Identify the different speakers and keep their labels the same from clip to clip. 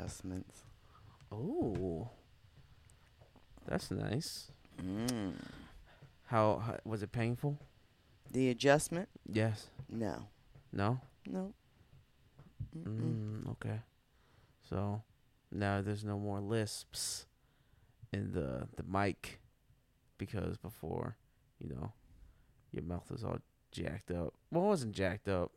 Speaker 1: adjustments.
Speaker 2: Oh, that's nice.
Speaker 1: Mm.
Speaker 2: How, how was it painful?
Speaker 1: The adjustment?
Speaker 2: Yes.
Speaker 1: No.
Speaker 2: No.
Speaker 1: No. Mm-mm.
Speaker 2: Mm, okay. So now there's no more lisps in the the mic because before, you know, your mouth was all jacked up. Well, it wasn't jacked up.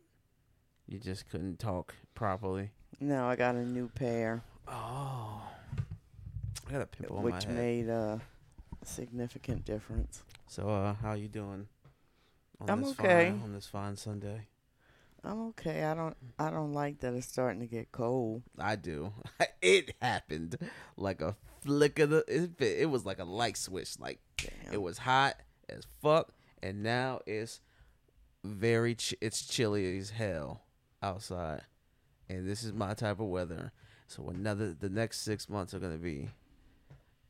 Speaker 2: You just couldn't talk properly.
Speaker 1: No, I got a new pair,
Speaker 2: Oh, I got a pimple on my
Speaker 1: which
Speaker 2: head.
Speaker 1: made a significant difference.
Speaker 2: so, uh, how you doing? On
Speaker 1: I'm
Speaker 2: this
Speaker 1: okay.
Speaker 2: Fine, on this fine Sunday,
Speaker 1: I'm okay. I don't. I don't like that it's starting to get cold.
Speaker 2: I do. it happened like a flick of the. It, it was like a light switch. Like
Speaker 1: Damn.
Speaker 2: It was hot as fuck, and now it's very ch- it's chilly as hell outside, and this is my type of weather. So another the next six months are gonna be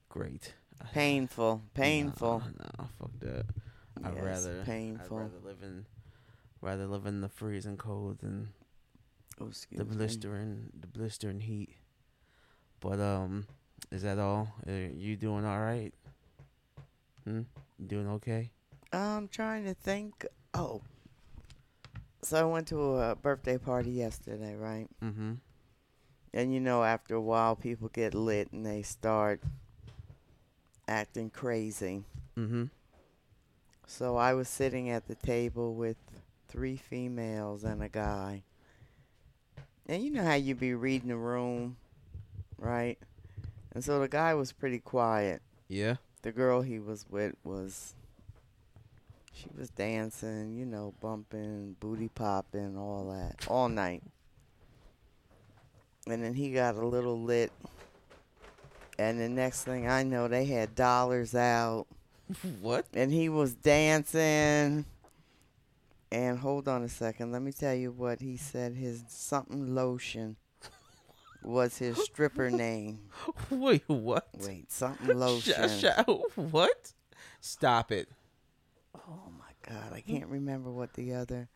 Speaker 2: great.
Speaker 1: painful. Painful.
Speaker 2: No, no, fuck that. I'd
Speaker 1: Yes,
Speaker 2: rather
Speaker 1: painful.
Speaker 2: I'd rather live in rather live in the freezing cold than
Speaker 1: oh, excuse
Speaker 2: the
Speaker 1: me.
Speaker 2: blistering the blistering heat. But um, is that all? Are you doing all right? Hmm. You doing okay?
Speaker 1: I'm trying to think. Oh. So I went to a birthday party yesterday, right?
Speaker 2: Mm-hmm.
Speaker 1: And you know, after a while, people get lit and they start acting crazy.
Speaker 2: Mm-hmm.
Speaker 1: So I was sitting at the table with three females and a guy. And you know how you be reading the room, right? And so the guy was pretty quiet.
Speaker 2: Yeah.
Speaker 1: The girl he was with was she was dancing, you know, bumping, booty popping, all that all night. And then he got a little lit. And the next thing I know, they had dollars out
Speaker 2: What?
Speaker 1: and he was dancing. And hold on a second, let me tell you what he said. His something lotion was his stripper name.
Speaker 2: Wait, what?
Speaker 1: Wait, something
Speaker 2: Sh-
Speaker 1: lotion.
Speaker 2: sh- what? Stop it.
Speaker 1: Oh my god, I can't remember what the other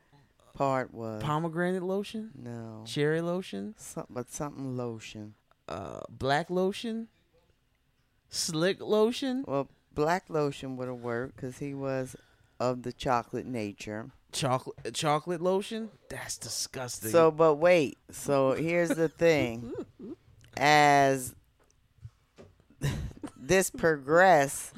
Speaker 1: part was.
Speaker 2: Pomegranate lotion?
Speaker 1: Uh, no,
Speaker 2: Cherry lotion?
Speaker 1: Some- but something lotion.
Speaker 2: Uh, black lotion? Slick lotion?
Speaker 1: Well, black lotion would have worked because he was of the chocolate nature.
Speaker 2: Chocolate chocolate lotion? That's disgusting.
Speaker 1: So, but wait. So here's the thing: as this progressed,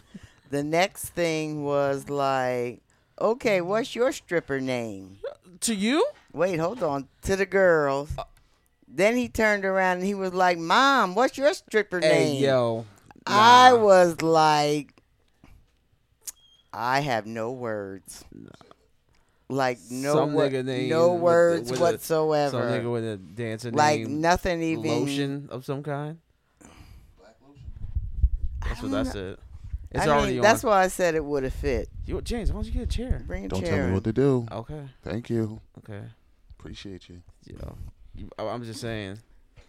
Speaker 1: the next thing was like, okay, what's your stripper name?
Speaker 2: to you?
Speaker 1: Wait, hold on. To the girls.
Speaker 2: Uh,
Speaker 1: Then he turned around and he was like, "Mom, what's your stripper
Speaker 2: Hey
Speaker 1: name?"
Speaker 2: yo.
Speaker 1: I
Speaker 2: Nah.
Speaker 1: was like, I have no words. Like no
Speaker 2: Some
Speaker 1: wo-
Speaker 2: nigga name
Speaker 1: no
Speaker 2: with the-
Speaker 1: words
Speaker 2: with a-
Speaker 1: whatsoever
Speaker 2: Some nigga with a dancer
Speaker 1: like
Speaker 2: name.
Speaker 1: nothing even
Speaker 2: lotion of some kind. That's what
Speaker 1: don't
Speaker 2: I
Speaker 1: know.
Speaker 2: said. It's
Speaker 1: I
Speaker 2: already
Speaker 1: mean,
Speaker 2: on.
Speaker 1: that's why I said it would have fit.
Speaker 2: Yo, James, why don't you get a chair?
Speaker 1: Bring a
Speaker 3: Don't
Speaker 1: chair.
Speaker 3: tell me
Speaker 1: in.
Speaker 3: what to do.
Speaker 1: Oh.
Speaker 2: Okay.
Speaker 3: Thank you.
Speaker 2: Okay.
Speaker 3: Appreciate you.
Speaker 2: Yo. You- I- I'm just saying.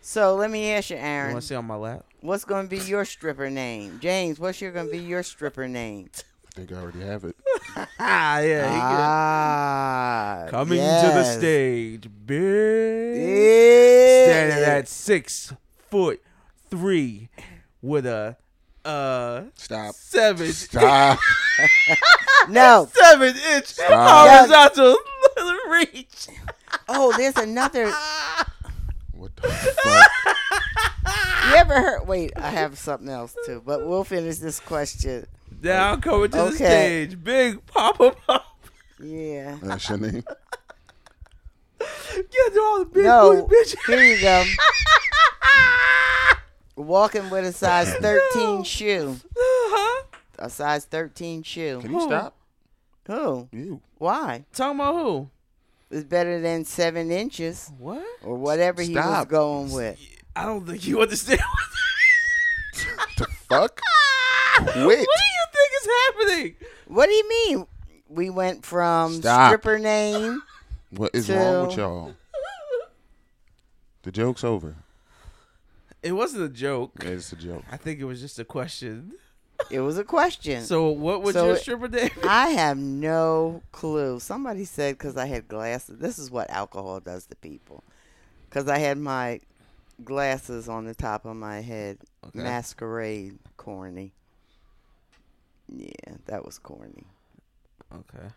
Speaker 1: so let me ask you,
Speaker 2: You
Speaker 1: Aaron,
Speaker 2: want to sit on my lap?
Speaker 1: what's going to be your stripper name? James, what's your going to be your stripper name?
Speaker 3: I think I already have it.
Speaker 2: Ah, yeah. He good.
Speaker 1: ah,
Speaker 2: Coming to the
Speaker 1: yes.
Speaker 2: stage, bitch.
Speaker 1: Yeah.
Speaker 2: Standing at six foot three with a uh
Speaker 3: Stop.
Speaker 2: seven
Speaker 3: Stop.
Speaker 1: no.
Speaker 2: seven inch horizontal reach. Ah.
Speaker 1: Oh, there's another.
Speaker 3: what the fuck?
Speaker 1: You ever heard? Wait, I have something else too, but we'll finish this question.
Speaker 2: Now I'm coming to the
Speaker 1: Okay.
Speaker 2: stage, big Papa Pop.
Speaker 1: Yeah.
Speaker 3: That's your name?
Speaker 2: Get all the big
Speaker 1: No.
Speaker 2: booty bitch.
Speaker 1: Here you go. Walking with a size 13 shoe.
Speaker 2: huh?
Speaker 1: a size 13 shoe.
Speaker 3: Can you stop?
Speaker 1: Who?
Speaker 3: You.
Speaker 1: Why?
Speaker 2: Talking about who?
Speaker 1: It's better than seven inches
Speaker 2: What?
Speaker 1: or whatever he was
Speaker 3: Stop.
Speaker 1: going with.
Speaker 2: I don't think you understand.
Speaker 3: the fuck? Quit.
Speaker 2: What do you think is happening?
Speaker 1: What do you mean? We went from
Speaker 3: Stop.
Speaker 1: stripper name.
Speaker 3: What is wrong with
Speaker 1: Two.
Speaker 3: y'all? The joke's over.
Speaker 2: It wasn't a joke.
Speaker 3: Yeah, It's a joke.
Speaker 2: I think it was just a question.
Speaker 1: It was a question.
Speaker 2: So what was
Speaker 1: So
Speaker 2: your
Speaker 1: it-
Speaker 2: stripper name?
Speaker 1: I have no clue. Somebody said because I had glasses. This is what alcohol does to people. Because I had my glasses on the top of my head.
Speaker 2: Okay.
Speaker 1: Masquerade corny. Yeah, that was corny.
Speaker 2: okay.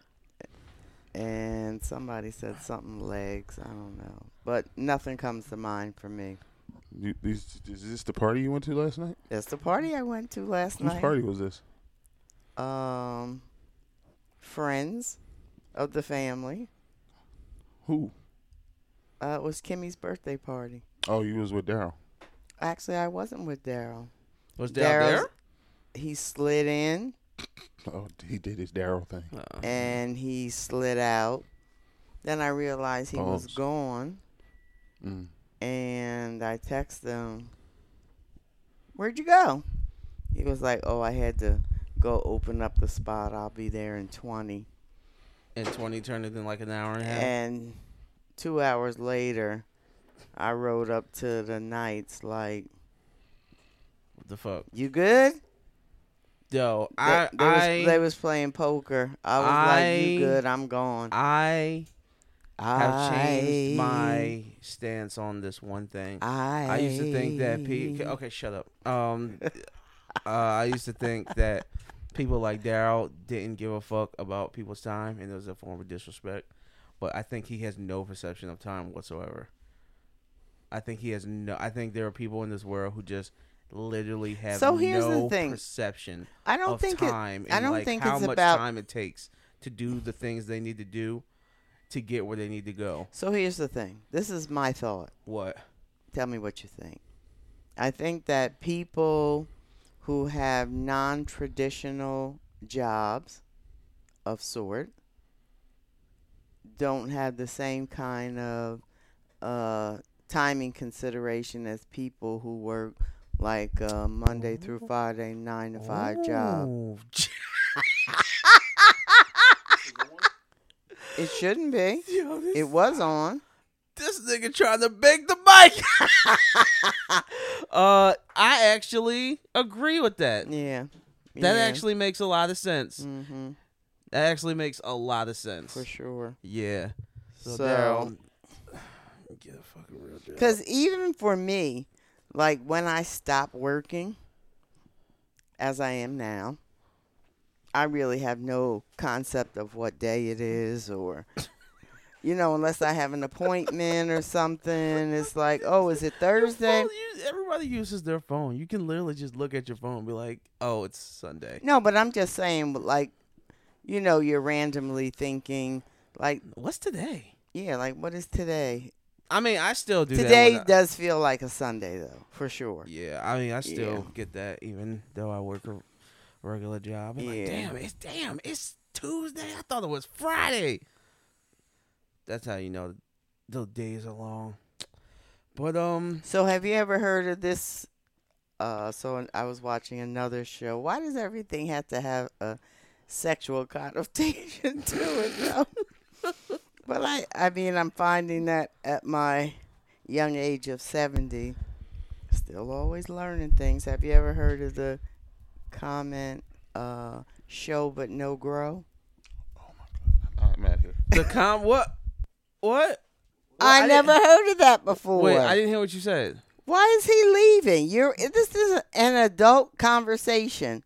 Speaker 1: And somebody said something legs. I don't know. But nothing comes to mind for me.
Speaker 3: You, is, is this the party you went to last night?
Speaker 1: That's the party I went to last
Speaker 3: Whose
Speaker 1: night.
Speaker 3: party was this?
Speaker 1: Um, friends of the family.
Speaker 3: Who?
Speaker 1: Uh, it was Kimmy's birthday party.
Speaker 3: Oh, you was with Daryl.
Speaker 1: Actually, I wasn't with Daryl.
Speaker 2: Was Daryl
Speaker 1: He slid in
Speaker 3: Oh, he did his Daryl thing.
Speaker 2: there? Uh,
Speaker 1: and he slid out. Then I realized he was
Speaker 3: Bums.
Speaker 1: gone,
Speaker 3: Mm.
Speaker 1: and I texted him, "Where'd you go?" He was like, "Oh, I had to go open up the spot. I'll be there in 20."
Speaker 2: and twenty turned it Oh. in like an hour and a half.
Speaker 1: And two hours later, I rode up to the Knights like,
Speaker 2: What the fuck,
Speaker 1: "You good?"
Speaker 2: yo!
Speaker 1: They,
Speaker 2: I
Speaker 1: they
Speaker 2: I
Speaker 1: was, they was playing poker. I was like,
Speaker 2: I-
Speaker 1: "You good? I'm gone."
Speaker 2: I
Speaker 1: I
Speaker 2: have changed my stance on this one thing.
Speaker 1: I,
Speaker 2: I used to think that people. Okay, shut up. Um, uh, I used to think that people like Daryl didn't give a fuck about people's time, and it was a form of disrespect. But I think he has no perception of time whatsoever. I think he has no. I think there are people in this world who just literally have
Speaker 1: So here's the
Speaker 2: no
Speaker 1: thing.
Speaker 2: perception
Speaker 1: I don't
Speaker 2: of
Speaker 1: think it.
Speaker 2: time
Speaker 1: I
Speaker 2: and
Speaker 1: don't
Speaker 2: like
Speaker 1: think
Speaker 2: how
Speaker 1: it's
Speaker 2: much
Speaker 1: about-
Speaker 2: time it takes to do the things they need to do to get where they need to go.
Speaker 1: So here's the thing. This is my thought.
Speaker 2: What?
Speaker 1: Tell me what you think. I think that people who have non-traditional jobs of sort don't have the same kind of uh, timing consideration as people who work like uh, Monday through
Speaker 2: Oh.
Speaker 1: Friday, nine to five job.
Speaker 2: Ooh, Oh.
Speaker 1: It shouldn't be.
Speaker 2: yo, this-
Speaker 1: It was on.
Speaker 2: this nigga trying to beg the mic. uh, I actually agree with that.
Speaker 1: Yeah.
Speaker 2: That actually makes a lot of sense.
Speaker 1: hmm
Speaker 2: That actually makes a lot of sense.
Speaker 1: For sure.
Speaker 2: Yeah. So,
Speaker 1: So-
Speaker 2: Daryl, get a fucking real job.
Speaker 1: Because even for me, like when I stop working, as I am now, I really have no concept of what day it is or. You know, unless I have an appointment or something, it's like, oh, is it
Speaker 2: Your
Speaker 1: Thursday?
Speaker 2: phone- you- everybody uses their phone. You can literally just look at your phone and be like, "Oh, it's Sunday."
Speaker 1: No, but I'm just saying, like, you know, you're randomly thinking, like,
Speaker 2: What's today?
Speaker 1: yeah, like, what is today?
Speaker 2: I mean, I still do
Speaker 1: Today
Speaker 2: that. when I-
Speaker 1: does feel like a Sunday, though, for sure.
Speaker 2: yeah, I mean, I still
Speaker 1: Yeah.
Speaker 2: get that even though I work a regular job. I'm
Speaker 1: Yeah.
Speaker 2: like, "Damn, it's damn, it's Tuesday. I thought it was Friday." That's how you know the days are long. But um,
Speaker 1: So, have you ever heard of this? Uh, so I was watching another show. Why does everything have to have a sexual connotation to it, though? but I, I mean, I'm finding that at my young age of 70, still always learning things. Have you ever heard of the comment, uh, show but no grow?
Speaker 3: I'm out here.
Speaker 2: the com what what?
Speaker 1: I,
Speaker 2: I didn't-
Speaker 1: never heard of that before.
Speaker 2: Wait, I didn't hear what you said.
Speaker 1: Why is he leaving? You're this is an adult conversation.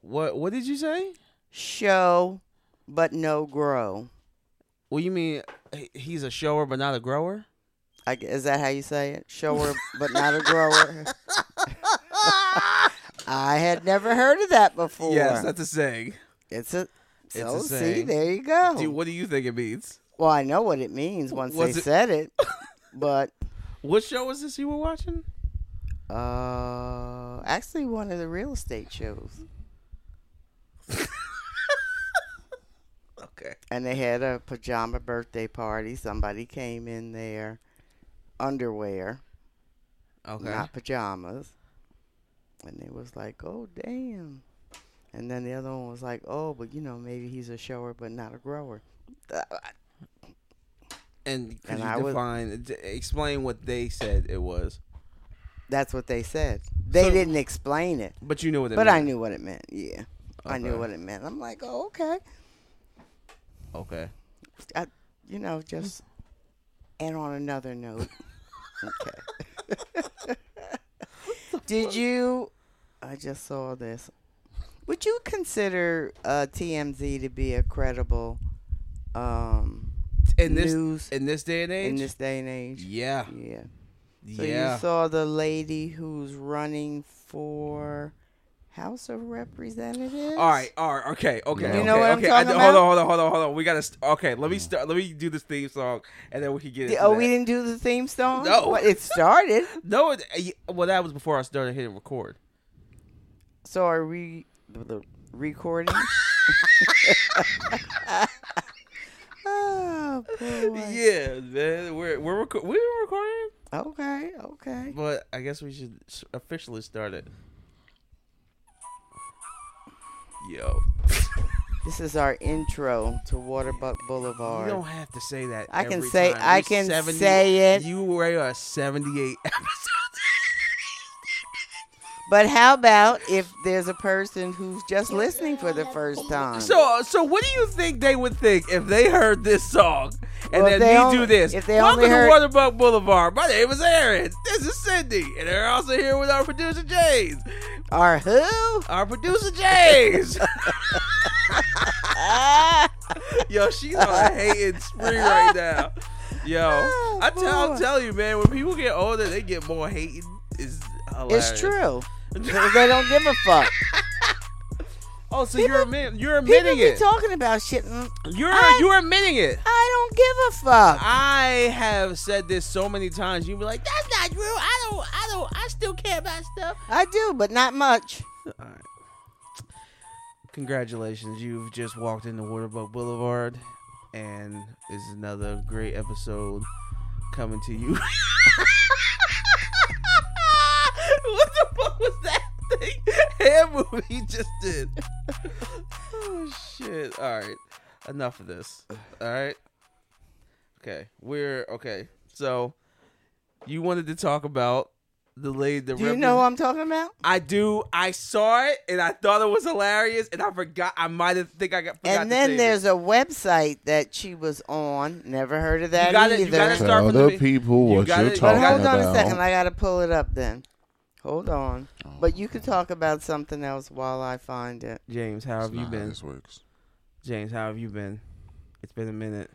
Speaker 2: What what did you say?
Speaker 1: show but no grow.
Speaker 2: Well, you mean he- he's a shower but not a grower?
Speaker 1: I g is that how you say it? Shower but not a grower. I had never heard of that before.
Speaker 2: Yes, that's a saying.
Speaker 1: it's a.
Speaker 2: a
Speaker 1: So see,
Speaker 2: saying.
Speaker 1: there you go.
Speaker 2: Dude, what do you think it means?
Speaker 1: well, I know what it means once they
Speaker 2: Was it-
Speaker 1: said it, but
Speaker 2: What show was this you were watching?
Speaker 1: uh, actually, one of the real estate shows,
Speaker 2: Okay.
Speaker 1: and they had a pajama birthday party. Somebody came in there, underwear.
Speaker 2: Okay.
Speaker 1: not pajamas. And they was like, oh, damn. And then the other one was like, oh, but you know, maybe he's a shower, but not a grower. Uh,
Speaker 2: and could
Speaker 1: And
Speaker 2: you
Speaker 1: I was-
Speaker 2: define, d- explain what they said it was?
Speaker 1: That's what they said. They
Speaker 2: So-
Speaker 1: didn't explain it,
Speaker 2: But you know what it
Speaker 1: but I
Speaker 2: meant.
Speaker 1: knew what it meant. Yeah. I knew
Speaker 2: Okay.
Speaker 1: what it meant. I'm like, oh, okay.
Speaker 2: Okay.
Speaker 1: I, you know, just. And on another note, Did you? I just saw this. Would you consider uh, TMZ to be a credible um,
Speaker 2: in this
Speaker 1: news
Speaker 2: in this day and age?
Speaker 1: in this day and age?
Speaker 2: yeah,
Speaker 1: Yeah. So
Speaker 2: yeah.
Speaker 1: you saw the lady who's running for House of Representatives.
Speaker 2: All right, all right, okay, okay.
Speaker 3: You
Speaker 1: know
Speaker 2: okay,
Speaker 1: what I'm
Speaker 2: okay.
Speaker 1: talking
Speaker 2: I,
Speaker 1: about?
Speaker 2: Hold on, hold on, hold on, hold on. We gotta. St- okay, let me start. Let me do this theme song, and then we can get.
Speaker 1: Di-
Speaker 2: Into
Speaker 1: oh,
Speaker 2: that.
Speaker 1: we didn't do the theme song.
Speaker 2: No.
Speaker 1: Well, it started.
Speaker 2: No, it, uh, y- well, that was before I started hitting record.
Speaker 1: So are we the- the recording? oh boy.
Speaker 2: Yeah, man, we're we're reco- we were recording,
Speaker 1: Okay. Okay.
Speaker 2: but I guess we should s- officially start it. Yo,
Speaker 1: This is our intro to Waterbuck
Speaker 2: you
Speaker 1: Boulevard.
Speaker 2: don't have to say that.
Speaker 1: I can
Speaker 2: every
Speaker 1: say-
Speaker 2: time.
Speaker 1: I
Speaker 2: You're
Speaker 1: can say it.
Speaker 2: You were a seventy-eight episodes.
Speaker 1: But how about if there's a person who's just listening for the first time?
Speaker 2: So, so what do you think they would think if they heard this song and
Speaker 1: Well, if
Speaker 2: then
Speaker 1: they
Speaker 2: we
Speaker 1: only-
Speaker 2: do this?
Speaker 1: if they
Speaker 2: Welcome
Speaker 1: only heard-
Speaker 2: to Waterbuck Boulevard. My name is Aaron. This is Cindy, and they're also here with our producer James.
Speaker 1: Or who?
Speaker 2: Our producer James.
Speaker 1: Ah,
Speaker 2: Yo, she's on a hating spree right now. Yo,
Speaker 1: Oh,
Speaker 2: I tell, I'm
Speaker 1: boy.
Speaker 2: telling you, man. When people get older, they get more hating. Is hilarious.
Speaker 1: It's true. they don't give a fuck.
Speaker 2: Oh, so
Speaker 1: People-
Speaker 2: you're admit, you're
Speaker 1: People
Speaker 2: admitting
Speaker 1: be
Speaker 2: it.
Speaker 1: talking about shit. And
Speaker 2: you're
Speaker 1: I-
Speaker 2: you're admitting it.
Speaker 1: I don't give a fuck.
Speaker 2: I have said this so many times. You be like, that's not true. I don't. I don't. I still care about stuff.
Speaker 1: I do, but not much.
Speaker 2: All right. Congratulations, you've just walked into Waterbuck Boulevard, and it's another great episode coming to you. what the fuck was that thing? Hand movie he just did. oh shit! All right, enough of this. All right. Okay, we're okay. So, you wanted to talk about the lady, the
Speaker 1: Do you know what I'm talking about?
Speaker 2: I do. I saw it and I thought it was hilarious, and I forgot. I might have think I got. Forgot
Speaker 1: and
Speaker 2: to
Speaker 1: then
Speaker 2: save
Speaker 1: there's
Speaker 2: it.
Speaker 1: a website that she was on. Never heard of that
Speaker 2: You gotta-
Speaker 1: either.
Speaker 2: you gotta start
Speaker 3: Tell
Speaker 2: from the
Speaker 3: the
Speaker 2: be-
Speaker 3: people
Speaker 2: You
Speaker 3: what
Speaker 2: gotta-
Speaker 3: you're
Speaker 2: you
Speaker 1: but
Speaker 3: talking
Speaker 2: gotta-
Speaker 1: hold on
Speaker 3: about.
Speaker 1: a second. I gotta pull it up then. Hold on. But you can talk about something else while I find it.
Speaker 2: James. How
Speaker 3: That's
Speaker 2: have you
Speaker 3: not how
Speaker 2: been?
Speaker 3: This works.
Speaker 2: James, how have you been? It's been a minute.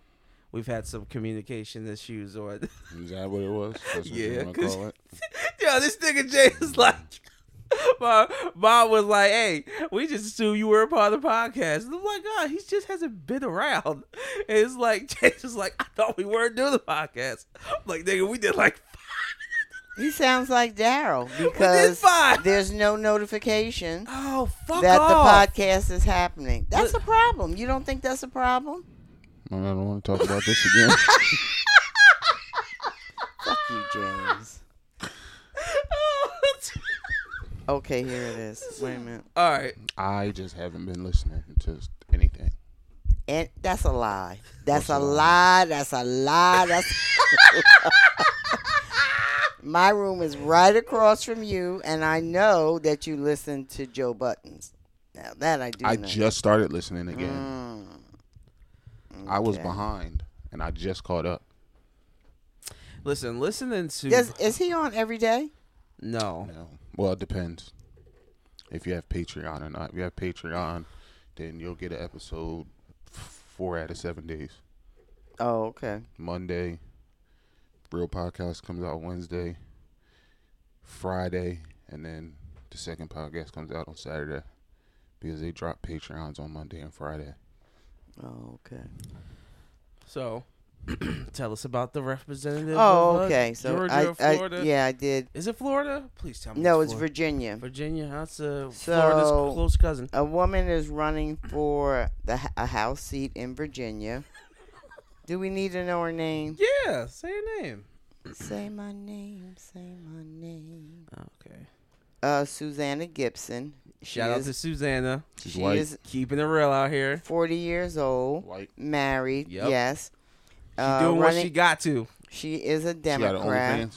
Speaker 2: We've had some communication issues, or
Speaker 3: Is that what it was? That's what you
Speaker 2: Yeah,
Speaker 3: wanna
Speaker 2: 'cause-
Speaker 3: call it?
Speaker 2: yo, this nigga James is like. My mom was like, "Hey, we just assumed you were a part of the podcast." And I'm like, "God, he just hasn't been around." And it's like James is like, "I thought we weren't doing the podcast." I'm like, "Nigga, we did like
Speaker 1: He sounds like Daryl
Speaker 2: did
Speaker 1: because
Speaker 2: five.
Speaker 1: there's no notification
Speaker 2: oh fuck
Speaker 1: that
Speaker 2: off."
Speaker 1: the podcast is happening. That's a
Speaker 2: Look-
Speaker 1: problem. You don't think that's a problem?
Speaker 3: I don't want to talk about this again.
Speaker 1: Fuck you, James.
Speaker 2: Ah.
Speaker 1: Okay, here it is. Wait a minute.
Speaker 2: All right.
Speaker 3: I just haven't been listening to anything.
Speaker 1: And that's a lie. That's
Speaker 3: What's
Speaker 1: a
Speaker 3: a
Speaker 1: lie. That's a lie. That's My room is right across from you, and I know that you listen to Joe Buttons. Now that I do
Speaker 3: I
Speaker 1: know.
Speaker 3: just started listening again.
Speaker 1: Mm.
Speaker 3: I was
Speaker 1: Okay.
Speaker 3: behind, and I just caught up.
Speaker 2: Listen, listening to
Speaker 1: Does, is he on every day?
Speaker 2: no.
Speaker 3: No. Well, it depends. If you have Patreon or not. If you have Patreon, then you'll get an episode f- four out of seven days.
Speaker 1: Oh, okay.
Speaker 3: Monday, Real Podcast comes out Wednesday, Friday, and then the second podcast comes out on Saturday because they drop Patreons on Monday and Friday.
Speaker 1: Oh, okay.
Speaker 2: So, tell us about the representative.
Speaker 1: Oh,
Speaker 2: of, uh,
Speaker 1: okay. So
Speaker 2: Georgia,
Speaker 1: I,
Speaker 2: Florida.
Speaker 1: I, yeah, I did.
Speaker 2: Is it Florida? Please tell me.
Speaker 1: No, it's
Speaker 2: Florida.
Speaker 1: Virginia.
Speaker 2: Virginia. That's uh,
Speaker 1: So-
Speaker 2: Florida's close cousin.
Speaker 1: A woman is running for the h- a house seat in Virginia. Do we need to know her name?
Speaker 2: Yeah, say your name.
Speaker 1: Say my name. Say my name.
Speaker 2: Okay.
Speaker 1: Uh, Susanna Gibson. She
Speaker 2: Shout out
Speaker 1: is-
Speaker 2: to Susanna,
Speaker 3: She's
Speaker 1: she
Speaker 3: white.
Speaker 1: is
Speaker 2: keeping it real out here.
Speaker 1: 40 years old,
Speaker 3: white.
Speaker 1: married.
Speaker 2: Yep.
Speaker 1: Yes.
Speaker 2: She
Speaker 1: Uh,
Speaker 2: doing
Speaker 1: running,
Speaker 2: what she got to.
Speaker 1: she is a
Speaker 3: She got an
Speaker 1: Democrat.
Speaker 3: OnlyFans.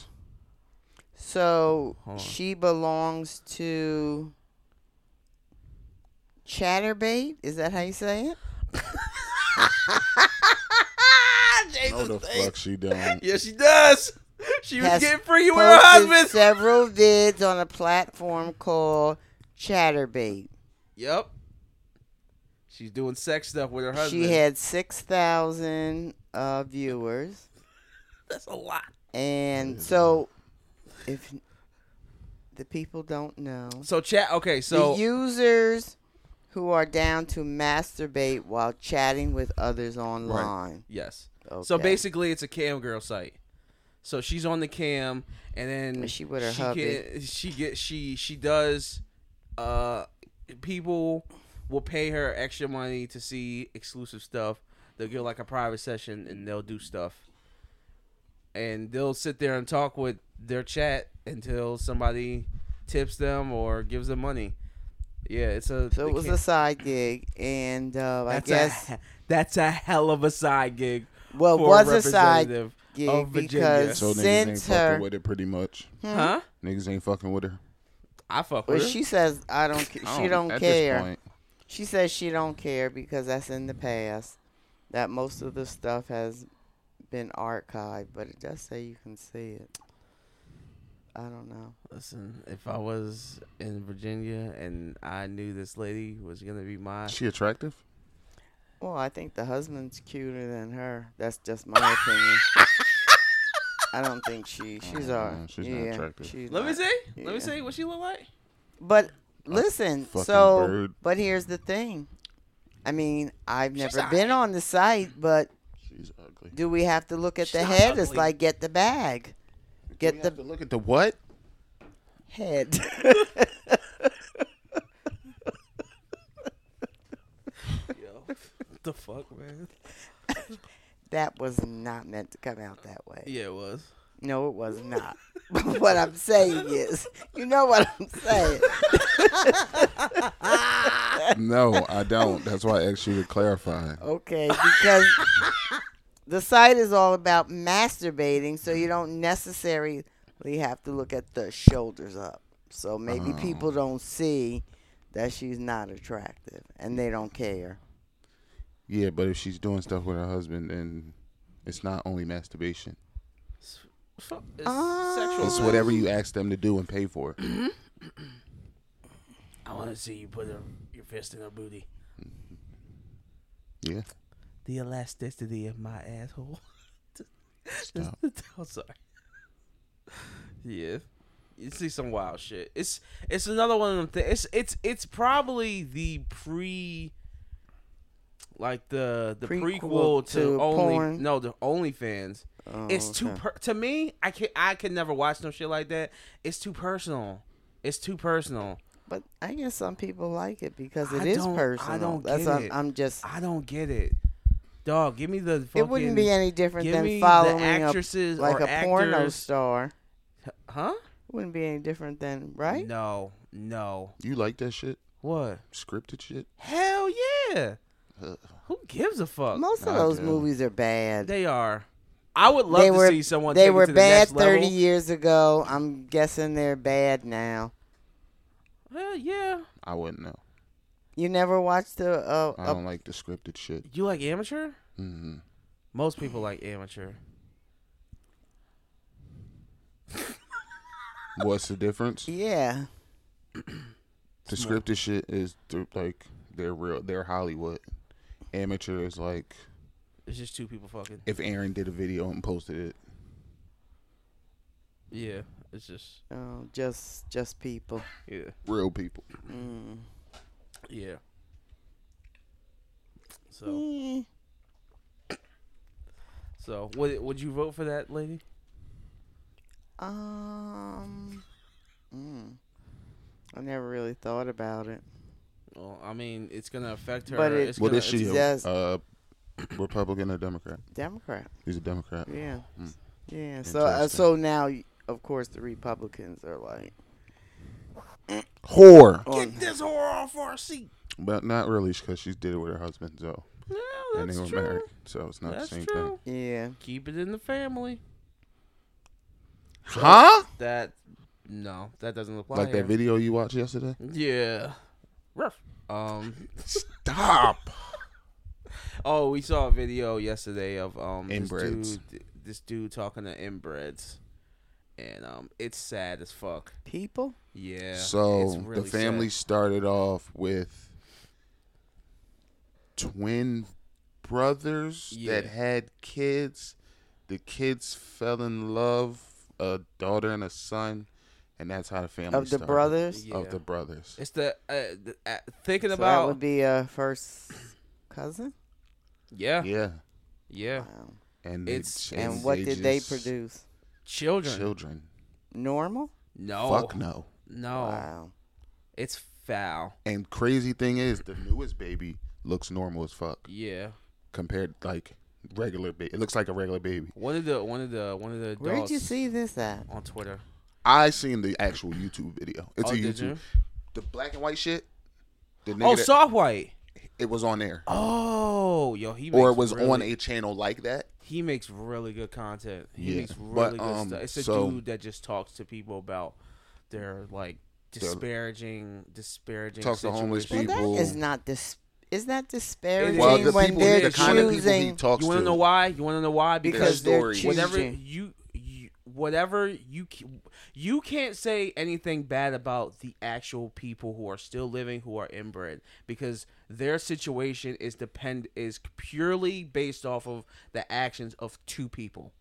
Speaker 1: So
Speaker 2: Hold on.
Speaker 1: she belongs to Chatterbait. Is that how you say it?
Speaker 2: Jesus
Speaker 3: No, the
Speaker 2: thanks.
Speaker 3: fuck she don't.
Speaker 2: Yeah, she does. she was
Speaker 1: Has
Speaker 2: getting freaky with her
Speaker 1: posted
Speaker 2: husband.
Speaker 1: several vids on a platform called Chatterbait.
Speaker 2: Yep. She's doing sex stuff with her husband.
Speaker 1: She had 6,000 uh, viewers.
Speaker 2: That's a lot.
Speaker 1: And
Speaker 3: Jeez.
Speaker 1: so, if the people don't know,
Speaker 2: So chat. Okay, so
Speaker 1: the users who are down to masturbate while chatting with others online.
Speaker 2: yes.
Speaker 1: Okay.
Speaker 2: So basically, it's a cam girl site. So she's on the cam, and then
Speaker 1: But she with her
Speaker 2: she
Speaker 1: hubby.
Speaker 2: can- she get she she does. Uh, people will pay her extra money to see exclusive stuff. They'll get like a private session, and they'll do stuff. And they'll sit there and talk with their chat until somebody tips them or gives them money. Yeah, it's a.
Speaker 1: So
Speaker 2: the
Speaker 1: it was
Speaker 2: cam-
Speaker 1: a side gig, and uh, I
Speaker 2: that's
Speaker 1: guess
Speaker 2: a, that's a hell of a side gig.
Speaker 1: well, it
Speaker 2: for
Speaker 1: was a side
Speaker 2: representative.
Speaker 1: gig
Speaker 2: of Virginia.
Speaker 1: because
Speaker 3: So niggas ain't
Speaker 1: since her,
Speaker 3: fucking with it pretty much.
Speaker 1: Hmm.
Speaker 2: huh?
Speaker 3: Niggas ain't fucking with her.
Speaker 2: I fuck
Speaker 1: well,
Speaker 2: with her.
Speaker 1: she says I don't, ca-
Speaker 3: I
Speaker 1: she don't
Speaker 3: at This
Speaker 1: care.
Speaker 3: point,
Speaker 1: She says she don't care because that's in the past. That most of the stuff has been archived, but it does say you can see it. I don't know.
Speaker 2: Listen, if I was in Virginia and I knew this lady was gonna be my,
Speaker 3: she attractive?
Speaker 1: Well, I think the husband's cuter than her. That's just my opinion. I don't think she. She's
Speaker 3: Mm,
Speaker 1: all.
Speaker 3: she's not
Speaker 1: yeah,
Speaker 3: attractive.
Speaker 1: She's
Speaker 2: let me
Speaker 1: not.
Speaker 2: see, let
Speaker 1: yeah.
Speaker 2: me see what she look like.
Speaker 1: But listen,
Speaker 3: fucking
Speaker 1: so
Speaker 3: bird.
Speaker 1: but here's the thing. I mean, I've
Speaker 2: She's
Speaker 1: never been on the site, but
Speaker 3: She's ugly.
Speaker 1: do we have to look at
Speaker 2: She's
Speaker 1: the
Speaker 2: not
Speaker 1: head? It's
Speaker 2: ugly.
Speaker 1: like get the bag, get
Speaker 3: we
Speaker 1: the
Speaker 3: have to look at the what?
Speaker 1: head.
Speaker 2: Yo, the fuck, man.
Speaker 1: that was not meant to come out that way.
Speaker 2: Yeah, it was.
Speaker 1: No, it was not. But what I'm saying is, you know what I'm saying.
Speaker 3: no, I don't. That's why I asked you to clarify.
Speaker 1: Okay, because the site is all about masturbating, so you don't necessarily have to look at the shoulders up. So maybe
Speaker 3: Oh.
Speaker 1: people don't see that she's not attractive and they don't care.
Speaker 3: Yeah, but if she's doing stuff with her husband, then it's not only masturbation.
Speaker 2: It's, it's sexual.
Speaker 1: Ah.
Speaker 3: It's whatever you ask them to do and pay for. it.
Speaker 2: I want to see you put her, your fist in her booty.
Speaker 3: Yeah.
Speaker 2: The elasticity of my asshole.
Speaker 3: Stop.
Speaker 2: I'm sorry. Yeah, you see some wild shit. It's it's another one of them things. It's it's it's probably the pre, like the the prequel,
Speaker 1: Prequel
Speaker 2: to,
Speaker 1: to
Speaker 2: only
Speaker 1: porn.
Speaker 2: no the OnlyFans.
Speaker 1: Oh,
Speaker 2: it's too
Speaker 1: okay.
Speaker 2: per- to me. I can I can never watch no shit like that. It's too personal. It's too personal.
Speaker 1: But I guess some people like it because
Speaker 2: I
Speaker 1: it is
Speaker 2: don't- I
Speaker 1: personal.
Speaker 2: don't
Speaker 1: That's
Speaker 2: get
Speaker 1: what I'm-
Speaker 2: it.
Speaker 1: I'm just.
Speaker 2: I don't get it. Dog, give me the. Fucking,
Speaker 1: It wouldn't be any different
Speaker 2: give me
Speaker 1: than
Speaker 2: the
Speaker 1: following a,
Speaker 2: actresses
Speaker 1: like
Speaker 2: or
Speaker 1: a porno
Speaker 2: actors.
Speaker 1: star.
Speaker 2: Huh?
Speaker 1: Wouldn't be any different than right.
Speaker 2: No, no.
Speaker 3: You like that shit?
Speaker 2: What?
Speaker 3: Scripted shit? Uh,
Speaker 2: Hell yeah.
Speaker 3: Ugh.
Speaker 2: Who gives a fuck?
Speaker 1: Most of
Speaker 3: I
Speaker 1: those
Speaker 3: do.
Speaker 1: movies are bad.
Speaker 2: They are. I would love
Speaker 1: They
Speaker 2: to
Speaker 1: were-
Speaker 2: see someone.
Speaker 1: they
Speaker 2: take it
Speaker 1: were
Speaker 2: to the
Speaker 1: bad
Speaker 2: next level.
Speaker 1: 30 years ago. I'm guessing they're bad now.
Speaker 2: Well, yeah.
Speaker 3: I wouldn't know.
Speaker 1: You never watched a, a,
Speaker 3: I
Speaker 1: a
Speaker 3: don't like the scripted shit.
Speaker 2: You like amateur?
Speaker 3: Mm-hmm.
Speaker 2: Most people like amateur.
Speaker 3: What's the difference?
Speaker 1: yeah.
Speaker 3: The
Speaker 2: Small.
Speaker 3: scripted shit is they're, like they're real. They're Hollywood. Amateur is like
Speaker 2: It's just two people fucking.
Speaker 3: if Aaron did a video and posted it.
Speaker 2: Yeah. It's just.
Speaker 1: Oh, just just people.
Speaker 2: Yeah.
Speaker 3: Real people.
Speaker 1: Mm.
Speaker 2: Yeah. So,
Speaker 1: Eh.
Speaker 2: so would would you vote for that lady?
Speaker 1: Um. Mm. I never really thought about it.
Speaker 2: Well, I mean, it's gonna affect her.
Speaker 1: But it-
Speaker 2: it's
Speaker 3: What
Speaker 2: gonna,
Speaker 3: is she?
Speaker 2: it's-
Speaker 1: says-
Speaker 3: A, uh, Republican or Democrat?
Speaker 1: Democrat.
Speaker 3: He's a Democrat.
Speaker 1: Yeah.
Speaker 2: Hmm.
Speaker 3: Mm.
Speaker 1: Yeah. So uh,
Speaker 3: Interesting.
Speaker 1: so now, y- of course, the Republicans are like "Oh,
Speaker 3: Whore.
Speaker 1: on
Speaker 2: Get this whore off our seat.
Speaker 3: But not really, because she did it with her husband, so
Speaker 2: No,
Speaker 3: and
Speaker 2: that's
Speaker 3: they were
Speaker 2: true.
Speaker 3: married, so it's not
Speaker 2: that's
Speaker 3: the same
Speaker 2: true.
Speaker 3: thing.
Speaker 1: yeah.
Speaker 2: Keep it in the family.
Speaker 3: Huh?
Speaker 2: That no, that doesn't apply.
Speaker 3: Like
Speaker 2: here.
Speaker 3: that video you watched yesterday?
Speaker 2: Yeah. Rough. Um.
Speaker 3: Stop.
Speaker 2: Oh, we saw a video yesterday of um this
Speaker 3: Inbreds.
Speaker 2: dude, this dude talking to inbreds. and um, it's sad as fuck.
Speaker 1: People?
Speaker 2: Yeah. it's
Speaker 3: so
Speaker 2: really
Speaker 3: the
Speaker 2: sad.
Speaker 3: family started off with twin brothers that
Speaker 2: Yeah.
Speaker 3: had kids. The kids fell in love, a daughter and a son, and that's how the family
Speaker 1: Of the
Speaker 3: started.
Speaker 1: brothers?
Speaker 3: Of
Speaker 2: Yeah.
Speaker 3: the brothers.
Speaker 2: It's the uh, th- uh, thinking
Speaker 1: So that
Speaker 2: about
Speaker 1: would be a first cousin?
Speaker 2: yeah, yeah
Speaker 3: Yeah.
Speaker 1: Wow.
Speaker 3: And
Speaker 2: It's-
Speaker 3: they,
Speaker 1: And what did they
Speaker 3: just-
Speaker 1: produce?
Speaker 2: children.
Speaker 3: Children.
Speaker 1: Normal?
Speaker 2: No,
Speaker 3: Fuck no.
Speaker 2: no,
Speaker 1: Wow.
Speaker 2: it's foul.
Speaker 3: And crazy thing is, the newest baby looks normal as fuck
Speaker 2: Yeah,
Speaker 3: compared like regular baby. It looks like a regular baby.
Speaker 2: one of the one of the one of the
Speaker 1: Where
Speaker 2: adults
Speaker 1: did you see this at?
Speaker 2: on Twitter.
Speaker 3: I seen the actual YouTube video. It's
Speaker 2: Oh,
Speaker 3: a
Speaker 2: did
Speaker 3: YouTube.
Speaker 2: you?
Speaker 3: The black and white shit. The nigga
Speaker 2: Oh,
Speaker 3: that-
Speaker 2: soft white.
Speaker 3: it was on there,
Speaker 2: Oh, yo, he makes
Speaker 3: or it was
Speaker 2: really,
Speaker 3: on a channel like that.
Speaker 2: He makes really good content. He
Speaker 3: Yeah,
Speaker 2: makes
Speaker 3: but,
Speaker 2: really good
Speaker 3: um,
Speaker 2: stuff. It's a
Speaker 3: so-
Speaker 2: dude that just talks to people about their like disparaging, disparaging.
Speaker 3: Talks to homeless
Speaker 2: situations.
Speaker 1: Well, that is
Speaker 3: People-
Speaker 1: not dis- is that
Speaker 2: It
Speaker 1: disparaging
Speaker 2: is. Well, the
Speaker 1: when
Speaker 2: people-
Speaker 1: they're
Speaker 2: the kind
Speaker 3: of
Speaker 1: choosing
Speaker 3: people he talks
Speaker 2: You want
Speaker 3: to.
Speaker 2: to know why? You want to know why?
Speaker 1: because they're
Speaker 3: stories.
Speaker 1: choosing.
Speaker 2: whatever you, you whatever you c- you can't say anything bad about the actual people who are still living who are inbred because their situation is depend is purely based off of the actions of two people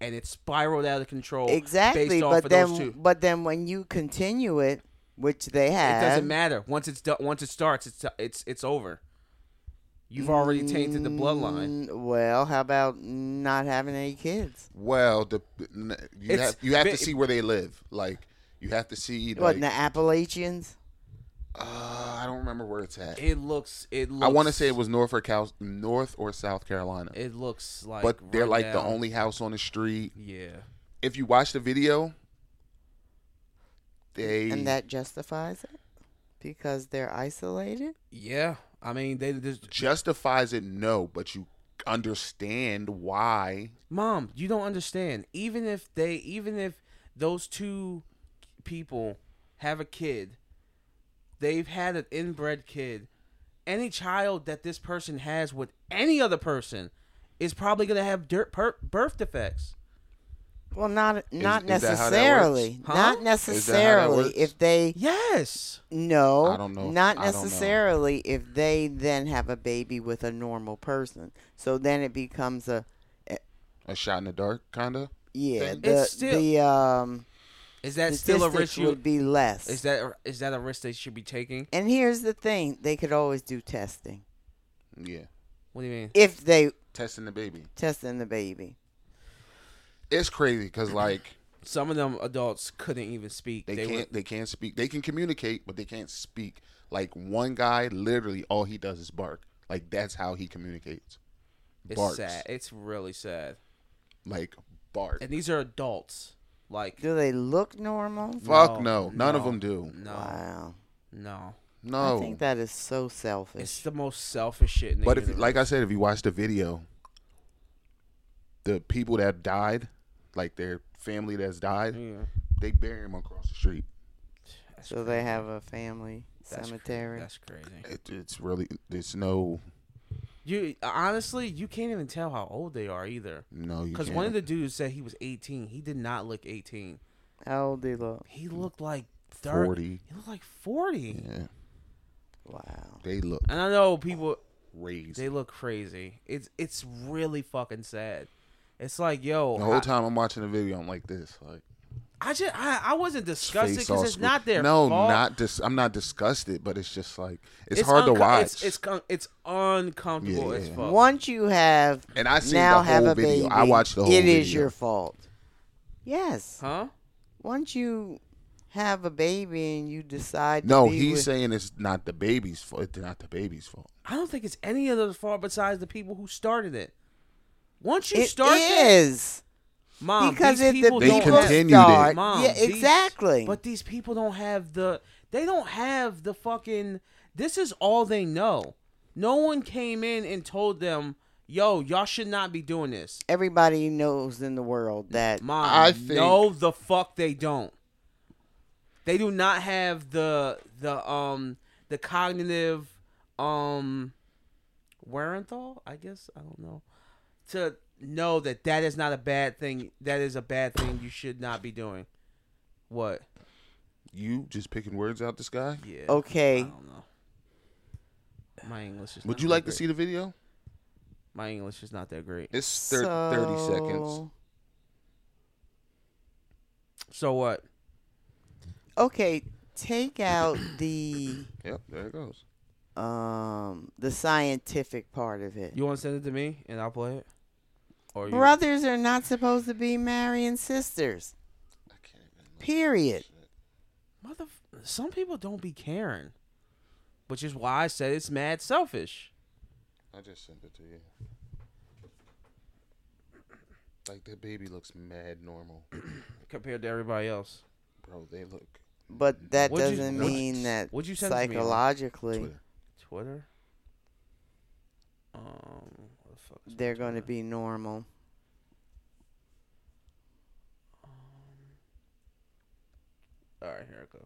Speaker 2: and it spiraled out of control
Speaker 1: exactly,
Speaker 2: based off
Speaker 1: but
Speaker 2: of those
Speaker 1: then
Speaker 2: two
Speaker 1: but then when you continue it, which they
Speaker 2: it
Speaker 1: have,
Speaker 2: doesn't matter once it's done once it starts it's it's it's over you've already tainted the bloodline
Speaker 1: Mm, Well, how about not having any kids?
Speaker 3: Well, the n- you
Speaker 2: It's
Speaker 3: have you have
Speaker 2: ve-
Speaker 3: to see where they live. Like you have to see.
Speaker 1: what
Speaker 3: Like,
Speaker 1: in the Appalachians?
Speaker 3: uh, I don't remember where it's at.
Speaker 2: it looks it looks
Speaker 3: I want to say it was North or Cal- North or South Carolina,
Speaker 2: it looks like
Speaker 3: but they're
Speaker 2: run
Speaker 3: like the
Speaker 2: down.
Speaker 3: only house on the street.
Speaker 2: yeah
Speaker 3: If you watch the video, they
Speaker 1: And that justifies it because they're isolated.
Speaker 2: Yeah, I mean they just
Speaker 3: justifies it. No, but you understand why.
Speaker 2: mom. You don't understand. Even if they, even if those two people have a kid, they've had an inbred kid. Any child that this person has with any other person is probably gonna have dirt per- birth defects.
Speaker 1: Well, not not
Speaker 3: is that how that works?
Speaker 1: necessarily.
Speaker 2: Huh?
Speaker 1: Not necessarily.
Speaker 3: works?
Speaker 1: If they
Speaker 2: Yes.
Speaker 1: No,
Speaker 3: I don't know.
Speaker 1: Not
Speaker 3: I don't know.
Speaker 1: necessarily if they then have a baby with a normal person. So then it becomes a
Speaker 3: A shot in the dark, kinda.
Speaker 1: yeah.
Speaker 3: Then-
Speaker 1: The
Speaker 2: It's still-
Speaker 1: the um
Speaker 2: Is that
Speaker 1: the
Speaker 2: still a
Speaker 1: distance
Speaker 2: risk? You,
Speaker 1: would be less.
Speaker 2: is that is that a risk they should be taking?
Speaker 1: and here's the thing: they could always do testing
Speaker 3: Yeah,
Speaker 2: What do you mean?
Speaker 1: if they
Speaker 3: testing the baby.
Speaker 1: testing the baby.
Speaker 3: It's crazy because like
Speaker 2: Some of them adults couldn't even speak.
Speaker 3: they,
Speaker 2: They,
Speaker 3: can't
Speaker 2: were
Speaker 3: they can't speak. They can communicate, but they can't speak. Like one guy, literally all he does is bark. Like that's how he communicates.
Speaker 2: It's
Speaker 3: Barks.
Speaker 2: sad. It's really sad.
Speaker 3: Like bark.
Speaker 2: And these are adults. Like
Speaker 1: Do they look normal?
Speaker 3: Fuck
Speaker 2: No,
Speaker 3: no, none of
Speaker 2: no.
Speaker 3: them do.
Speaker 2: No,
Speaker 1: Wow,
Speaker 2: no.
Speaker 3: No.
Speaker 1: I think that is so
Speaker 2: It's
Speaker 1: selfish.
Speaker 2: the most selfish shit. In the
Speaker 3: But if,
Speaker 2: universe.
Speaker 3: like I said, if you watch the video, the people that died, like their family that's died,
Speaker 2: yeah,
Speaker 3: they bury them across the street.
Speaker 2: that's
Speaker 1: So they have a family
Speaker 2: That's cra-
Speaker 1: cemetery.
Speaker 2: That's crazy.
Speaker 3: It, it's really, there's no,
Speaker 2: You honestly, you can't even tell how old they are either.
Speaker 3: no. you
Speaker 2: Because
Speaker 3: can't.
Speaker 2: one of the dudes said he was 18. He did not look 18.
Speaker 1: How old do they look?
Speaker 2: He looked like 30.
Speaker 3: 40.
Speaker 2: He looked like 40.
Speaker 3: Mm. Yeah,
Speaker 1: Wow.
Speaker 3: they look
Speaker 2: And I know people
Speaker 3: crazy.
Speaker 2: they look crazy. It's it's really fucking sad. It's like yo,
Speaker 3: the whole
Speaker 2: I-
Speaker 3: time I'm watching the video, I'm like this, like
Speaker 2: I, just I, I wasn't disgusted
Speaker 3: face all
Speaker 2: because it's
Speaker 3: screwed-
Speaker 2: not their
Speaker 3: No,
Speaker 2: fault.
Speaker 3: not dis- I'm not disgusted, but it's just like it's, hard to
Speaker 2: unco-
Speaker 3: watch.
Speaker 2: It's it's, con- it's uncomfortable
Speaker 3: Yeah,
Speaker 2: as
Speaker 3: yeah.
Speaker 2: fuck.
Speaker 1: Once you have
Speaker 3: Oh. and I seen
Speaker 1: now
Speaker 3: the
Speaker 1: have
Speaker 3: whole
Speaker 1: a
Speaker 3: video.
Speaker 1: baby,
Speaker 3: I watched the whole
Speaker 1: It
Speaker 3: video.
Speaker 1: is your fault. Yes.
Speaker 2: Huh?
Speaker 1: Once you have a baby and you decide to
Speaker 3: no,
Speaker 1: be
Speaker 3: he's
Speaker 1: with-
Speaker 3: saying it's not the baby's fault. It's not the baby's fault.
Speaker 2: I don't think it's any of those fault besides the people who started it. Once you
Speaker 1: it
Speaker 2: start it,
Speaker 1: is
Speaker 2: mom,
Speaker 1: because
Speaker 2: these
Speaker 1: if
Speaker 2: people
Speaker 1: the
Speaker 3: They
Speaker 2: don't
Speaker 1: people
Speaker 2: have-
Speaker 3: continued it.
Speaker 1: start,
Speaker 2: Mom,
Speaker 1: yeah,
Speaker 2: these-
Speaker 1: exactly.
Speaker 2: but these people don't have the. They don't have the fucking. This is all they know. No one came in and told them, "Yo, y'all should not be doing this."
Speaker 1: Everybody knows in the world that
Speaker 2: Mom,
Speaker 3: I think-
Speaker 2: no, the fuck they don't. They do not have the the um the cognitive um Warenthal, I guess I don't know, to know that that is not a bad thing. That is a bad thing you should not be doing. What?
Speaker 3: You just picking words out the sky?
Speaker 2: Yeah. I
Speaker 1: Okay.
Speaker 2: don't know. My English is.
Speaker 3: Would
Speaker 2: not
Speaker 3: you
Speaker 2: that
Speaker 3: like to
Speaker 2: great.
Speaker 3: see the video?
Speaker 2: My English is not that great.
Speaker 3: It's thir- 30 seconds.
Speaker 1: So-
Speaker 2: So what?
Speaker 1: Okay, take out the
Speaker 3: Yep, there it goes.
Speaker 1: um the scientific part of it.
Speaker 2: You want to send it to me and I'll play it? Or you?
Speaker 1: Brothers are not supposed to be marrying sisters.
Speaker 3: I can't even look.
Speaker 1: Period.
Speaker 2: Mother, some people don't be caring, which is why I said it's mad selfish.
Speaker 3: I just sent it to you. Like that baby looks mad normal,
Speaker 2: compared to everybody else.
Speaker 3: bro. They look
Speaker 1: But that
Speaker 2: What'd you-
Speaker 1: doesn't
Speaker 2: what'd-
Speaker 1: mean that
Speaker 2: what'd you send to me on
Speaker 1: psychologically
Speaker 3: Twitter.
Speaker 2: Twitter. Um, what the fuck is my
Speaker 1: they're going to
Speaker 2: Twitter?
Speaker 1: be normal.
Speaker 2: All right, here I go.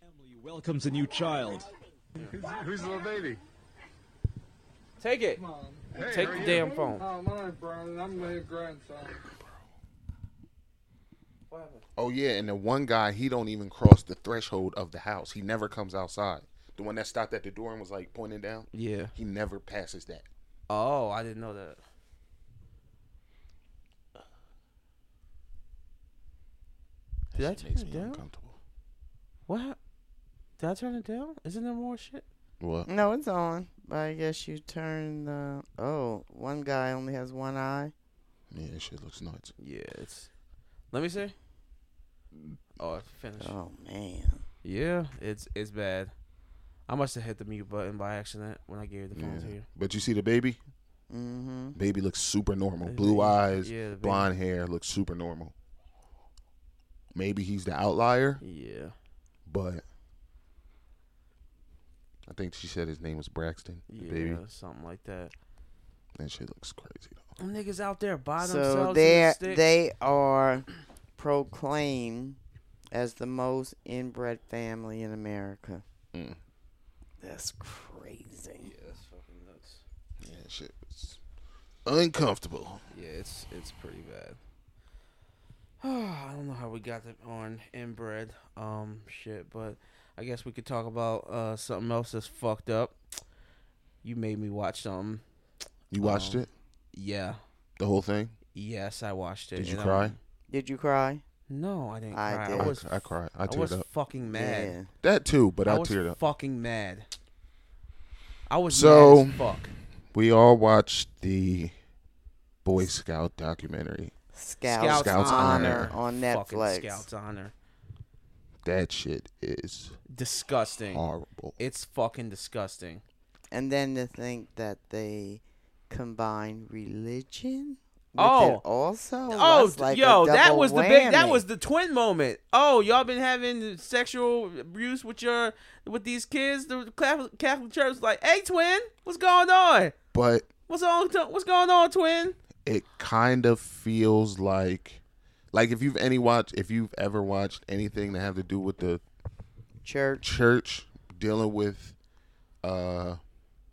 Speaker 4: Family welcomes a new child.
Speaker 5: Who's the little baby?
Speaker 2: Take it. Take the damn phone.
Speaker 5: Oh, my name's Brian. I'm the grandson.
Speaker 3: Oh yeah, and the one guy he don't even cross the threshold of the house. He never comes outside. The one that stopped at the door and was like pointing down,
Speaker 2: Yeah.
Speaker 3: he never passes that.
Speaker 2: Oh, I didn't know that. Did I
Speaker 3: That shit
Speaker 2: turn
Speaker 3: makes
Speaker 2: it
Speaker 3: me
Speaker 2: down?
Speaker 3: uncomfortable.
Speaker 2: What? Did I turn it down? Isn't there more shit?
Speaker 3: What?
Speaker 1: No, it's on. But I guess you turn the Oh, one guy only has one eye.
Speaker 3: Yeah, that shit looks nuts.
Speaker 2: Yeah, it's. Let me see. Oh, it's finished.
Speaker 1: Oh man.
Speaker 2: Yeah, it's it's bad. I must have hit the mute button by accident when I gave the phone to you.
Speaker 3: But you see the baby?
Speaker 1: Mhm.
Speaker 3: Baby looks super normal.
Speaker 2: The
Speaker 3: Blue
Speaker 2: baby-
Speaker 3: eyes,
Speaker 2: yeah, the baby.
Speaker 3: blonde hair, looks super normal. Maybe he's the outlier,
Speaker 2: Yeah.
Speaker 3: but I think she said his name was Braxton. the
Speaker 2: Yeah,
Speaker 3: Baby,
Speaker 2: something like that.
Speaker 3: that shit looks crazy though.
Speaker 2: Them niggas out there by themselves.
Speaker 1: So
Speaker 2: in
Speaker 1: they
Speaker 2: the sticks.
Speaker 1: they are proclaimed as the most inbred family in America.
Speaker 3: Mm.
Speaker 1: That's crazy.
Speaker 2: Yeah, that's fucking nuts.
Speaker 3: Yeah, that shit was uncomfortable.
Speaker 2: Yeah, it's it's pretty bad. I don't know how we got that on inbred um shit, but I guess we could talk about uh something else that's fucked up. You made me watch something.
Speaker 3: You watched
Speaker 2: Oh.
Speaker 3: it,
Speaker 2: Yeah.
Speaker 3: the whole thing.
Speaker 2: Yes, I watched it.
Speaker 3: Did you
Speaker 2: and
Speaker 3: cry?
Speaker 2: I'm-
Speaker 1: Did you cry?
Speaker 2: No, I didn't
Speaker 1: I
Speaker 2: cry.
Speaker 1: did.
Speaker 2: I
Speaker 3: I,
Speaker 2: was
Speaker 3: I cried. I
Speaker 2: I was
Speaker 3: teared up.
Speaker 2: fucking mad.
Speaker 1: Yeah.
Speaker 3: That too, but I,
Speaker 2: I was
Speaker 3: teared up.
Speaker 2: fucking mad. I was
Speaker 3: So-
Speaker 2: mad as fuck.
Speaker 3: We all watched the Boy Scout documentary.
Speaker 1: Scouts,
Speaker 3: Scouts
Speaker 1: honor,
Speaker 3: Honor.
Speaker 1: on
Speaker 2: Fucking
Speaker 1: Netflix.
Speaker 2: Scouts honor.
Speaker 3: That shit is
Speaker 2: Disgusting.
Speaker 3: horrible.
Speaker 2: It's fucking disgusting.
Speaker 1: And then to think that they combine religion with
Speaker 2: Oh.
Speaker 1: it also.
Speaker 2: Oh,
Speaker 1: That's like a
Speaker 2: yo, that
Speaker 1: double
Speaker 2: was the big. That
Speaker 1: whammy.
Speaker 2: was the twin moment. Oh, y'all been having sexual abuse with your with these kids. The Catholic, Catholic Church was like, "Hey, twin, what's going on?
Speaker 3: But
Speaker 2: What's on? What's going on, twin?"
Speaker 3: it kind of feels like like if you've any watch if you've ever watched anything that have to do with the
Speaker 1: church.
Speaker 3: church dealing with uh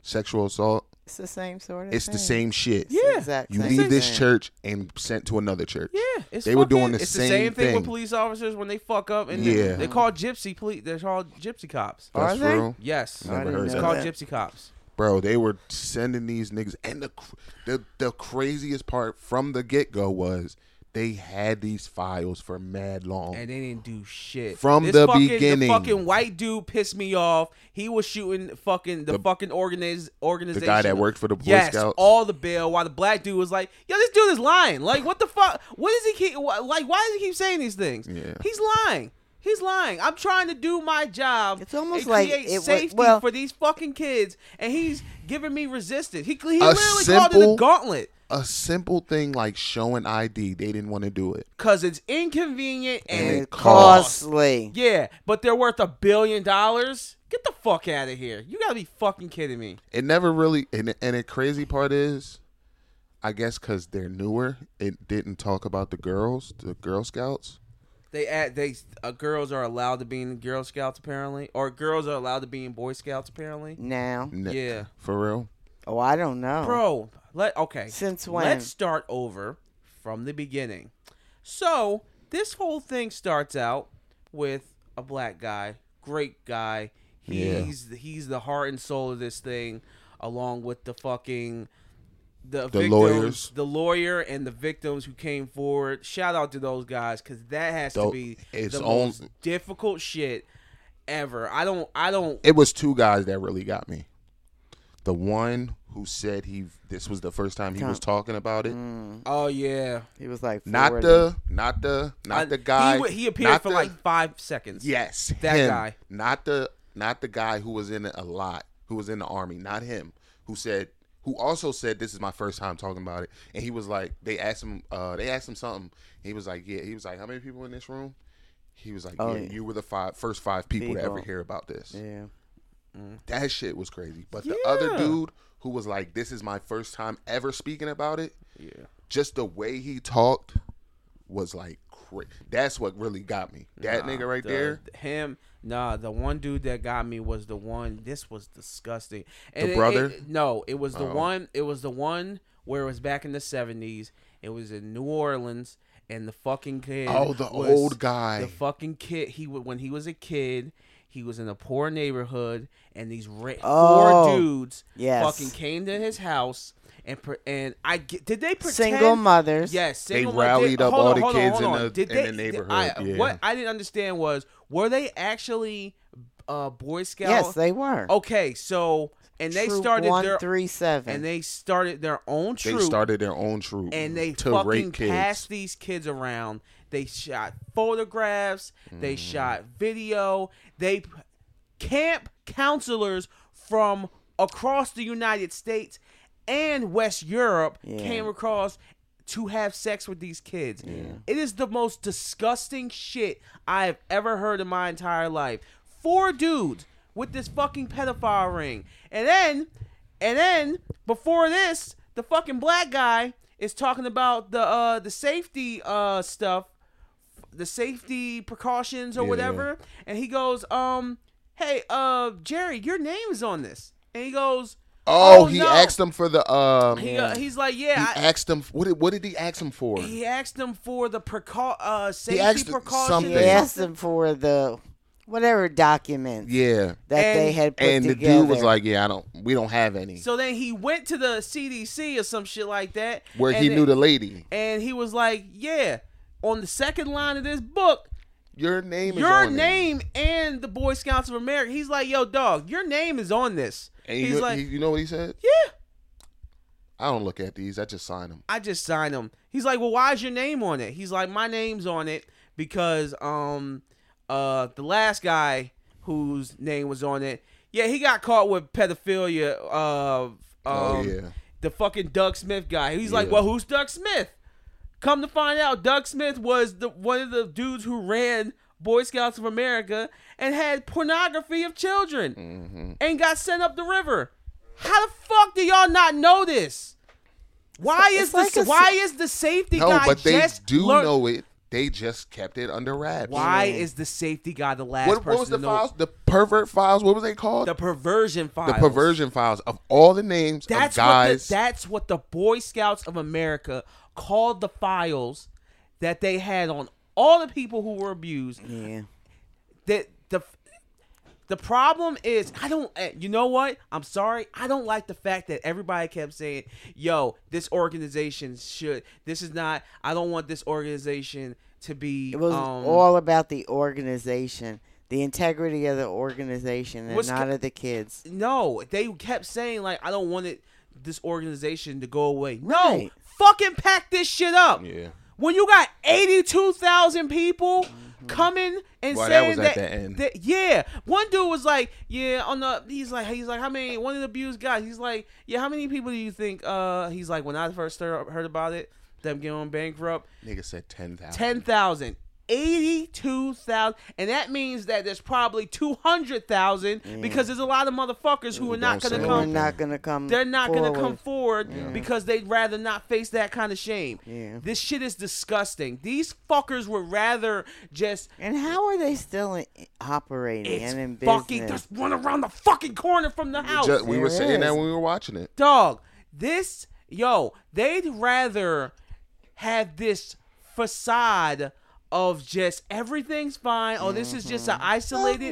Speaker 3: sexual assault
Speaker 1: It's the same sort of.
Speaker 3: it's
Speaker 1: thing.
Speaker 3: the same shit
Speaker 1: It's the
Speaker 2: Yeah.
Speaker 1: exact
Speaker 3: you
Speaker 1: same
Speaker 3: leave this
Speaker 1: thing.
Speaker 3: church and sent to another church
Speaker 2: Yeah, it's
Speaker 3: They were doing
Speaker 2: fucking-
Speaker 3: the
Speaker 2: it's
Speaker 3: same
Speaker 2: the same thing,
Speaker 3: thing.
Speaker 2: with police officers when they fuck up and they-
Speaker 3: Yeah.
Speaker 2: they call gypsy police. They're called gypsy cops.
Speaker 1: Are
Speaker 3: that's
Speaker 1: they?
Speaker 3: real
Speaker 2: Yes,
Speaker 3: Never I didn't heard
Speaker 2: it's
Speaker 3: that.
Speaker 2: called
Speaker 1: that.
Speaker 2: gypsy cops.
Speaker 3: bro they were sending these niggas and the cr- the, the craziest part from the get-go was they had these files for mad long
Speaker 2: and they didn't do shit
Speaker 3: From
Speaker 2: This
Speaker 3: the
Speaker 2: fucking,
Speaker 3: beginning.
Speaker 2: The fucking white dude pissed me off. He was shooting fucking the,
Speaker 3: The-
Speaker 2: fucking organiz,
Speaker 3: the
Speaker 2: organization.
Speaker 3: guy that worked for the boy
Speaker 2: yes,
Speaker 3: scouts
Speaker 2: all the bail. While the black dude was like, "Yo, this dude is lying. Like, what the fuck? What is he keep wh- like? Why does he keep saying these things?
Speaker 3: Yeah.
Speaker 2: He's lying." He's lying. I'm trying to do my job.
Speaker 1: It's almost
Speaker 2: and
Speaker 1: like
Speaker 2: create
Speaker 1: it wa-
Speaker 2: safety
Speaker 1: well-
Speaker 2: for these fucking kids, and he's giving me resistance. He, he
Speaker 3: A
Speaker 2: literally called it a
Speaker 3: simple-
Speaker 2: gauntlet.
Speaker 3: a simple thing like showing id they didn't want to do it
Speaker 2: Cause it's inconvenient and,
Speaker 1: And
Speaker 2: it
Speaker 1: it's
Speaker 2: costs.
Speaker 1: costly.
Speaker 2: Yeah, but they're worth a billion dollars. Get the fuck out of here! You gotta be fucking kidding me.
Speaker 3: it never really and and the crazy part is i guess because they're newer it didn't talk about the girls the girl scouts
Speaker 2: They add they uh, girls are allowed to be in Girl Scouts apparently, or girls are allowed to be in Boy Scouts apparently.
Speaker 1: Now,
Speaker 3: N-
Speaker 2: Yeah.
Speaker 3: for real
Speaker 1: oh, I don't know.
Speaker 2: Bro, Let okay.
Speaker 1: Since when?
Speaker 2: Let's start over from the beginning. So this whole thing starts out with a black guy, great guy.
Speaker 3: Yeah.
Speaker 2: He's he's the heart and soul of this thing, along with the fucking the,
Speaker 3: The
Speaker 2: victims,
Speaker 3: lawyers.
Speaker 2: the lawyer, and the victims who came forward. Shout out to those guys because that has
Speaker 3: Though,
Speaker 2: to be
Speaker 3: it's
Speaker 2: the
Speaker 3: on-
Speaker 2: most difficult shit ever. I don't. I don't.
Speaker 3: It was two guys that really got me. The one who said he this was the first time he was talking about it.
Speaker 2: Oh yeah.
Speaker 1: He was like,
Speaker 3: Not
Speaker 1: 40.
Speaker 3: the, not the, not
Speaker 2: I-
Speaker 3: the guy.
Speaker 2: He, wa- he appeared
Speaker 3: not
Speaker 2: for
Speaker 3: the-
Speaker 2: like five seconds.
Speaker 3: yes,
Speaker 2: that
Speaker 3: him.
Speaker 2: guy.
Speaker 3: Not the, not the guy who was in it a lot, who was in the army. Not him. Who said, who also said, this is my first time talking about it. And he was like, they asked him, uh, they asked him something. He was like, yeah. He was like, how many people in this room? He was like,
Speaker 1: Oh,
Speaker 3: yeah,
Speaker 1: yeah.
Speaker 3: you were the five first five people to ever
Speaker 1: People.
Speaker 3: hear about this.
Speaker 1: Yeah.
Speaker 3: That shit was crazy. But the other
Speaker 2: Yeah.
Speaker 3: dude who was like, this is my first time ever speaking about it.
Speaker 2: Yeah.
Speaker 3: just the way he talked was like cra That's what really got me. That
Speaker 2: Nah,
Speaker 3: nigga right
Speaker 2: the-
Speaker 3: there,
Speaker 2: Him. Nah, the one dude that got me was the one. This was disgusting. And
Speaker 3: The
Speaker 2: it-
Speaker 3: brother?
Speaker 2: it- no, it was the
Speaker 3: Oh.
Speaker 2: one. It was the one where it was back in the seventies. It was in New Orleans, and the fucking kid.
Speaker 3: Oh, the
Speaker 2: was-
Speaker 3: old guy.
Speaker 2: The fucking kid. He wa- when he was a kid. He was in a poor neighborhood, and these ra-
Speaker 1: Oh,
Speaker 2: four dudes
Speaker 1: yes.
Speaker 2: fucking came to his house, and pre- and I get, did they pretend
Speaker 1: Single mothers.
Speaker 2: Yes,
Speaker 3: They
Speaker 2: single mother-
Speaker 3: rallied up
Speaker 2: hold
Speaker 3: all
Speaker 2: on,
Speaker 3: the
Speaker 2: hold on,
Speaker 3: kids
Speaker 2: hold
Speaker 3: in
Speaker 2: on.
Speaker 3: the-
Speaker 2: Did
Speaker 3: in
Speaker 2: they-
Speaker 3: the
Speaker 2: did-
Speaker 3: neighborhood,
Speaker 2: I-
Speaker 3: yeah.
Speaker 2: What I didn't understand was were they actually uh, Boy Scout?
Speaker 1: Yes, they were.
Speaker 2: Okay, so Oh, and they
Speaker 1: Troop
Speaker 2: started
Speaker 1: one
Speaker 2: their
Speaker 1: three seven.
Speaker 2: and they started their own
Speaker 3: they
Speaker 2: troop
Speaker 3: started their own troop
Speaker 2: and they
Speaker 3: to
Speaker 2: fucking
Speaker 3: rape kids.
Speaker 2: passed these kids around. They shot photographs. They
Speaker 3: Mm.
Speaker 2: shot video. They p- camp counselors from across the United States and West Europe
Speaker 1: Yeah.
Speaker 2: came across to have sex with these kids. It is the most disgusting shit I have ever heard in my entire life. Four dudes with this fucking pedophile ring. And then and then before this, the fucking black guy is talking about the uh the safety uh stuff, the safety precautions or
Speaker 3: Yeah.
Speaker 2: whatever, and he goes, um, hey, uh, Jerry, your name's on this, and he goes,
Speaker 3: Oh, he
Speaker 2: no."
Speaker 3: asked them for the um.
Speaker 2: He,
Speaker 3: He,
Speaker 2: uh, he's like, yeah. I,
Speaker 3: asked them what did what did he ask them for?
Speaker 2: he asked him for the precau- uh, safety
Speaker 3: asked him
Speaker 2: precautions.
Speaker 3: something.
Speaker 1: He asked them for the whatever documents
Speaker 3: yeah,
Speaker 1: that
Speaker 2: And-
Speaker 1: they had put
Speaker 3: and the
Speaker 1: together.
Speaker 3: dude was like, yeah, I don't, we don't have any.
Speaker 2: So then he went to the CDC or some shit like that,
Speaker 3: Where
Speaker 2: and
Speaker 3: he
Speaker 2: then-
Speaker 3: knew the lady.
Speaker 2: and he was like, yeah, on the second line of this book,
Speaker 3: Your name is
Speaker 2: your
Speaker 3: on it.
Speaker 2: name and the Boy Scouts of America. He's like, yo, dog, your name is on this.
Speaker 3: And
Speaker 2: He's
Speaker 3: you,
Speaker 2: like,
Speaker 3: you know what he said?
Speaker 2: yeah,
Speaker 3: I don't look at these. I just sign them.
Speaker 2: I just signed him. He's like, well, why is your name on it? He's like, my name's on it because um uh the last guy whose name was on it, yeah, he got caught with pedophilia. Uh, um,
Speaker 3: oh yeah.
Speaker 2: the fucking Doug Smith guy. He's like,
Speaker 3: Yeah.
Speaker 2: well, who's Doug Smith? Come to find out, Doug Smith was the one of the dudes who ran Boy Scouts of America and had pornography of children
Speaker 3: Mm.
Speaker 2: and got sent up the river. How the fuck do y'all not know this? Why
Speaker 1: It's
Speaker 2: is
Speaker 1: like
Speaker 2: the
Speaker 1: a s-
Speaker 2: why is the safety
Speaker 3: No,
Speaker 2: guy
Speaker 3: but they
Speaker 2: just
Speaker 3: do
Speaker 2: learn-
Speaker 3: know it. They just kept it under wraps.
Speaker 2: Why is the safety guy the last
Speaker 3: What,
Speaker 2: person
Speaker 3: what was
Speaker 2: to
Speaker 3: the
Speaker 2: know?
Speaker 3: files? The pervert files. What was they called?
Speaker 2: The perversion file.
Speaker 3: the perversion files of all the names
Speaker 2: That's
Speaker 3: of guys.
Speaker 2: what the, that's what the Boy Scouts of America called the files that they had on all the people who were abused.
Speaker 1: yeah.
Speaker 2: That the the problem is I don't eh, you know what? I'm sorry. I don't like the fact that everybody kept saying, "Yo, this organization should this is not I don't want this organization to be
Speaker 1: It was
Speaker 2: um,
Speaker 1: all about the organization, the integrity of the organization, and
Speaker 2: What's
Speaker 1: not
Speaker 2: co-
Speaker 1: of the kids.
Speaker 2: no, they kept saying like I don't want it this organization to go away. No,
Speaker 1: Right.
Speaker 2: fucking pack this shit up.
Speaker 3: yeah.
Speaker 2: When you got 82,000 people coming and
Speaker 3: Well, Mm-hmm. that
Speaker 2: saying
Speaker 3: was
Speaker 2: that,
Speaker 3: at the end.
Speaker 2: that- yeah, one dude was like, yeah, on the he's like he's like how many one of the abused guys, he's like, yeah, how many people do you think uh he's like when I first heard heard about it, them going bankrupt,
Speaker 3: Nigga said ten thousand.
Speaker 2: 10,000 82,000 and that means that there's probably 200,000 because there's a lot of motherfuckers who are not going
Speaker 3: Mm. don't say
Speaker 2: to
Speaker 1: They're
Speaker 2: come
Speaker 1: not gonna come.
Speaker 2: they're not
Speaker 1: forward.
Speaker 2: gonna come forward because they'd rather not face that kind of shame.
Speaker 1: Yeah.
Speaker 2: This shit is disgusting. These fuckers would rather just
Speaker 1: And how are they still in, operating
Speaker 2: it's
Speaker 1: and in business?
Speaker 2: fucking just run around the fucking corner from the house,
Speaker 3: we were
Speaker 1: There
Speaker 3: saying that
Speaker 1: is.
Speaker 3: when we were watching it.
Speaker 2: dog. This Yo, they'd rather have this facade of just everything's fine. Oh, this is just an isolated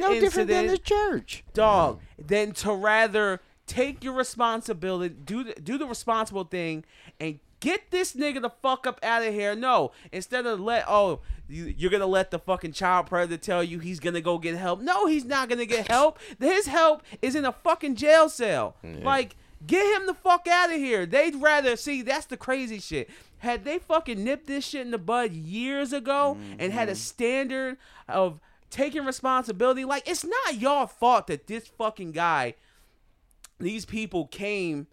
Speaker 1: Mm-hmm. no different than
Speaker 2: incident
Speaker 1: the church.
Speaker 2: dog than to rather take your responsibility, do the, do the responsible thing, and get this nigga the fuck up out of here. No, instead of let oh you, you're gonna let the fucking child predator tell you he's gonna go get help. No, he's not gonna get help. His help is in a fucking jail cell. Like. Get him the fuck out of here. They'd rather see that's the crazy shit. Had they fucking nipped this shit in the bud years ago and had a standard of taking responsibility, like it's not y'all fault that this fucking guy, these people came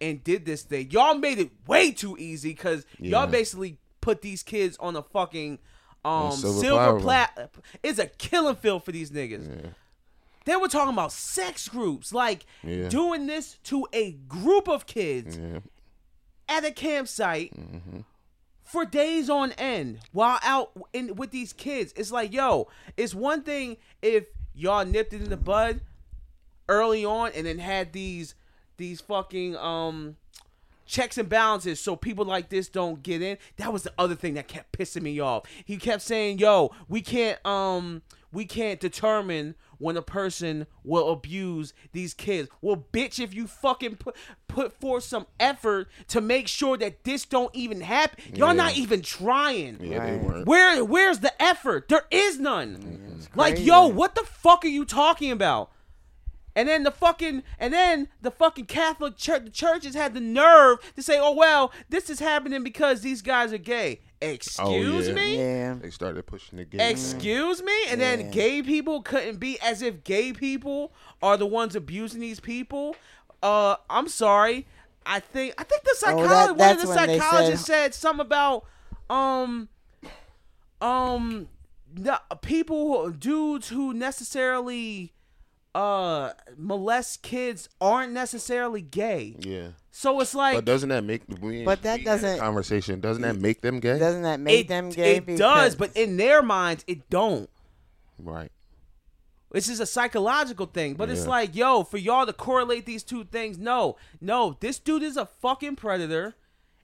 Speaker 2: and did this thing. Y'all made it way too easy because
Speaker 3: Yeah.
Speaker 2: y'all basically put these kids on a fucking um
Speaker 3: silver
Speaker 2: silver
Speaker 3: platter.
Speaker 2: plat. It's a killing field for these niggas.
Speaker 3: Yeah.
Speaker 2: They were talking about sex groups, like
Speaker 3: Yeah.
Speaker 2: doing this to a group of kids
Speaker 3: Yeah.
Speaker 2: at a campsite for days on end while out in with these kids. It's like, yo, it's one thing if y'all nipped it in the bud early on and then had these these fucking um checks and balances so people like this don't get in. That was the other thing that kept pissing me off. He kept saying, "Yo, we can't um we can't determine when a person will abuse these kids." Well, bitch, if you fucking put put forth some effort to make sure that this don't even happen, y'all all not even trying.
Speaker 3: Yeah, they
Speaker 1: Right.
Speaker 3: weren't.
Speaker 2: Where where's the effort? There is none.
Speaker 1: It's
Speaker 2: Like,
Speaker 1: crazy.
Speaker 2: yo, what the fuck are you talking about? And then the fucking and then the fucking Catholic church the churches had the nerve to say, "Oh well, this is happening because these guys are gay." Excuse
Speaker 3: yeah.
Speaker 2: me?
Speaker 1: Yeah.
Speaker 3: They started pushing the game.
Speaker 2: Excuse me? And then
Speaker 1: Yeah.
Speaker 2: gay people couldn't be as if gay people are the ones abusing these people. Uh I'm sorry. I think I think the psychologist one of
Speaker 1: Oh, that's
Speaker 2: the
Speaker 1: when they
Speaker 2: psychologists said something about um um the people who- dudes who necessarily uh molest kids aren't necessarily gay.
Speaker 3: Yeah.
Speaker 2: So it's like
Speaker 3: But doesn't that make we,
Speaker 1: But that
Speaker 3: we had a
Speaker 1: doesn't-
Speaker 3: conversation doesn't that make them gay?
Speaker 1: Doesn't that make
Speaker 2: it,
Speaker 1: them gay?
Speaker 2: it does,
Speaker 1: Because-
Speaker 2: but in their minds it don't.
Speaker 3: right.
Speaker 2: This is a psychological thing, but it's
Speaker 3: Yeah.
Speaker 2: like, yo, for y'all to correlate these two things, no, no, this dude is a fucking predator,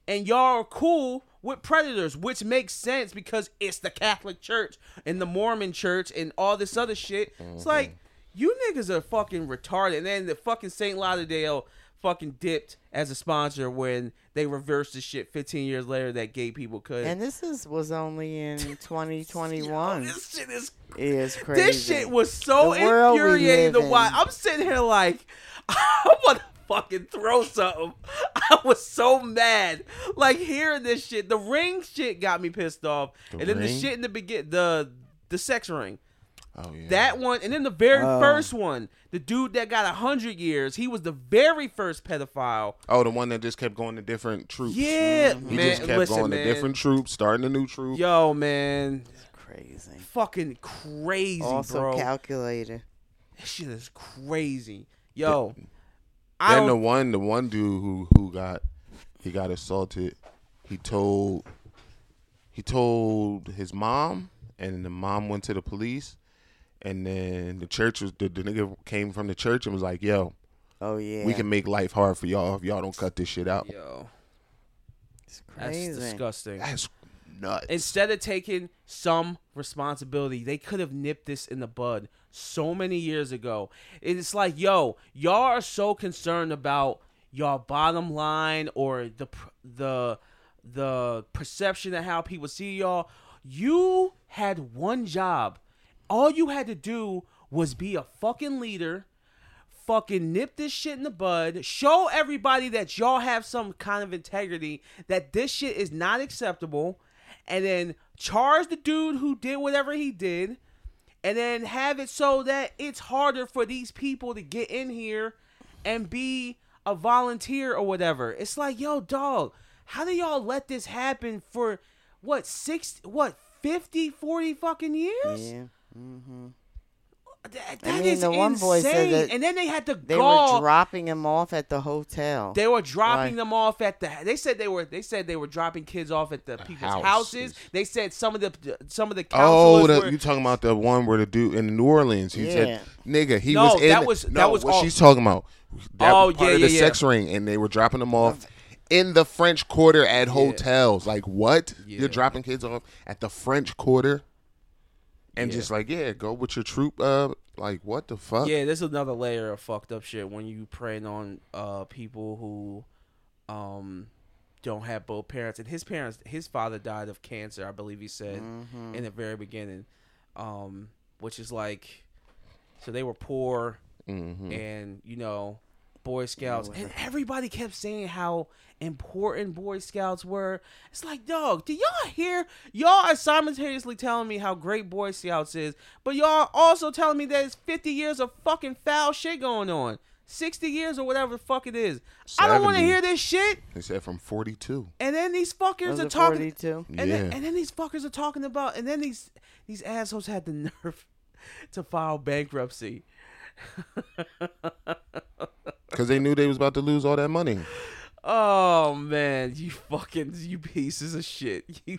Speaker 2: and y'all are cool with predators, which makes sense because it's the Catholic Church and the Mormon Church and all this other shit. It's like, you niggas are fucking retarded. And then the fucking St. Lauderdale fucking dipped as a sponsor when they reversed the shit 15 years later that gay people could.
Speaker 1: and this is was only in 2021.
Speaker 2: this shit is
Speaker 1: is crazy.
Speaker 2: This shit was so
Speaker 1: The world we
Speaker 2: infuriating
Speaker 1: live
Speaker 2: to watch.
Speaker 1: in.
Speaker 2: I'm sitting here like, I want to fucking throw something. I was so mad, like hearing this shit. The ring shit got me pissed off, and then the
Speaker 3: ring?
Speaker 2: shit in the begin, the the sex ring,
Speaker 3: Oh yeah.
Speaker 2: that one, and then the very
Speaker 1: Oh.
Speaker 2: first one, the dude that got a hundred years, he was the very first pedophile.
Speaker 3: Oh, the one that just kept going to different troops.
Speaker 2: Yeah,
Speaker 3: He
Speaker 2: man.
Speaker 3: just kept
Speaker 2: listen,
Speaker 3: going
Speaker 2: man.
Speaker 3: to different troops, starting a new troop.
Speaker 2: Yo, man,
Speaker 1: crazy.
Speaker 2: fucking crazy,
Speaker 1: also
Speaker 2: bro.
Speaker 1: calculated.
Speaker 2: That shit is crazy. Yo, I
Speaker 3: Then
Speaker 2: don't.
Speaker 3: the one, the one dude who who got he got assaulted. He told he told his mom, and the mom went to the police, and then the church was the, the nigga came from the church and was like, "Yo,
Speaker 1: Oh yeah,
Speaker 3: we can make life hard for y'all if y'all don't cut this shit out."
Speaker 2: Yo,
Speaker 1: It's
Speaker 2: that's
Speaker 1: crazy.
Speaker 2: disgusting.
Speaker 3: That's nuts.
Speaker 2: Instead of taking some responsibility, they could have nipped this in the bud so many years ago. And It's like, yo, y'all are so concerned about y'all bottom line or the pr- the the perception of how people see y'all. You had one job. All you had to do was be a fucking leader fucking nip this shit in the bud. Show everybody that y'all have some kind of integrity, that this shit is not acceptable, and then charge the dude who did whatever he did, and then have it so that it's harder for these people to get in here and be a volunteer or whatever. It's like, yo, dog, how do y'all let this happen for what, six, what, 50, 40 fucking years?
Speaker 1: Yeah.
Speaker 2: That,
Speaker 1: I
Speaker 2: that
Speaker 1: mean,
Speaker 2: is
Speaker 1: the one boy said
Speaker 2: insane.
Speaker 1: that
Speaker 2: and then they had the
Speaker 1: They
Speaker 2: gall
Speaker 1: were dropping him off at the hotel.
Speaker 2: They were dropping
Speaker 1: Right.
Speaker 2: them off at the. They said they were. They said they were dropping kids off at the people's
Speaker 3: Houses.
Speaker 2: houses. They said some of the some of the
Speaker 3: Oh,
Speaker 2: counselors
Speaker 3: the,
Speaker 2: were.
Speaker 3: you talking about the one where the dude in New Orleans? He said, "Nigga, he
Speaker 2: No,
Speaker 3: was in."
Speaker 2: that was-
Speaker 3: no,
Speaker 2: that was
Speaker 3: what
Speaker 2: all-
Speaker 3: she's talking about. That
Speaker 2: Oh,
Speaker 3: part
Speaker 2: yeah,
Speaker 3: of the
Speaker 2: yeah, yeah.
Speaker 3: sex ring, and they were dropping him off in the French Quarter at hotels. Like what?
Speaker 6: Yeah.
Speaker 3: You're dropping kids off at the French Quarter, and
Speaker 6: Yeah.
Speaker 3: just like yeah, go with your troop. Uh, like what the fuck?
Speaker 2: Yeah, there's another layer of fucked up shit when you preying on uh people who um don't have both parents. And his parents his father died of cancer, I believe he said in the very beginning. Um which is like so they were poor
Speaker 3: Mhm.
Speaker 2: and you know Boy Scouts and everybody kept saying how important Boy Scouts were. It's like, dog, do y'all hear? Y'all are simultaneously telling me how great Boy Scouts is, but y'all also telling me there's 50 years of fucking foul shit going on, 60 years or whatever the fuck it is. I don't want to
Speaker 3: 70.
Speaker 2: hear this shit.
Speaker 3: They said from forty two.
Speaker 2: And then these fuckers
Speaker 1: Was
Speaker 2: are
Speaker 1: it
Speaker 2: talking.
Speaker 1: 42?
Speaker 2: And, then,
Speaker 3: Yeah.
Speaker 2: and then these fuckers are talking about, and then these these assholes had the nerve to file bankruptcy.
Speaker 3: Because they knew they was about to lose all that money.
Speaker 2: Oh man, you fucking you pieces of shit. You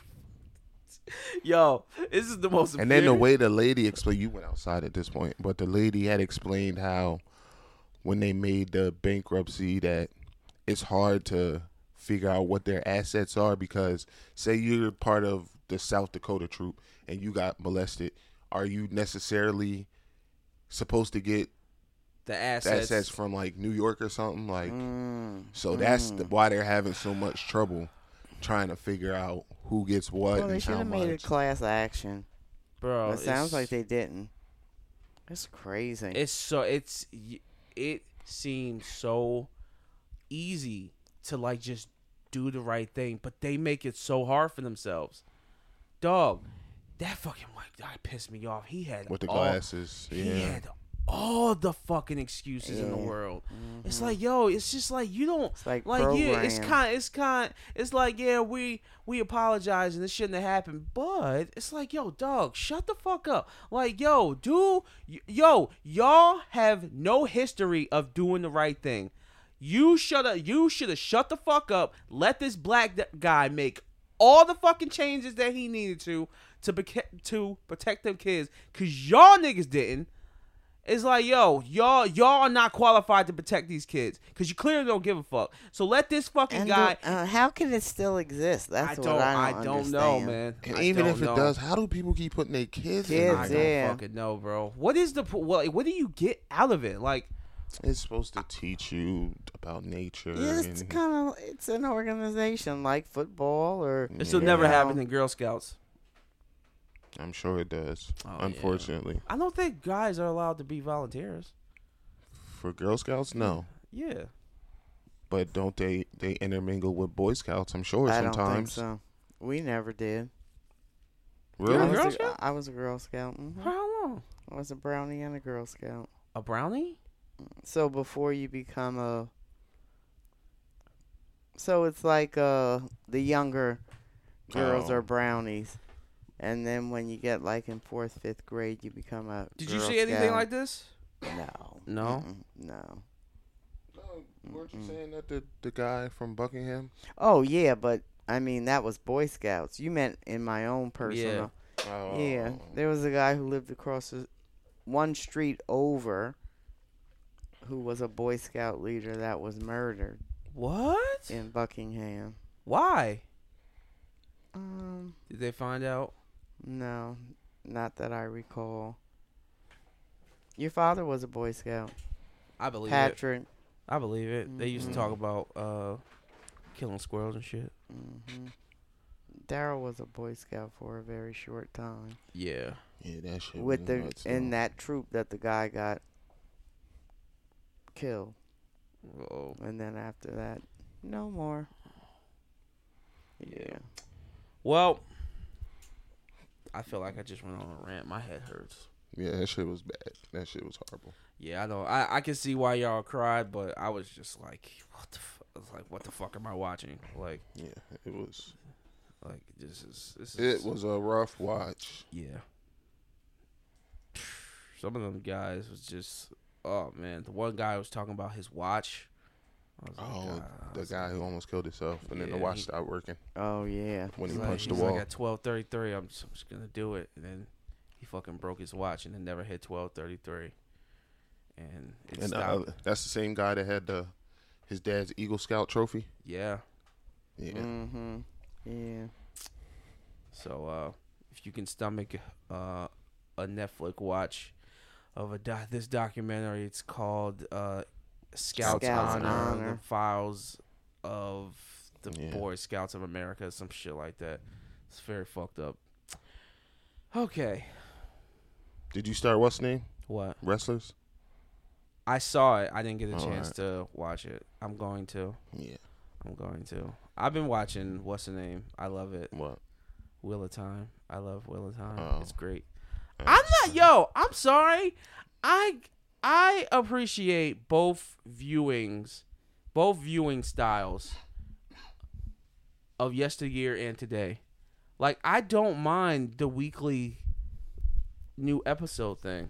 Speaker 2: Yo, this is the most
Speaker 3: And then the
Speaker 2: embarrassing-
Speaker 3: way the lady explained, you went outside at this point, but the lady had explained how when they made the bankruptcy that it's hard to figure out what their assets are because say you're part of the South Dakota troop and you got molested, are you necessarily supposed to get
Speaker 2: the
Speaker 3: the
Speaker 2: assets.
Speaker 3: assets, from like New York or something like
Speaker 1: Mm.
Speaker 3: so that's the, why they're having so much trouble trying to figure out who gets what
Speaker 1: Well, they
Speaker 3: and
Speaker 1: should
Speaker 3: how
Speaker 1: have
Speaker 3: much.
Speaker 1: made a class action.
Speaker 2: bro.
Speaker 1: it sounds
Speaker 2: Oh,
Speaker 1: like
Speaker 2: it's-
Speaker 1: they didn't. It's crazy.
Speaker 2: It's so it's y- it seems so easy to like just do the right thing, but they make it so hard for themselves. Dog, that fucking white guy pissed me off. He had
Speaker 3: with the
Speaker 2: all-
Speaker 3: glasses,
Speaker 2: He
Speaker 3: Oh, yeah.
Speaker 2: had all the fucking excuses in the
Speaker 1: Yeah. Mm-hmm.
Speaker 2: world. It's like, yo, it's just like you don't
Speaker 1: like
Speaker 2: yeah, it's
Speaker 1: programmed.
Speaker 2: kind, it's kind, it's like yeah, we we apologize and this shouldn't have happened, but it's like yo, dog, shut the fuck up. Like yo, dude, y- yo, y'all have no history of doing the right thing. You shut up. You should have shut the fuck up. Let this black d- guy make all the fucking changes that he needed to to beca- to protect them kids, cause y'all niggas didn't. It's like, yo, y'all, y'all are not qualified to protect these kids because you clearly don't give a fuck. So let this fucking
Speaker 1: and the-
Speaker 2: guy.
Speaker 1: uh, how can it still exist?
Speaker 2: I
Speaker 1: That's
Speaker 2: don't,
Speaker 1: what I don't,
Speaker 2: know,
Speaker 1: understand.
Speaker 2: man.
Speaker 3: And
Speaker 2: I
Speaker 3: even
Speaker 2: don't
Speaker 3: if
Speaker 2: know.
Speaker 3: it does, how do people keep putting their kids? in
Speaker 2: I
Speaker 1: Kids,
Speaker 3: it?
Speaker 2: don't
Speaker 1: yeah.
Speaker 2: fucking know, bro. What is the po- what? What do you get out of it? Like,
Speaker 3: It's supposed to teach you about nature.
Speaker 1: Yeah, it's
Speaker 3: and-
Speaker 1: kind of it's an organization like football or
Speaker 2: this will
Speaker 1: you
Speaker 2: never
Speaker 1: know.
Speaker 2: happen in Girl Scouts.
Speaker 3: I'm sure it does.
Speaker 2: Oh, yeah.
Speaker 3: unfortunately,
Speaker 2: I don't think guys are allowed to be volunteers.
Speaker 3: for Girl Scouts, no.
Speaker 2: Yeah,
Speaker 3: But don't they they intermingle with Boy Scouts? I'm sure
Speaker 1: I don't think
Speaker 3: sometimes.
Speaker 1: so. We never did.
Speaker 3: Really?
Speaker 1: I
Speaker 2: You're a
Speaker 1: was
Speaker 2: Girl
Speaker 1: a-
Speaker 2: Scout?
Speaker 1: I was a Girl Scout. hmm
Speaker 2: for how long?
Speaker 1: I was a brownie and a Girl Scout.
Speaker 2: A brownie?
Speaker 1: So before you become a, so it's like uh the younger girls
Speaker 3: Oh.
Speaker 1: are brownies, and then when you get like in fourth fifth grade, you become a.
Speaker 2: Did you see anything like this?
Speaker 1: that? No.
Speaker 2: No?
Speaker 1: Mm-mm, No.
Speaker 3: No, weren't you saying that the the guy from Buckingham?
Speaker 1: Oh yeah, but I mean that was Boy Scouts. You meant in my own personal.
Speaker 3: Oh,
Speaker 1: Yeah, there was a guy who lived across the, one street over who was a Boy Scout leader that was murdered
Speaker 2: What?
Speaker 1: in Buckingham.
Speaker 2: Why?
Speaker 1: Um,
Speaker 2: Did they find out?
Speaker 1: no, not that I recall. Your father was a Boy Scout,
Speaker 2: I believe it.
Speaker 1: Patrick.
Speaker 2: I believe it. They used to talk about uh, killing squirrels and shit.
Speaker 1: hmm Daryl was a Boy Scout for a very short time
Speaker 2: Yeah.
Speaker 3: yeah, that shit.
Speaker 1: with
Speaker 3: was
Speaker 1: the
Speaker 3: nuts,
Speaker 1: in
Speaker 3: though.
Speaker 1: that troop that the guy got killed,
Speaker 2: Oh,
Speaker 1: and then after that, no more. Yeah.
Speaker 2: well, I feel like I just went on a rant. My head hurts.
Speaker 3: Yeah, that shit was bad. That shit was horrible.
Speaker 2: Yeah, I know. I, I can see why y'all cried, but I was just like, what the fuck? Like, what the fuck am I watching? Like,
Speaker 3: Yeah, it was.
Speaker 2: like this is this
Speaker 3: It
Speaker 2: is
Speaker 3: was a rough watch.
Speaker 2: yeah. Some of them guys was just oh man. The one guy was talking about his watch. I was like,
Speaker 3: Oh,
Speaker 2: "God." I
Speaker 3: the
Speaker 2: was
Speaker 3: guy who almost killed himself, and then the
Speaker 2: Yeah,
Speaker 3: watch
Speaker 2: he-
Speaker 3: stopped working
Speaker 1: Oh yeah.
Speaker 3: when he
Speaker 2: He's like-
Speaker 3: punched
Speaker 2: he's
Speaker 3: the wall.
Speaker 2: Like at twelve thirty three, I'm just, I'm just gonna do it, and then he fucking broke his watch and then never hit twelve thirty three, and it
Speaker 3: And uh,
Speaker 2: stopped.
Speaker 3: that's the same guy that had the his dad's Eagle Scout trophy. Mm.
Speaker 2: yeah,
Speaker 3: Yeah.
Speaker 1: Mm-hmm. Yeah.
Speaker 2: So uh, if you can stomach uh, a Netflix watch of a doc- this documentary, it's called uh, Scouts,
Speaker 1: Scouts
Speaker 2: Honor,
Speaker 1: Honor.
Speaker 2: The Files of the
Speaker 3: Yeah.
Speaker 2: Boy Scouts of America, some shit like that. It's very fucked up. Okay,
Speaker 3: Did you start what's the name?
Speaker 2: what
Speaker 3: Wrestlers?
Speaker 2: I saw it, I didn't get a
Speaker 3: All
Speaker 2: chance
Speaker 3: right.
Speaker 2: to watch it. I'm going to.
Speaker 3: Yeah.
Speaker 2: I'm going to. I've been watching. What's the name? I love it.
Speaker 3: What?
Speaker 2: Wheel of Time. I love Wheel of Time.
Speaker 3: Oh.
Speaker 2: It's great. I'm not yo, I'm sorry. I I appreciate both viewings, both viewing styles of yesteryear and today. Like I don't mind the weekly new episode thing.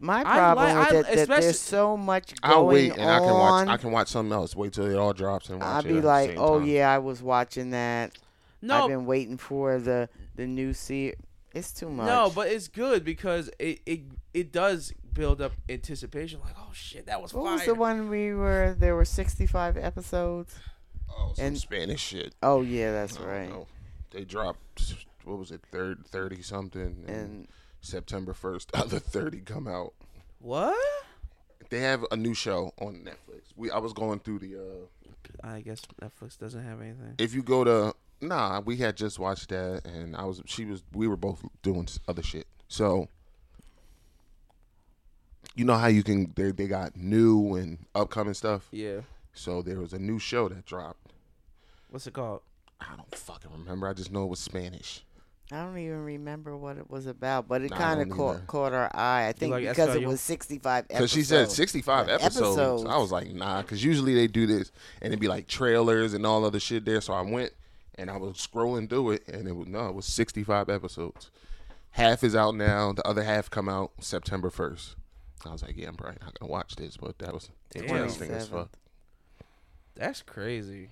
Speaker 1: My
Speaker 2: I
Speaker 1: problem
Speaker 2: like-
Speaker 1: with
Speaker 2: I-
Speaker 1: it that
Speaker 2: especially-
Speaker 1: there's so much going
Speaker 3: I'll wait and
Speaker 1: on.
Speaker 3: I can watch I can watch something else. Wait till it all drops and
Speaker 1: I'll
Speaker 3: watch it.
Speaker 1: be
Speaker 3: at the
Speaker 1: like,
Speaker 3: same
Speaker 1: oh
Speaker 3: time."
Speaker 1: yeah, I was watching that.
Speaker 2: No,
Speaker 1: I've been waiting for the the new series. It's too much.
Speaker 2: No, but it's good because it it, it does build up anticipation. Like, oh shit, that was
Speaker 1: what
Speaker 2: fire.
Speaker 1: was the one we were? There were 65 episodes.
Speaker 3: Oh, some
Speaker 1: and-
Speaker 3: Spanish shit.
Speaker 1: Oh yeah, that's
Speaker 3: I don't
Speaker 1: right.
Speaker 3: know. They dropped what was it, third thirty something and,
Speaker 1: And
Speaker 3: September first, other thirty come out.
Speaker 2: What?
Speaker 3: They have a new show on Netflix. We I was going through the uh
Speaker 2: I guess Netflix doesn't have anything.
Speaker 3: if you go to nah, we had just watched that and I was she was we were both doing s- other shit. So you know how you can they they got new and upcoming stuff.
Speaker 2: Yeah.
Speaker 3: So there was a new show that dropped.
Speaker 2: What's it called?
Speaker 3: I don't fucking remember. I just know it was Spanish.
Speaker 1: I don't even remember what it was about, but it
Speaker 3: Nah, I
Speaker 1: kind of
Speaker 3: don't
Speaker 1: caught
Speaker 3: either.
Speaker 1: caught our eye. I think
Speaker 2: like
Speaker 1: because it
Speaker 2: SVU?
Speaker 1: was 65 episodes.
Speaker 3: Because she said 65 episodes.
Speaker 1: Episodes.
Speaker 3: I was like, nah, because usually they do this and it'd be like trailers and all other shit there. So I went and I was scrolling through it and it was, no, it was 65 episodes. Half is out now. The other half come out September 1st. I was like, yeah, I'm probably not going to watch this, but that was interesting as
Speaker 1: 27th.
Speaker 3: fuck.
Speaker 2: That's crazy.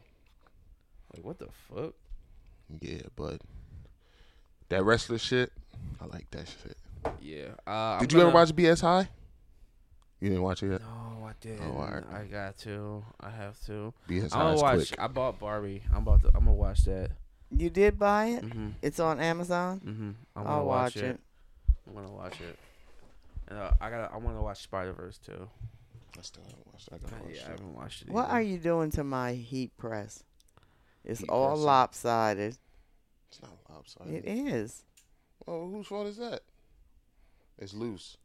Speaker 2: Like what the fuck?
Speaker 3: Yeah, but that wrestler shit, I like that shit.
Speaker 2: Yeah. Uh,
Speaker 3: Did you ever watch BS High? You didn't watch it yet?
Speaker 2: No, I did.
Speaker 3: Oh, all right.
Speaker 2: I got to. I have to.
Speaker 3: BS
Speaker 2: I'm
Speaker 3: High
Speaker 2: gonna
Speaker 3: is
Speaker 2: watch.
Speaker 3: quick.
Speaker 2: I bought Barbie. I'm about to. I'm gonna watch that.
Speaker 1: You did buy
Speaker 3: Mm.
Speaker 1: it?
Speaker 2: Mm-hmm.
Speaker 1: It's on Amazon.
Speaker 2: Mm-hmm. I'm gonna
Speaker 1: I'll watch
Speaker 2: watch, it.
Speaker 1: it.
Speaker 2: I'm gonna watch it. And, uh, I got. to I want to watch Spider Verse too.
Speaker 3: I still haven't watched it. I gotta
Speaker 2: Uh,
Speaker 3: watch
Speaker 2: yeah, I
Speaker 3: that.
Speaker 2: haven't watched it.
Speaker 1: What
Speaker 2: either.
Speaker 1: are you doing to my heat press? It's
Speaker 3: Heat
Speaker 1: all
Speaker 3: press.
Speaker 1: lopsided.
Speaker 3: It's not lopsided.
Speaker 1: It is.
Speaker 3: Oh, whose fault is that? It's loose.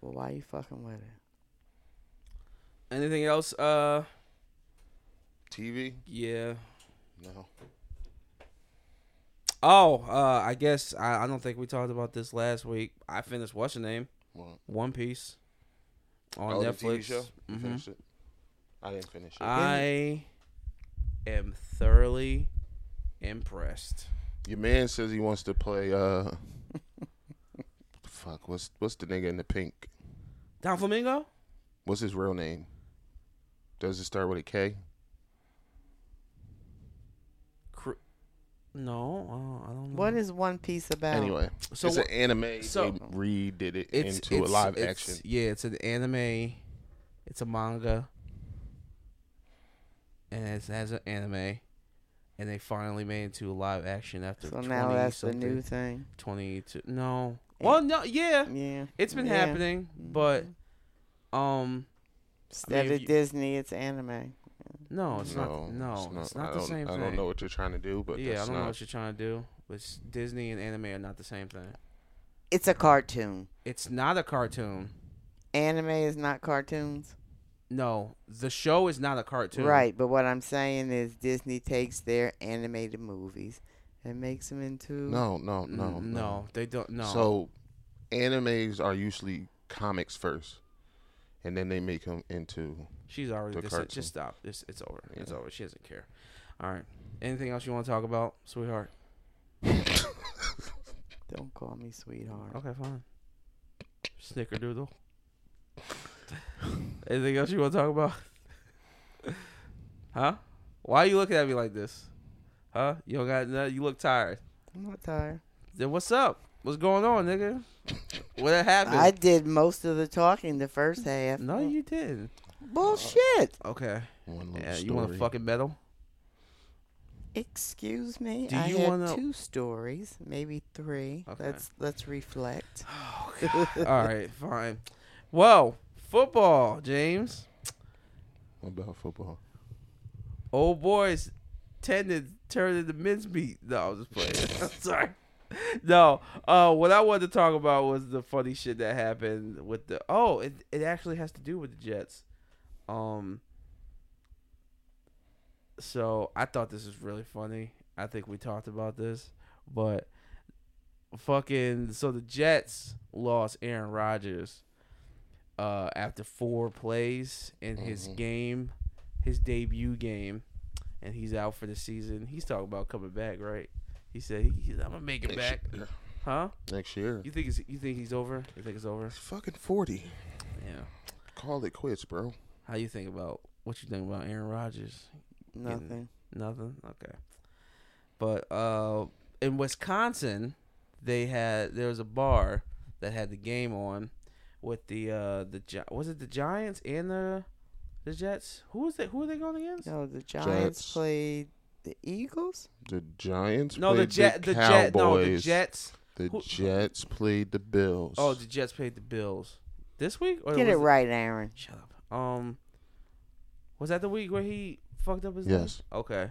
Speaker 1: Well, why you fucking with it?
Speaker 2: Anything else? Uh,
Speaker 3: TV?
Speaker 2: yeah.
Speaker 3: No.
Speaker 2: Oh, uh, I guess I, I don't think we talked about this last week. I finished what's the name?
Speaker 3: What?
Speaker 2: One Piece on
Speaker 3: oh,
Speaker 2: Netflix.
Speaker 3: The TV show? You
Speaker 2: Mhm.
Speaker 3: finished it? I didn't finish it.
Speaker 2: I am thoroughly impressed.
Speaker 3: Your man says he wants to play. uh Fuck. What's what's the nigga in the pink?
Speaker 2: Don Flamingo?
Speaker 3: What's his real name? Does it start with a K?
Speaker 2: Cr- no, uh, I don't know.
Speaker 1: What is One Piece about?
Speaker 3: Anyway,
Speaker 2: So
Speaker 3: so it's
Speaker 2: wha-
Speaker 3: an anime.
Speaker 2: so-
Speaker 3: they redid it
Speaker 2: it's,
Speaker 3: into
Speaker 2: it's-
Speaker 3: a live
Speaker 2: it's-
Speaker 3: action.
Speaker 2: Yeah, it's an anime. It's a manga. And it's as an anime. And they finally made it to a live action after
Speaker 1: So
Speaker 2: 20
Speaker 1: now that's
Speaker 2: something,
Speaker 1: the new thing.
Speaker 2: 22. No.
Speaker 1: Yeah.
Speaker 2: Well, no, yeah.
Speaker 1: Yeah.
Speaker 2: It's been
Speaker 1: Yeah. Mm-hmm.
Speaker 2: happening, but um
Speaker 1: Instead
Speaker 2: if
Speaker 1: of
Speaker 2: you-
Speaker 1: Disney, it's anime.
Speaker 2: no, it's not no, it's not,
Speaker 3: I
Speaker 2: the
Speaker 3: don't-
Speaker 2: same
Speaker 3: I
Speaker 2: thing.
Speaker 3: don't know what you're trying to do, but
Speaker 2: yeah, I
Speaker 3: that's
Speaker 2: don't know
Speaker 3: not-
Speaker 2: what you're trying to do, but s- Disney and anime are not the same thing.
Speaker 1: It's a cartoon.
Speaker 2: It's not a cartoon.
Speaker 1: Anime is not cartoons.
Speaker 2: No, the show is not a cartoon.
Speaker 1: Right, but what I'm saying is Disney takes their animated movies and makes them into
Speaker 3: No, no,
Speaker 2: N-
Speaker 3: no,
Speaker 2: Mm, no, they don't. No.
Speaker 3: So, animes are usually comics first, and then they make them into.
Speaker 2: She's already
Speaker 3: The
Speaker 2: dis-
Speaker 3: cartoon.
Speaker 2: just stop. It's it's over. It's
Speaker 3: Yeah.
Speaker 2: over. She doesn't care. All right. Anything else you want to talk about, sweetheart?
Speaker 1: Don't call me sweetheart.
Speaker 2: Okay, fine. Snickerdoodle. Anything else you want to talk about? huh? Why are you looking at me like this? Huh? You don't got nothing. You look tired.
Speaker 1: I'm not tired.
Speaker 2: Then what's up? What's going on, nigga? What happened?
Speaker 1: I did most of the talking the first half. Oh,
Speaker 2: no, you didn't.
Speaker 1: bullshit.
Speaker 2: Okay.
Speaker 3: One little
Speaker 2: Yeah, you want a
Speaker 3: story.
Speaker 2: fucking medal?
Speaker 1: Excuse me.
Speaker 2: Do
Speaker 1: I
Speaker 2: you
Speaker 1: have
Speaker 2: wanna-
Speaker 1: two stories, maybe three.
Speaker 2: Okay.
Speaker 1: Let's let's reflect.
Speaker 2: All right, fine. Well, football, James.
Speaker 3: What about football?
Speaker 2: Old boys tended turned into mincemeat. No, I was just playing. I'm sorry. No, uh, what I wanted to talk about was the funny shit that happened with the. Oh, it it actually has to do with the Jets. Um. So I thought this was really funny. I think we talked about this, but fucking so the Jets lost Aaron Rodgers uh, after four plays in his
Speaker 3: Mhm.
Speaker 2: game, his debut game, and he's out for the season. He's talking about coming back, right? He said he, he's I'm gonna make it back,
Speaker 3: year.
Speaker 2: huh?
Speaker 3: Next year.
Speaker 2: You think it's, you think he's over? You think it's over?
Speaker 3: It's fucking 40.
Speaker 2: Yeah.
Speaker 3: Call it quits, bro.
Speaker 2: How you think about what you think about Aaron Rodgers?
Speaker 1: Nothing.
Speaker 2: Nothing. Okay. But uh, in Wisconsin, they had there was a bar that had the game on with the uh the Gi- was it the Giants and the the Jets? Who was that? Who were they going against?
Speaker 1: No, the Giants
Speaker 3: Jets.
Speaker 1: played the Eagles.
Speaker 3: The Giants
Speaker 2: No, the
Speaker 3: played
Speaker 2: Jet, the,
Speaker 3: the
Speaker 2: Jet, no, the
Speaker 3: Cowboys.
Speaker 2: Jets.
Speaker 3: The
Speaker 2: Who-
Speaker 3: Jets played the Bills.
Speaker 2: Oh, the Jets played the Bills this week. Or
Speaker 1: Get
Speaker 2: was
Speaker 1: it right, Aaron.
Speaker 2: Shut up. Um, was that the week where he fucked up his?
Speaker 3: Yes.
Speaker 2: Name? Okay.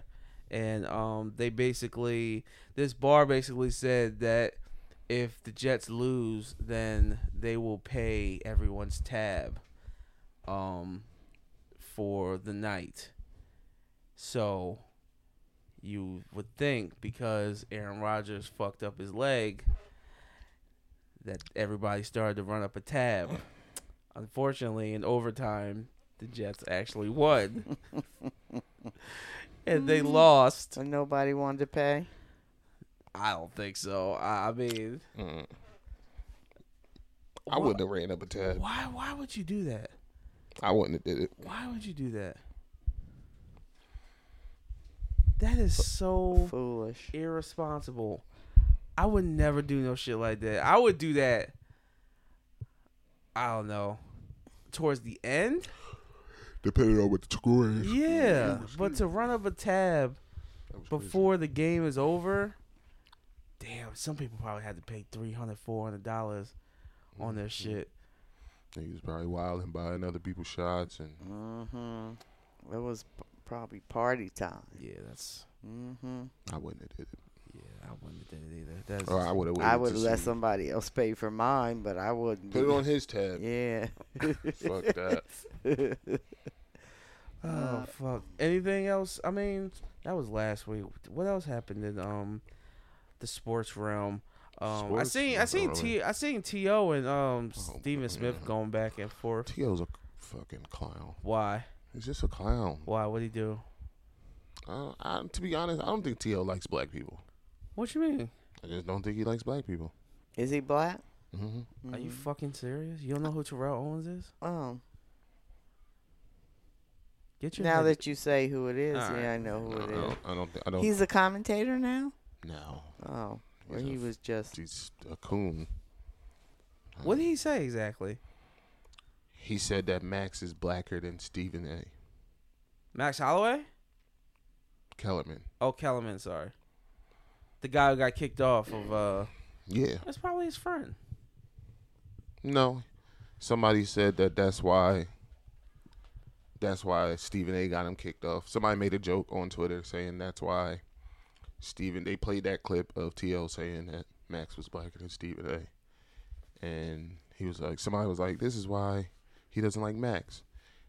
Speaker 2: And um, they basically this bar basically said that if the Jets lose, then they will pay everyone's tab, um, for the night. So, you would think because Aaron Rodgers fucked up his leg, that everybody started to run up a tab. Unfortunately, in overtime, the Jets actually won. and they lost.
Speaker 1: When nobody wanted to pay.
Speaker 2: I don't think so. I, I mean,
Speaker 3: Mm. I wouldn't have ran up a tab.
Speaker 2: why why would you do that?
Speaker 3: I wouldn't have did it.
Speaker 2: Why would you do that? That is so
Speaker 1: Foolish.
Speaker 2: irresponsible. I would never do no shit like that. I would do that. I don't know. Towards the end?
Speaker 3: Depending on what the score is.
Speaker 2: Yeah. But to run up a tab
Speaker 3: That was crazy.
Speaker 2: before the game is over. Damn, some people probably had to pay $300, $400 on their shit.
Speaker 3: He was probably wilding buying other people's shots and
Speaker 1: Mm-hmm. It was p- probably party time.
Speaker 2: Yeah, that's.
Speaker 1: Mm-hmm.
Speaker 3: I wouldn't have did it.
Speaker 2: Yeah, I wouldn't have done it either. That's.
Speaker 3: Or Oh, I would have
Speaker 1: I would
Speaker 3: to
Speaker 1: let
Speaker 3: see.
Speaker 1: somebody else pay for mine, but I wouldn't.
Speaker 3: Put it
Speaker 1: be-
Speaker 3: on his tab.
Speaker 1: Yeah.
Speaker 3: Fuck that.
Speaker 2: Oh, fuck. Anything else? I mean, that was last week. What else happened in um the sports realm? Um,
Speaker 3: Sports?
Speaker 2: I seen I
Speaker 3: Not
Speaker 2: seen
Speaker 3: really.
Speaker 2: T I seen T O and um
Speaker 3: Oh,
Speaker 2: Stephen Smith
Speaker 3: man.
Speaker 2: going back and forth.
Speaker 3: T.O.'s a fucking clown.
Speaker 2: Why?
Speaker 3: He's just a clown.
Speaker 2: Why? What'd he do?
Speaker 3: I, I, to be honest, I don't think T.O. likes black people.
Speaker 2: What you mean?
Speaker 3: I just don't think he likes black people.
Speaker 1: Is he black?
Speaker 3: hmm
Speaker 2: Are you fucking serious? You don't know who Terrell Owens is?
Speaker 1: Oh.
Speaker 2: Get your
Speaker 1: Now
Speaker 2: head-
Speaker 1: that you say who it is,
Speaker 2: All
Speaker 1: yeah,
Speaker 2: right.
Speaker 1: I know who
Speaker 3: I
Speaker 1: it is.
Speaker 3: don't. I don't. Think, I don't
Speaker 1: He's a commentator now.
Speaker 3: no,
Speaker 1: Oh, where
Speaker 3: oh. He's a
Speaker 1: he was just.
Speaker 3: he's a coon.
Speaker 2: what did he say exactly?
Speaker 3: He said that Max is blacker than Stephen A.
Speaker 2: Max Holloway?
Speaker 3: Kellerman.
Speaker 2: Oh, Kellerman, sorry. The guy who got kicked off of uh
Speaker 3: Yeah.
Speaker 2: that's probably his friend.
Speaker 3: No. Somebody said that that's why. That's why Stephen A. got him kicked off. Somebody made a joke on Twitter saying that's why Stephen. They played that clip of T.O. saying that Max was blacker than Stephen A. And he was like, somebody was like, this is why he doesn't like Max.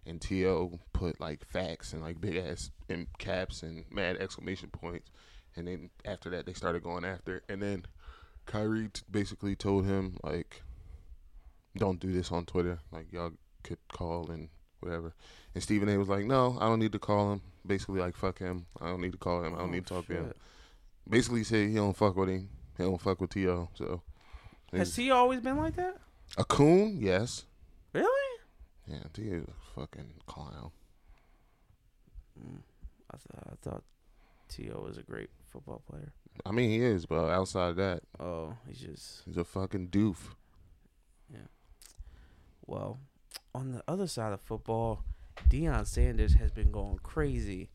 Speaker 3: And T.O. put like facts and like big ass in caps and mad exclamation points. And then after that, they started going after. it. And then Kyrie t- basically told him like, don't do this on Twitter. Like y'all could call and whatever. And Stephen A was like, no, I don't need to call him. Basically, like fuck him. I don't need to call him. I don't
Speaker 2: Oh,
Speaker 3: need to talk to him
Speaker 2: shit.
Speaker 3: basically he said he don't fuck with him. He don't fuck with T.O. So
Speaker 2: Has
Speaker 3: he's
Speaker 2: he always been like that?
Speaker 3: a coon, yes.
Speaker 2: Really?
Speaker 3: Yeah, T.O.'s a fucking clown.
Speaker 2: Mm. I thought I thought T.O. was a great football player.
Speaker 3: I mean, he is, but outside of that,
Speaker 2: Oh, he's just
Speaker 3: he's a fucking doof.
Speaker 2: well. On the other side of football, Deion Sanders has been going crazy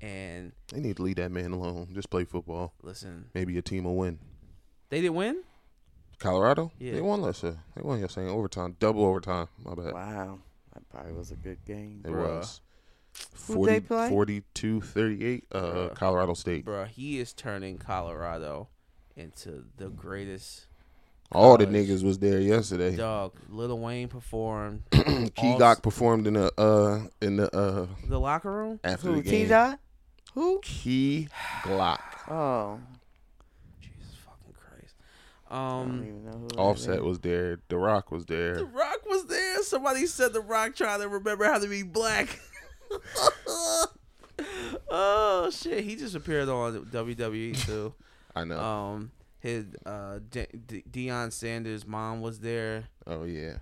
Speaker 2: And
Speaker 3: They need to leave that man alone. Just play football.
Speaker 2: listen,
Speaker 3: Maybe your team will win.
Speaker 7: They didn't win.
Speaker 3: Colorado?
Speaker 2: Yeah.
Speaker 3: They won last year. They won yesterday in overtime. Double overtime. My bad.
Speaker 1: Wow, that probably was a good game.
Speaker 3: It
Speaker 2: Bruh.
Speaker 3: was.
Speaker 1: Who'd they play?
Speaker 3: 42 38 uh,
Speaker 2: Bruh.
Speaker 3: Colorado State.
Speaker 2: bro, he is turning Colorado into the greatest
Speaker 3: All the
Speaker 2: College.
Speaker 3: niggas was there yesterday.
Speaker 2: dog. Lil Wayne performed
Speaker 3: Keegok performed in the uh in the uh
Speaker 2: the locker room.
Speaker 3: after
Speaker 1: Who
Speaker 3: the game.
Speaker 1: T Dot? Who?
Speaker 3: Key Glock.
Speaker 1: Oh,
Speaker 2: Jesus fucking Christ.
Speaker 1: I don't
Speaker 2: Um,
Speaker 1: even know who. that
Speaker 3: Offset
Speaker 1: is.
Speaker 3: was there. The Rock was
Speaker 2: The
Speaker 3: there.
Speaker 2: Rock was there. Somebody said The Rock trying to remember how to be black. oh shit, he just appeared on WWE too.
Speaker 3: I know.
Speaker 2: Um, his uh, De- De- Deion Sanders' mom was there.
Speaker 3: oh yeah.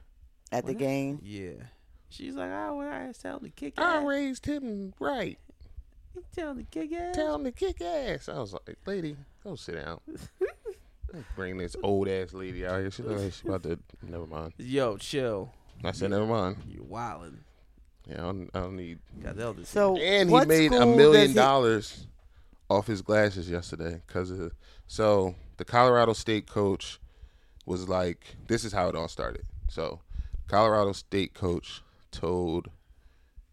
Speaker 1: at the
Speaker 2: What?
Speaker 1: game.
Speaker 2: Yeah, she's like, "Oh, when I tell him to kick
Speaker 3: I
Speaker 2: ass,
Speaker 3: raised him right.
Speaker 2: You tell him to kick ass."
Speaker 3: Tell him to kick ass. I was like, lady, go sit down. Don't Bring this old ass lady out here. She look like she about to. Never mind.
Speaker 2: Yo, chill.
Speaker 3: I said never mind.
Speaker 2: You wildin'.
Speaker 3: Yeah, I don't, I don't need.
Speaker 2: Got the elder.
Speaker 1: So
Speaker 3: And he
Speaker 1: what
Speaker 3: made a
Speaker 1: school
Speaker 3: million
Speaker 1: does he-
Speaker 3: dollars off his glasses yesterday because of. So the Colorado State coach was like, "This is how it all started." So, Colorado State coach told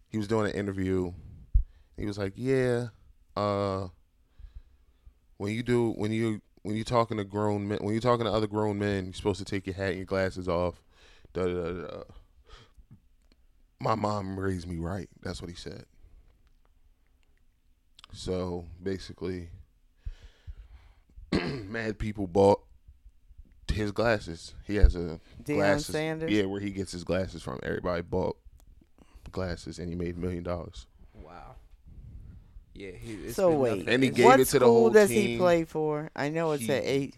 Speaker 3: he was doing an interview. He was like, "Yeah, uh, when you do when you when you're talking to grown men when you're talking to other grown men, you're supposed to take your hat and your glasses off." Da da da. da. My mom raised me right. That's what he said. So basically, mad people bought his glasses. He has a
Speaker 1: Deion
Speaker 3: glasses.
Speaker 1: Sanders?
Speaker 3: Yeah, where he gets his glasses from. Everybody bought glasses, and he made a million dollars.
Speaker 2: Wow. Yeah. He, it's
Speaker 1: So
Speaker 2: been
Speaker 1: wait,
Speaker 2: nothing-
Speaker 3: And he
Speaker 2: it's-
Speaker 3: gave
Speaker 1: what
Speaker 3: it to the
Speaker 1: school
Speaker 3: whole
Speaker 1: does he
Speaker 3: team.
Speaker 1: play for? I know it's at
Speaker 3: He-
Speaker 1: eight.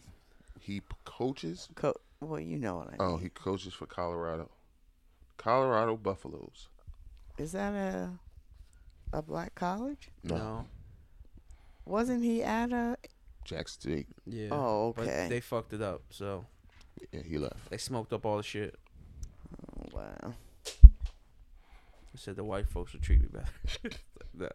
Speaker 3: He p- coaches.
Speaker 1: Co- well, you know what I mean.
Speaker 3: Oh, he coaches for Colorado. Colorado Buffaloes.
Speaker 1: Is that a a black college?
Speaker 2: no.
Speaker 1: Wasn't he at a?
Speaker 3: Jack State.
Speaker 2: Yeah.
Speaker 1: Oh,
Speaker 2: But
Speaker 1: okay.
Speaker 2: they fucked it up. So
Speaker 3: Yeah, he left.
Speaker 2: they smoked up all the shit.
Speaker 1: Oh, wow.
Speaker 2: They said the white folks would treat me better. it's like nah.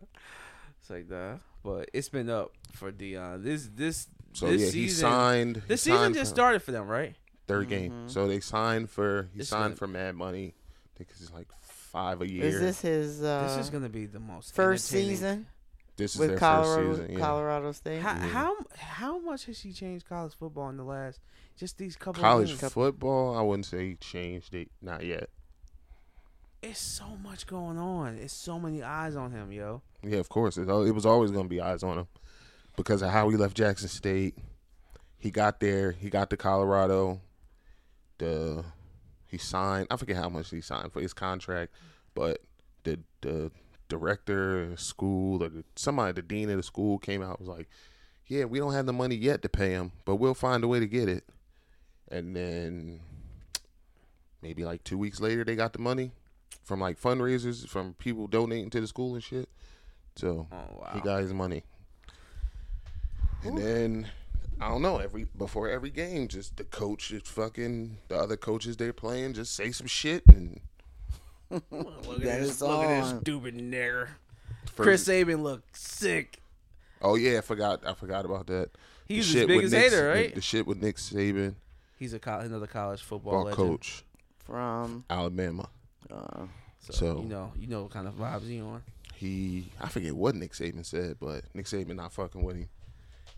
Speaker 2: It's like nah. But it's been up for Dion. This this
Speaker 3: So
Speaker 2: this
Speaker 3: yeah,
Speaker 2: season.
Speaker 3: he signed.
Speaker 2: this
Speaker 3: he
Speaker 2: season
Speaker 3: signed
Speaker 2: just
Speaker 3: for-
Speaker 2: started for them, right?
Speaker 3: 3rd game. So they signed for he
Speaker 2: This
Speaker 3: signed
Speaker 2: one-
Speaker 3: for mad money. I think it's like five a year.
Speaker 1: Is this his uh,
Speaker 2: this is gonna be the most
Speaker 1: first
Speaker 2: entertaining-
Speaker 1: season
Speaker 3: This is
Speaker 1: with
Speaker 3: their
Speaker 1: Colorado
Speaker 3: first season. Yeah.
Speaker 1: Colorado State?
Speaker 2: How, how how much has he changed college football in the last just these couple
Speaker 3: College
Speaker 2: of years?
Speaker 3: football, I wouldn't say he changed it. Not yet.
Speaker 2: It's so much going on. It's so many eyes on him, yo.
Speaker 3: Yeah, of course. It, it was always going to be eyes on him because of how he left Jackson State. He got there. He got to Colorado. The he signed. I forget how much he signed for his contract, but the the director of the school or the, somebody, the dean of the school, came out and was like, "Yeah, we don't have the money yet to pay him, but we'll find a way to get it." And then maybe like two weeks later, they got the money from like fundraisers from people donating to the school and shit. So
Speaker 2: Oh wow.
Speaker 3: he got his money. And then I don't know, every before every game, just the coach is fucking the other coaches they're playing just say some shit and
Speaker 2: Look at
Speaker 1: That
Speaker 2: this,
Speaker 1: is
Speaker 2: look at this
Speaker 1: on.
Speaker 2: stupid nigger.
Speaker 3: first-
Speaker 2: Chris Saban looked sick.
Speaker 3: Oh yeah, I forgot I forgot about that. The
Speaker 2: He's his
Speaker 3: shit with
Speaker 2: biggest
Speaker 3: Nick-
Speaker 2: hater, right?
Speaker 3: The, shit with Nick Saban,
Speaker 2: He's a col- another college football
Speaker 3: ball
Speaker 2: legend.
Speaker 3: coach,
Speaker 1: From
Speaker 3: Alabama.
Speaker 1: uh,
Speaker 2: So,
Speaker 3: So-
Speaker 2: you know, you know what kind of vibes he on.
Speaker 3: He I forget what Nick Saban said, but Nick Saban not fucking with him.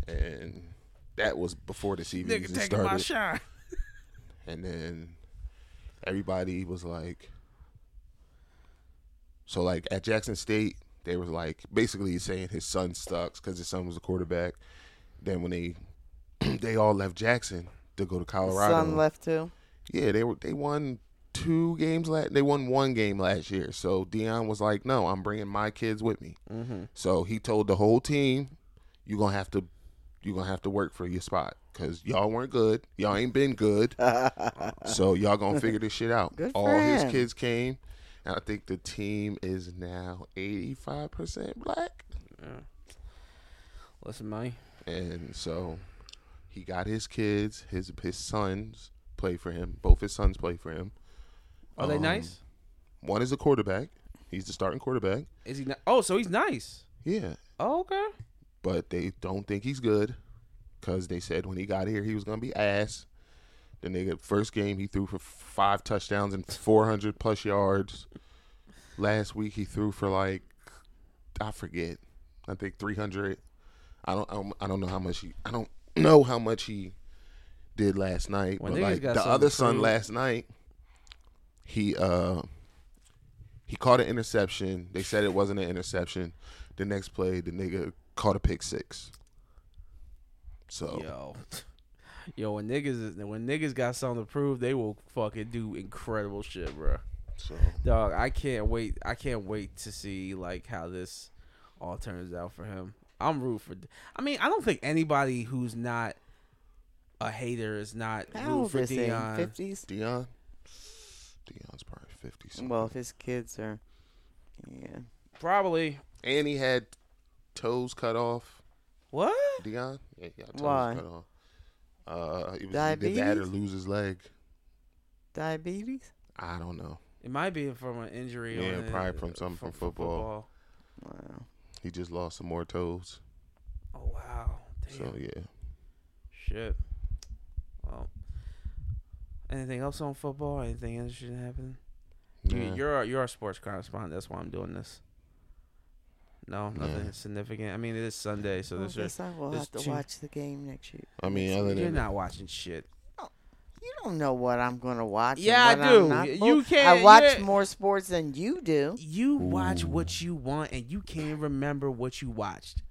Speaker 3: And that was before the season
Speaker 2: Nigga
Speaker 3: even
Speaker 2: taking my
Speaker 3: started.
Speaker 2: shine.
Speaker 3: And then everybody was like, so like at Jackson State, they was like basically saying his son sucks because his son was a quarterback. Then when they they all left Jackson to go to Colorado,
Speaker 1: son left too.
Speaker 3: yeah, they were they won two games last. They won one game last year. So Dion was like, "No, I'm bringing my kids with me."
Speaker 2: Mm-hmm.
Speaker 3: So he told the whole team, "You're gonna have to, you're gonna have to work for your spot because y'all weren't good. Y'all ain't been good. so y'all gonna figure this shit out."
Speaker 1: Good for
Speaker 3: All
Speaker 1: him.
Speaker 3: his kids came. And I think the team is now 85% black.
Speaker 2: Listen, man.
Speaker 3: And so he got his kids, his his sons play for him. Both his sons play for him.
Speaker 2: Are they
Speaker 3: Um,
Speaker 2: nice?
Speaker 3: One is a quarterback. He's the starting quarterback.
Speaker 2: Is he? Not- oh, so he's nice.
Speaker 3: Yeah,
Speaker 2: Oh, okay.
Speaker 3: but they don't think he's good because they said when he got here he was gonna be ass. The nigga first game he threw for five touchdowns and four hundred plus yards. Last week he threw for like I forget, I think three hundred. I don't I don't- I don't know how much he I don't know how much he did last night.
Speaker 2: Well,
Speaker 3: but
Speaker 2: niggas
Speaker 3: like
Speaker 2: got
Speaker 3: the
Speaker 2: something
Speaker 3: other
Speaker 2: to
Speaker 3: son
Speaker 2: prove.
Speaker 3: last night, he uh he caught an interception. They said it wasn't an interception. The next play, the nigga caught a pick six. So
Speaker 2: Yo. Yo, when niggas is- when niggas got something to prove, they will fucking do incredible shit, bro.
Speaker 3: so
Speaker 2: Dog, I can't wait. I can't wait to see like how this all turns out for him. I'm root for. I mean, I don't think anybody who's not a hater is not
Speaker 1: How
Speaker 2: root
Speaker 1: old
Speaker 2: for
Speaker 1: is he?
Speaker 2: Dion.
Speaker 1: Fifties?
Speaker 3: Dion, Dion's probably fifty. Something.
Speaker 1: Well, if his kids are, yeah.
Speaker 2: Probably.
Speaker 3: and he had toes cut off.
Speaker 2: What?
Speaker 3: Dion, yeah, he got toes
Speaker 1: Why?
Speaker 3: cut off. Uh, he was either that or
Speaker 1: Diabetes?
Speaker 3: lose his leg.
Speaker 1: Diabetes?
Speaker 3: I don't know.
Speaker 2: It might be from an injury.
Speaker 3: Yeah,
Speaker 2: on
Speaker 3: probably from something from football.
Speaker 1: Wow.
Speaker 3: He just lost some more toes.
Speaker 2: Oh wow. Damn.
Speaker 3: So yeah,
Speaker 2: Shit. Well. Anything else on football? Anything interesting happening?
Speaker 3: Nah.
Speaker 2: You, you're a, you're a sports correspondent. That's why I'm doing this. No, nothing
Speaker 3: Yeah.
Speaker 2: significant. I mean, it is Sunday, so
Speaker 1: I
Speaker 2: there's just
Speaker 1: guess I will
Speaker 2: there's
Speaker 1: have to
Speaker 2: two-
Speaker 1: watch the game next year.
Speaker 3: I mean, other
Speaker 2: You're
Speaker 3: than
Speaker 2: not watching shit.
Speaker 1: You don't know what I'm going to watch. and
Speaker 2: Yeah, I
Speaker 1: what I'm
Speaker 2: do.
Speaker 1: not
Speaker 2: You
Speaker 1: going-
Speaker 2: can't-
Speaker 1: I watch
Speaker 2: you're-
Speaker 1: more sports than you do.
Speaker 2: You watch
Speaker 3: Ooh.
Speaker 2: what you want, and you can't remember what you watched.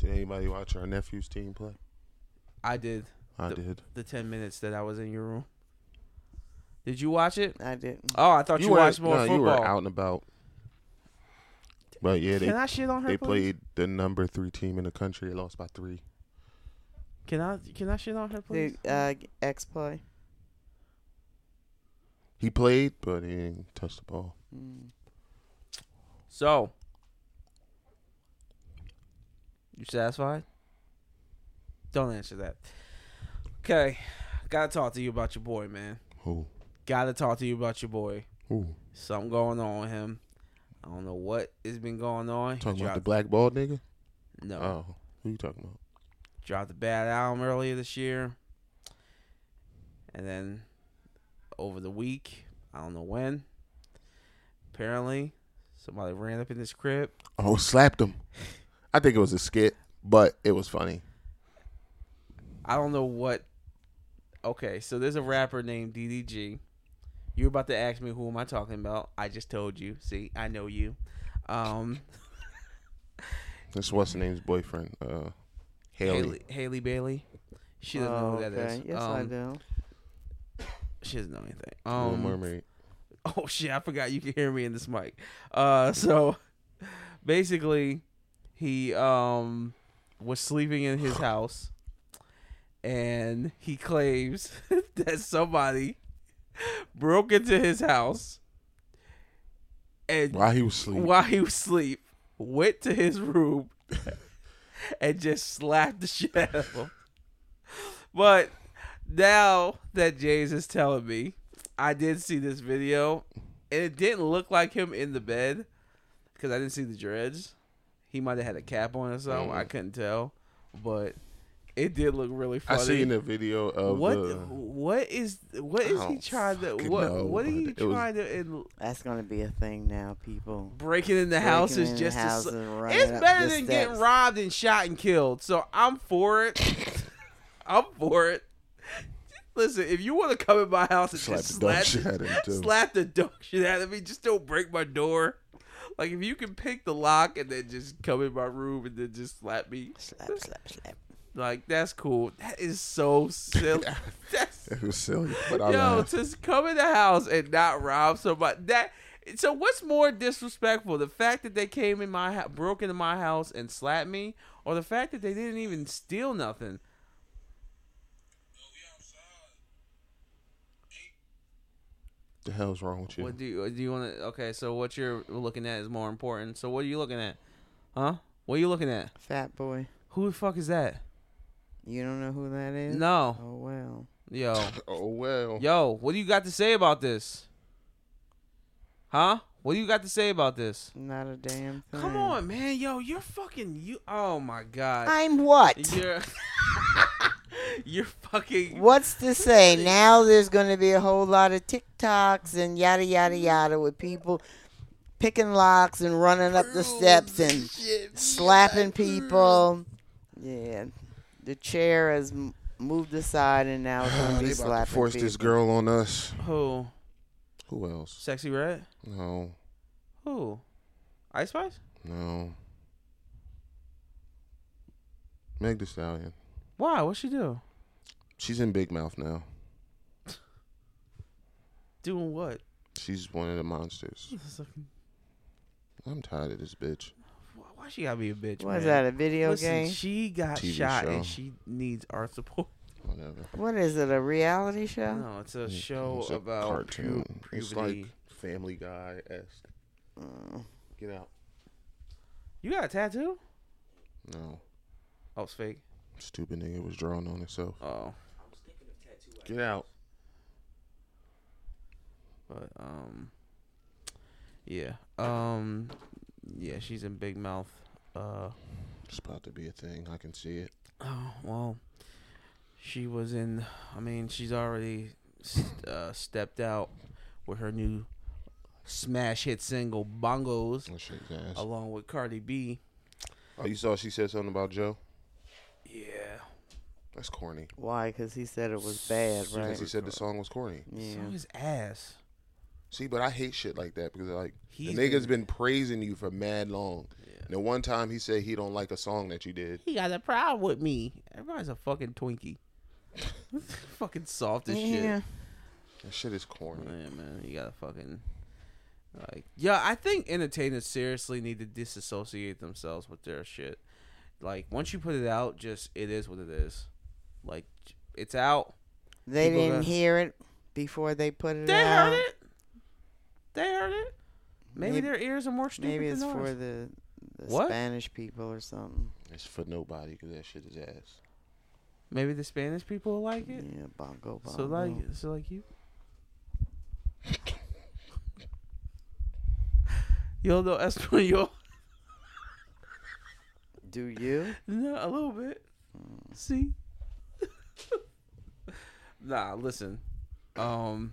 Speaker 3: did anybody watch our nephew's team play?
Speaker 2: I did
Speaker 3: I
Speaker 2: The-
Speaker 3: did.
Speaker 2: the ten minutes that I was in your room. Did you watch it?
Speaker 1: I didn't.
Speaker 2: Oh, I thought you,
Speaker 3: weren't-
Speaker 2: watched more
Speaker 3: no,
Speaker 2: football.
Speaker 3: You were out and about. But yeah, they
Speaker 2: Can I shit on her?
Speaker 3: they
Speaker 2: please?
Speaker 3: played the number three team in the country. They lost by three.
Speaker 2: Can I? Can I shit on her, please?
Speaker 1: The uh, X play.
Speaker 3: He played, but he didn't touch the ball.
Speaker 1: Mm.
Speaker 2: so, you satisfied? Don't answer that. Okay, gotta talk to you about your boy, man.
Speaker 3: Who?
Speaker 2: Gotta talk to you about your boy.
Speaker 3: Who?
Speaker 2: something going on with him. I don't know what has been going on. He
Speaker 3: Talking about the
Speaker 2: dropped,
Speaker 3: black ball nigga?
Speaker 2: no,
Speaker 3: Oh, who you talking about?
Speaker 2: dropped a bad album earlier this year, and then over the week, I don't know when. Apparently, somebody ran up in his crib.
Speaker 3: Oh, slapped him. I think it was a skit, but it was funny.
Speaker 2: I don't know what. Okay, so there's a rapper named DDG. You were about to ask me who am I talking about? I just told you. See, I know you. Um,
Speaker 3: That's what's the name's boyfriend, uh, Haley.
Speaker 2: Haley Haley Bailey. She doesn't know who that is.
Speaker 1: Oh, okay. Yes, I
Speaker 2: Um,
Speaker 1: do.
Speaker 2: She doesn't know anything.
Speaker 3: Little
Speaker 2: Um,
Speaker 3: Mermaid.
Speaker 2: Oh shit! I forgot you can hear me in this mic. Uh, so basically, he um was sleeping in his house, and he claims that somebody broke into his house and
Speaker 3: While he was asleep,
Speaker 2: while he was asleep, went to his room and just slapped the shit out of him. But now that James is telling me, I did see this video, and it didn't look like him in the bed because I didn't see the dreads. He might have had a cap on or something.
Speaker 3: Mm-hmm.
Speaker 2: I couldn't tell, but it did look really
Speaker 3: I
Speaker 2: funny.
Speaker 3: seen a video of
Speaker 2: what
Speaker 3: the-
Speaker 2: what is what
Speaker 3: I
Speaker 2: is he
Speaker 3: don't
Speaker 2: trying to
Speaker 3: fucking
Speaker 2: what
Speaker 3: know,
Speaker 2: what are
Speaker 3: but
Speaker 2: you
Speaker 3: it was-
Speaker 2: trying to in,
Speaker 1: That's going to be a thing now, people.
Speaker 2: breaking in the house
Speaker 1: Breaking
Speaker 2: is
Speaker 1: in the
Speaker 2: just a
Speaker 1: house
Speaker 2: sl-
Speaker 1: and running
Speaker 2: it's
Speaker 1: up
Speaker 2: better
Speaker 1: the
Speaker 2: than getting
Speaker 1: steps.
Speaker 2: robbed and shot and killed. So I'm for it. I'm for it. Listen, if you want to come in my house and
Speaker 3: Slap
Speaker 2: just
Speaker 3: the dog
Speaker 2: slap,
Speaker 3: shit out of me,
Speaker 2: the,
Speaker 3: too.
Speaker 2: slap the dog shit out of me, just don't break my door. Like if you can pick the lock and then just come in my room and then just slap me,
Speaker 1: Slap, slap, slap.
Speaker 2: like that's cool. That is so silly. that's
Speaker 3: It was silly, but I
Speaker 2: Yo,
Speaker 3: laughed.
Speaker 2: to s- come in the house and not rob somebody that. So what's more disrespectful, the fact that they came in my house, broke into my house and slapped me, or the fact that they didn't even steal nothing?
Speaker 3: the hell's wrong with you?
Speaker 2: What do you do you want to? Okay, so what you're looking at is more important. So what are you looking at? Huh? What are you looking at?
Speaker 1: Fat boy.
Speaker 2: Who the fuck is that?
Speaker 1: You don't know who that is?
Speaker 2: No,
Speaker 1: Oh, well.
Speaker 2: yo,
Speaker 3: oh well.
Speaker 2: yo, what do you got to say about this? Huh? What do you got to say about this?
Speaker 1: Not a damn thing.
Speaker 2: Come on, man. Yo, you're fucking you. Oh my god.
Speaker 1: I'm what?
Speaker 2: You're you're fucking
Speaker 1: What's to say? Now there's going to be a whole lot of TikToks and yada yada yada with people picking locks and running up the steps and slapping people. Yeah, the chair has m- moved aside and now it's going to
Speaker 3: they
Speaker 1: be
Speaker 3: about to
Speaker 1: slapping
Speaker 3: force
Speaker 1: people.
Speaker 3: this girl on us.
Speaker 2: who?
Speaker 3: Who else?
Speaker 2: Sexy Red?
Speaker 3: No,
Speaker 2: Who? Ice Spice?
Speaker 3: no. Meg Thee Stallion.
Speaker 2: Why? What she do?
Speaker 3: She's in Big Mouth now.
Speaker 2: Doing what?
Speaker 3: She's one of the monsters. I'm tired of this bitch.
Speaker 2: Why- Why she gotta be a bitch?
Speaker 1: What is
Speaker 2: man?
Speaker 1: that? A video
Speaker 2: Listen,
Speaker 1: game?
Speaker 2: she got
Speaker 3: TV
Speaker 2: shot
Speaker 3: show.
Speaker 2: and she needs our support.
Speaker 3: Whatever.
Speaker 1: what is it? A reality show?
Speaker 2: No, it's a show
Speaker 3: It's a
Speaker 2: about
Speaker 3: cartoon.
Speaker 2: pu-
Speaker 3: it's
Speaker 2: puberty.
Speaker 3: like Family Guy esque. Get out.
Speaker 2: you got a tattoo?
Speaker 3: No,
Speaker 2: Oh, it's fake.
Speaker 3: stupid nigga was drawing on himself.
Speaker 2: Oh,
Speaker 3: Get out.
Speaker 2: but um, yeah, um, yeah, she's in Big Mouth. Uh,
Speaker 3: It's about to be a thing. I can see it.
Speaker 2: oh well, she was in. I mean, she's already s- uh, stepped out with her new smash hit single "Bongos,"
Speaker 3: I'll shake his ass.
Speaker 2: along with Cardi B.
Speaker 3: Oh, you saw she said something about Joe?
Speaker 2: Yeah,
Speaker 3: That's corny.
Speaker 1: Why? Because he said it was bad,
Speaker 3: Because
Speaker 1: right?
Speaker 3: he said the song was corny.
Speaker 1: Yeah.
Speaker 2: so his ass.
Speaker 3: See, but I hate shit like that because like
Speaker 2: He's
Speaker 3: the nigga's been praising you for mad long.
Speaker 2: Yeah.
Speaker 3: The one time he said he don't like a song that you did.
Speaker 2: He got a problem with me. Everybody's a fucking Twinkie. fucking soft as shit.
Speaker 1: Yeah.
Speaker 3: That shit is corny.
Speaker 2: Yeah, man, you gotta fucking like. Yeah, I think entertainers seriously need to disassociate themselves with their shit. Like once you put it out, just it is what it is. Like it's out.
Speaker 1: They
Speaker 2: People
Speaker 1: didn't
Speaker 2: that-
Speaker 1: hear it before they put it
Speaker 2: They
Speaker 1: out.
Speaker 2: heard it. They heard it. Maybe,
Speaker 1: Maybe-
Speaker 2: their ears are more stupid
Speaker 1: Maybe it's
Speaker 2: than
Speaker 1: for
Speaker 2: ours.
Speaker 1: the, the
Speaker 2: What?
Speaker 1: Spanish people or something.
Speaker 3: It's for nobody because that shit is ass.
Speaker 2: Maybe the Spanish people like it.
Speaker 1: Yeah, bongo bongo.
Speaker 2: So like, so like you. Yo, no español.
Speaker 1: do you?
Speaker 2: No, a little bit. See. nah, listen. Um,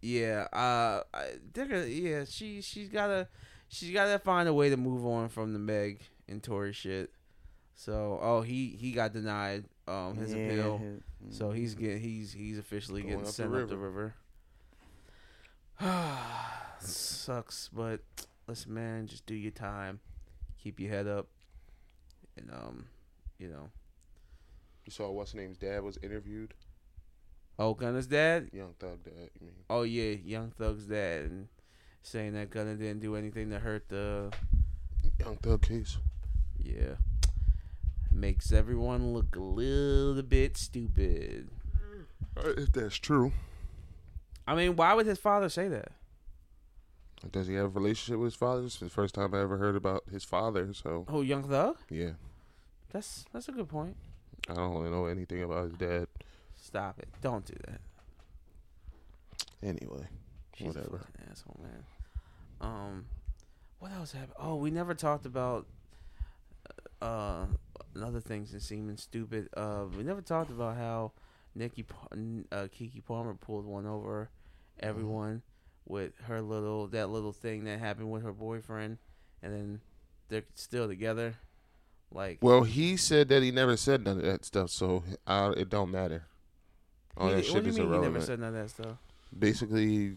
Speaker 2: yeah. Uh, I, they're gonna, yeah. She she's gotta she's gotta find a way to move on from the Meg and Tory shit. So oh he he got denied um his
Speaker 1: Yeah, Mm.
Speaker 2: appeal.
Speaker 1: his-
Speaker 2: So he's get he's he's officially
Speaker 3: Going
Speaker 2: getting
Speaker 3: up the
Speaker 2: sent up the river. Sucks, but listen, man, just do your time, keep your head up, and um, you know,
Speaker 3: You saw what's his name's dad was interviewed?
Speaker 2: oh Gunna's dad,
Speaker 3: Young Thug dad. You mean
Speaker 2: oh yeah, Young Thug's dad, and saying that Gunna didn't do anything to hurt the
Speaker 3: Young Thug case?
Speaker 2: yeah, makes everyone look a little bit stupid.
Speaker 3: Uh, If that's true,
Speaker 2: I mean, why would his father say that?
Speaker 3: does he have a relationship with his father? It's the first time I ever heard about his father. So
Speaker 2: Oh, Young Thug,
Speaker 3: yeah,
Speaker 2: that's that's a good point.
Speaker 3: I don't really know anything about his dad.
Speaker 2: Stop it! Don't do that.
Speaker 3: Anyway,
Speaker 2: She's
Speaker 3: Whatever.
Speaker 2: a fucking asshole, man. Um, what else happened? Oh, we never talked about uh another things that seeming stupid. Uh, we never talked about how Nikki Pa- n- uh, Kiki Palmer pulled one over
Speaker 3: Mm-hmm.
Speaker 2: everyone with her little that little thing that happened with her boyfriend, and then they're still together. Like
Speaker 3: well, he said that he never said none of that stuff, so I, it don't matter. All
Speaker 2: he-
Speaker 3: Oh, that shit is
Speaker 2: he
Speaker 3: irrelevant.
Speaker 2: never said none of that stuff?
Speaker 3: basically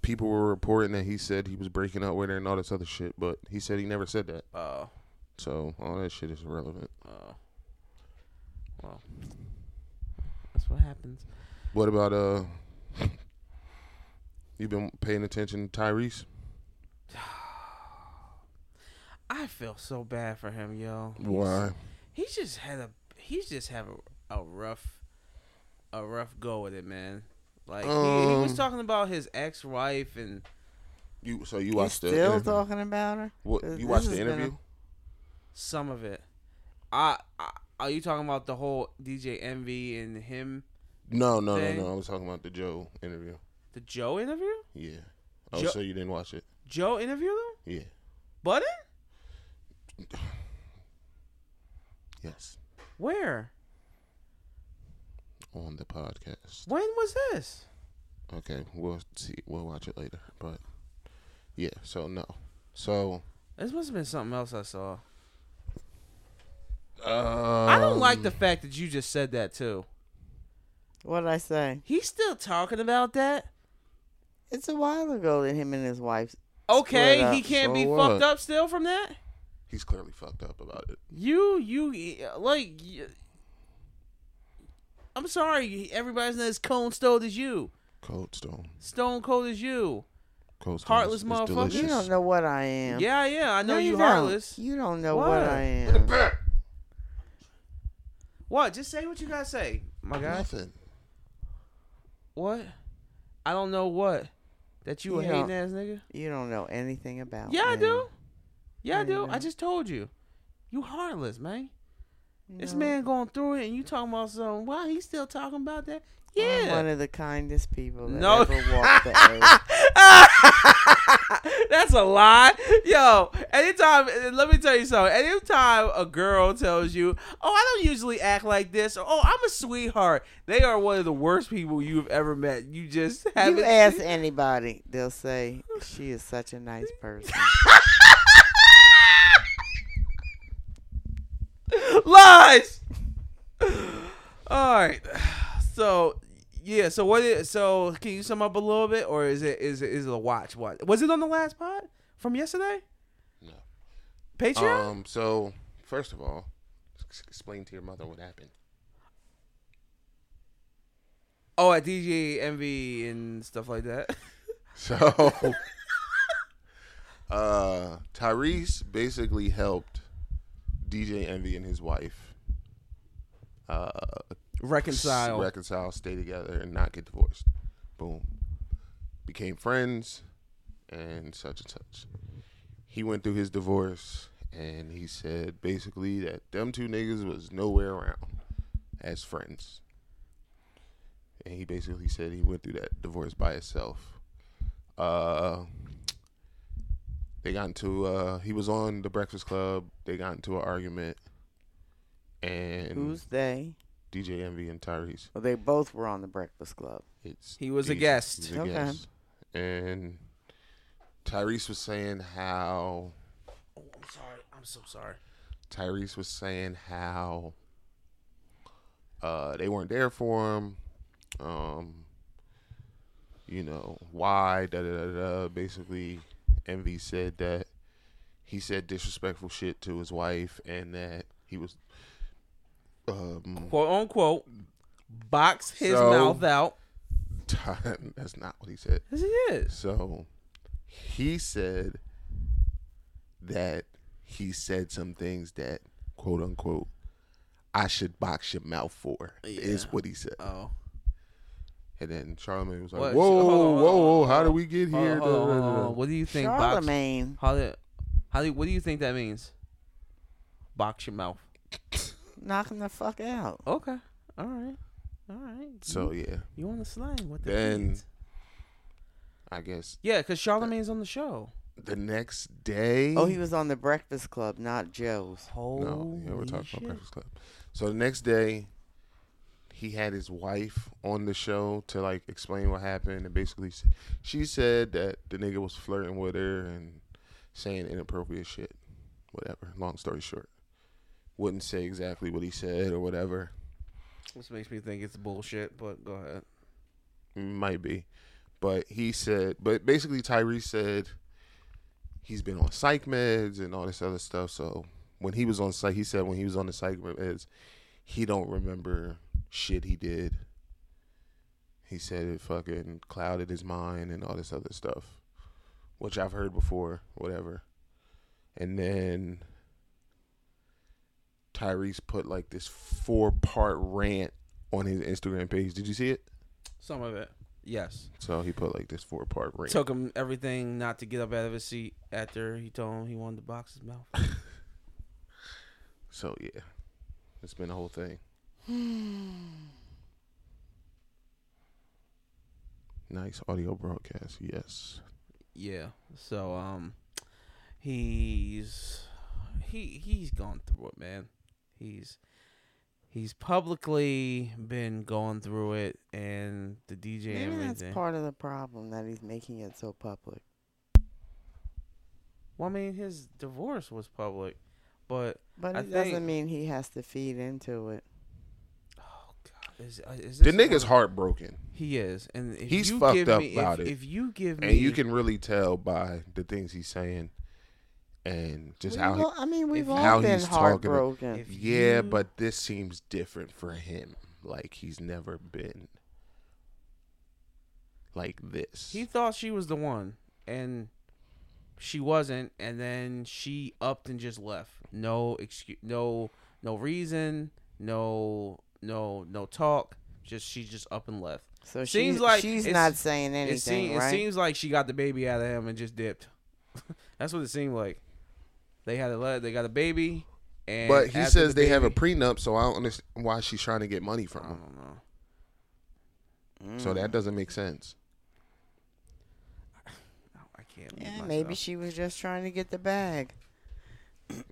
Speaker 3: people were reporting that he said he was breaking up with her and all this other shit, but he said he never said that.
Speaker 2: Oh,
Speaker 3: So all that shit is irrelevant.
Speaker 2: oh, well, that's what happens.
Speaker 3: What about uh you been paying attention to Tyrese?
Speaker 2: I feel so bad for him, yo.
Speaker 3: Why?
Speaker 2: He's just had a he's just have a, a rough a rough go with it, man. Like he, he was
Speaker 3: Um,
Speaker 2: talking about his ex wife and
Speaker 3: You so you
Speaker 1: You
Speaker 3: watched the
Speaker 1: still
Speaker 3: interview?
Speaker 1: talking about her?
Speaker 3: What,
Speaker 1: This-
Speaker 3: you
Speaker 1: this
Speaker 3: watched
Speaker 1: has
Speaker 3: the
Speaker 1: been a-
Speaker 3: interview?
Speaker 2: some of it. I, I are you talking about the whole DJ Envy and him
Speaker 3: No, no, no,
Speaker 2: thing?
Speaker 3: no. I was talking about the Joe interview.
Speaker 2: the Joe interview?
Speaker 3: Yeah. Oh,
Speaker 2: Joe-
Speaker 3: so you didn't watch it?
Speaker 2: Joe interviewed him?
Speaker 3: Yeah.
Speaker 2: Budden?
Speaker 3: Yes.
Speaker 2: Where?
Speaker 3: On the podcast.
Speaker 2: When was this?
Speaker 3: Okay. We'll see. We'll watch it later. But yeah. So no. So
Speaker 2: This must have been something else I saw.
Speaker 3: uh,
Speaker 2: I don't like the fact that you just said that too.
Speaker 1: What did I say?
Speaker 2: He's still talking about that.
Speaker 1: It's a while ago that him and his wife. Split
Speaker 2: Okay,
Speaker 1: up.
Speaker 2: he can't be
Speaker 3: So what?
Speaker 2: fucked up still from that.
Speaker 3: He's clearly fucked up about it.
Speaker 2: You, you, like, you, I'm sorry. Everybody's not as Cone Stone as you.
Speaker 3: Cold Stone.
Speaker 2: Stone Cold as you.
Speaker 3: Cold Stone.
Speaker 2: Heartless
Speaker 3: is, is
Speaker 2: motherfucker.
Speaker 3: delicious.
Speaker 1: You don't know what I am.
Speaker 2: Yeah, yeah. I know
Speaker 1: no,
Speaker 2: you,
Speaker 1: you
Speaker 2: heartless.
Speaker 1: Don't. You don't know what,
Speaker 2: What?
Speaker 1: I am.
Speaker 2: What? Just say what you gotta say, my guy.
Speaker 3: Nothing.
Speaker 2: What? I don't know what. That you a
Speaker 1: You
Speaker 2: hating
Speaker 1: don't-
Speaker 2: ass nigga?
Speaker 1: You don't know anything about.
Speaker 2: Yeah, I
Speaker 1: me.
Speaker 2: do. Yeah,
Speaker 1: Oh, Yeah,
Speaker 2: I
Speaker 1: you
Speaker 2: do. I
Speaker 1: don't.
Speaker 2: just told you. You heartless, man. This
Speaker 1: No.
Speaker 2: man going through it, and you talking about something. Why he still talking about that?
Speaker 1: I'm one
Speaker 2: Yeah.
Speaker 1: of the kindest people that
Speaker 2: No.
Speaker 1: ever walked the earth.
Speaker 2: That's a lie. Yo, anytime, let me tell you something. Anytime a girl tells you, oh, I don't usually act like this, or oh, I'm a sweetheart, they are one of the worst people you've ever met. You just haven't.
Speaker 1: You ask anybody, they'll say she is such a nice person.
Speaker 2: Lies! All right. So. Yeah, so what is so can you sum up a little bit or is it is it is it a watch what was it on the last pod from yesterday?
Speaker 3: No.
Speaker 2: Patreon?
Speaker 3: Um. So first of all, s- explain to your mother what happened.
Speaker 2: oh at DJ Envy and stuff like that.
Speaker 3: So, uh, Tyrese basically helped DJ Envy and his wife uh, s-
Speaker 2: Reconcile.
Speaker 3: reconcile, stay together, and not get divorced. Boom. Became friends and such and such. He went through his divorce and he said basically that them two niggas was nowhere around as friends. And he basically said he went through that divorce by himself. Uh, they got into uh, he was on the Breakfast Club. They got into an argument, and
Speaker 1: Who's they?
Speaker 3: DJ Envy and Tyrese.
Speaker 1: Well, they both were on the Breakfast Club.
Speaker 3: It's
Speaker 2: He was a
Speaker 3: DJ
Speaker 2: guest.
Speaker 3: He was a
Speaker 1: Okay.
Speaker 3: guest. And Tyrese was saying how
Speaker 2: Oh, I'm sorry. I'm so sorry.
Speaker 3: Tyrese was saying how uh, they weren't there for him. Um, you know why? Da da da da. Basically, Envy said that he said disrespectful shit to his wife, and that he was um,
Speaker 2: Quote unquote, box his
Speaker 3: So-
Speaker 2: mouth out.
Speaker 3: that's not what he said.
Speaker 2: Yes, it is.
Speaker 3: So he said that he said some things that quote unquote I should box your mouth for is
Speaker 2: Yeah.
Speaker 3: what he said.
Speaker 2: Oh.
Speaker 3: And then Charlemagne was like,
Speaker 2: What?
Speaker 3: "Whoa,
Speaker 2: Hold on, hold
Speaker 3: whoa,
Speaker 2: on,
Speaker 3: whoa,
Speaker 2: hold on,
Speaker 3: how
Speaker 2: hold
Speaker 3: did
Speaker 2: on.
Speaker 3: we get
Speaker 2: Hold
Speaker 3: here?"
Speaker 2: on, hold on, hold
Speaker 3: Da, da, da.
Speaker 2: on. Oh, uh, What do you think? Box,
Speaker 1: Charlemagne.
Speaker 2: how do, how do, what do you think that means? Box your mouth.
Speaker 1: Knock him the fuck out.
Speaker 2: Okay. All right. All right.
Speaker 3: So yeah,
Speaker 2: you on the slang? What the
Speaker 3: Then-
Speaker 2: means?
Speaker 3: I guess
Speaker 2: Yeah, because Charlemagne's on the show.
Speaker 3: the next day.
Speaker 1: Oh, he was on the Breakfast Club, not Joe's.
Speaker 2: Holy
Speaker 3: no, yeah, we're talking
Speaker 2: shit.
Speaker 3: about Breakfast Club. So the next day, he had his wife on the show to like explain what happened, and basically, s- she said that the nigga was flirting with her and saying inappropriate shit, whatever. Long story short, wouldn't say exactly what he said or whatever.
Speaker 2: This makes me think it's bullshit, but go ahead.
Speaker 3: Might be. But he said, but basically Tyrese said he's been on psych meds and all this other stuff. So when he was on psych, he said when he was on the psych meds, he don't remember shit he did. He said it fucking clouded his mind and all this other stuff, which I've heard before, whatever. And then Tyrese put like this four part rant on his Instagram page. Did you see it?
Speaker 2: Some of it. Yes.
Speaker 3: So he put like this four part ring.
Speaker 2: Took him everything not to get up out of his seat after he told him he wanted to box his mouth.
Speaker 3: so yeah, it's been a whole thing. nice audio broadcast. Yes,
Speaker 2: Yeah. So um he's he he's gone through it, man. He's he's publicly been going through it and the DJ and
Speaker 1: Maybe that's
Speaker 2: everything.
Speaker 1: part of the problem that he's making it so public.
Speaker 2: well, I mean his divorce was public, but
Speaker 1: But
Speaker 2: I
Speaker 1: it doesn't
Speaker 2: think-
Speaker 1: mean he has to feed into it.
Speaker 2: is, uh, is
Speaker 3: The
Speaker 2: this
Speaker 3: nigga's heartbroken,
Speaker 2: He is, and if
Speaker 3: He's
Speaker 2: you
Speaker 3: fucked
Speaker 2: give
Speaker 3: up
Speaker 2: me,
Speaker 3: about
Speaker 2: if,
Speaker 3: it.
Speaker 2: If you give me,
Speaker 3: and you can really tell by the things he's saying, and just
Speaker 1: We've
Speaker 3: how.
Speaker 1: all- I mean, we've
Speaker 2: if-
Speaker 3: how
Speaker 1: all been
Speaker 3: he's talking about-
Speaker 1: heartbroken.
Speaker 2: if
Speaker 3: yeah,
Speaker 2: you-
Speaker 3: but this seems different for him. Like he's never been like this.
Speaker 2: He thought she was the one, and she wasn't, and then she upped and just left. No excuse, no no reason, no no no talk. Just she just up and left.
Speaker 1: so
Speaker 2: seems
Speaker 1: she's,
Speaker 2: like
Speaker 1: she's
Speaker 2: it's-
Speaker 1: not saying
Speaker 2: It,
Speaker 1: anything,
Speaker 2: seem-
Speaker 1: right?
Speaker 2: it seems like she got the baby out of him and just dipped. That's what it seemed like. They had a le- they got a baby, and
Speaker 3: but he
Speaker 2: after
Speaker 3: says
Speaker 2: the
Speaker 3: they have a
Speaker 2: baby-
Speaker 3: prenup, so I don't understand why she's trying to get money from
Speaker 2: I
Speaker 3: him.
Speaker 2: don't know.
Speaker 3: So
Speaker 1: Mm.
Speaker 3: that doesn't make sense.
Speaker 2: I can't.
Speaker 1: yeah,
Speaker 2: myself.
Speaker 1: maybe she was just trying to get the bag.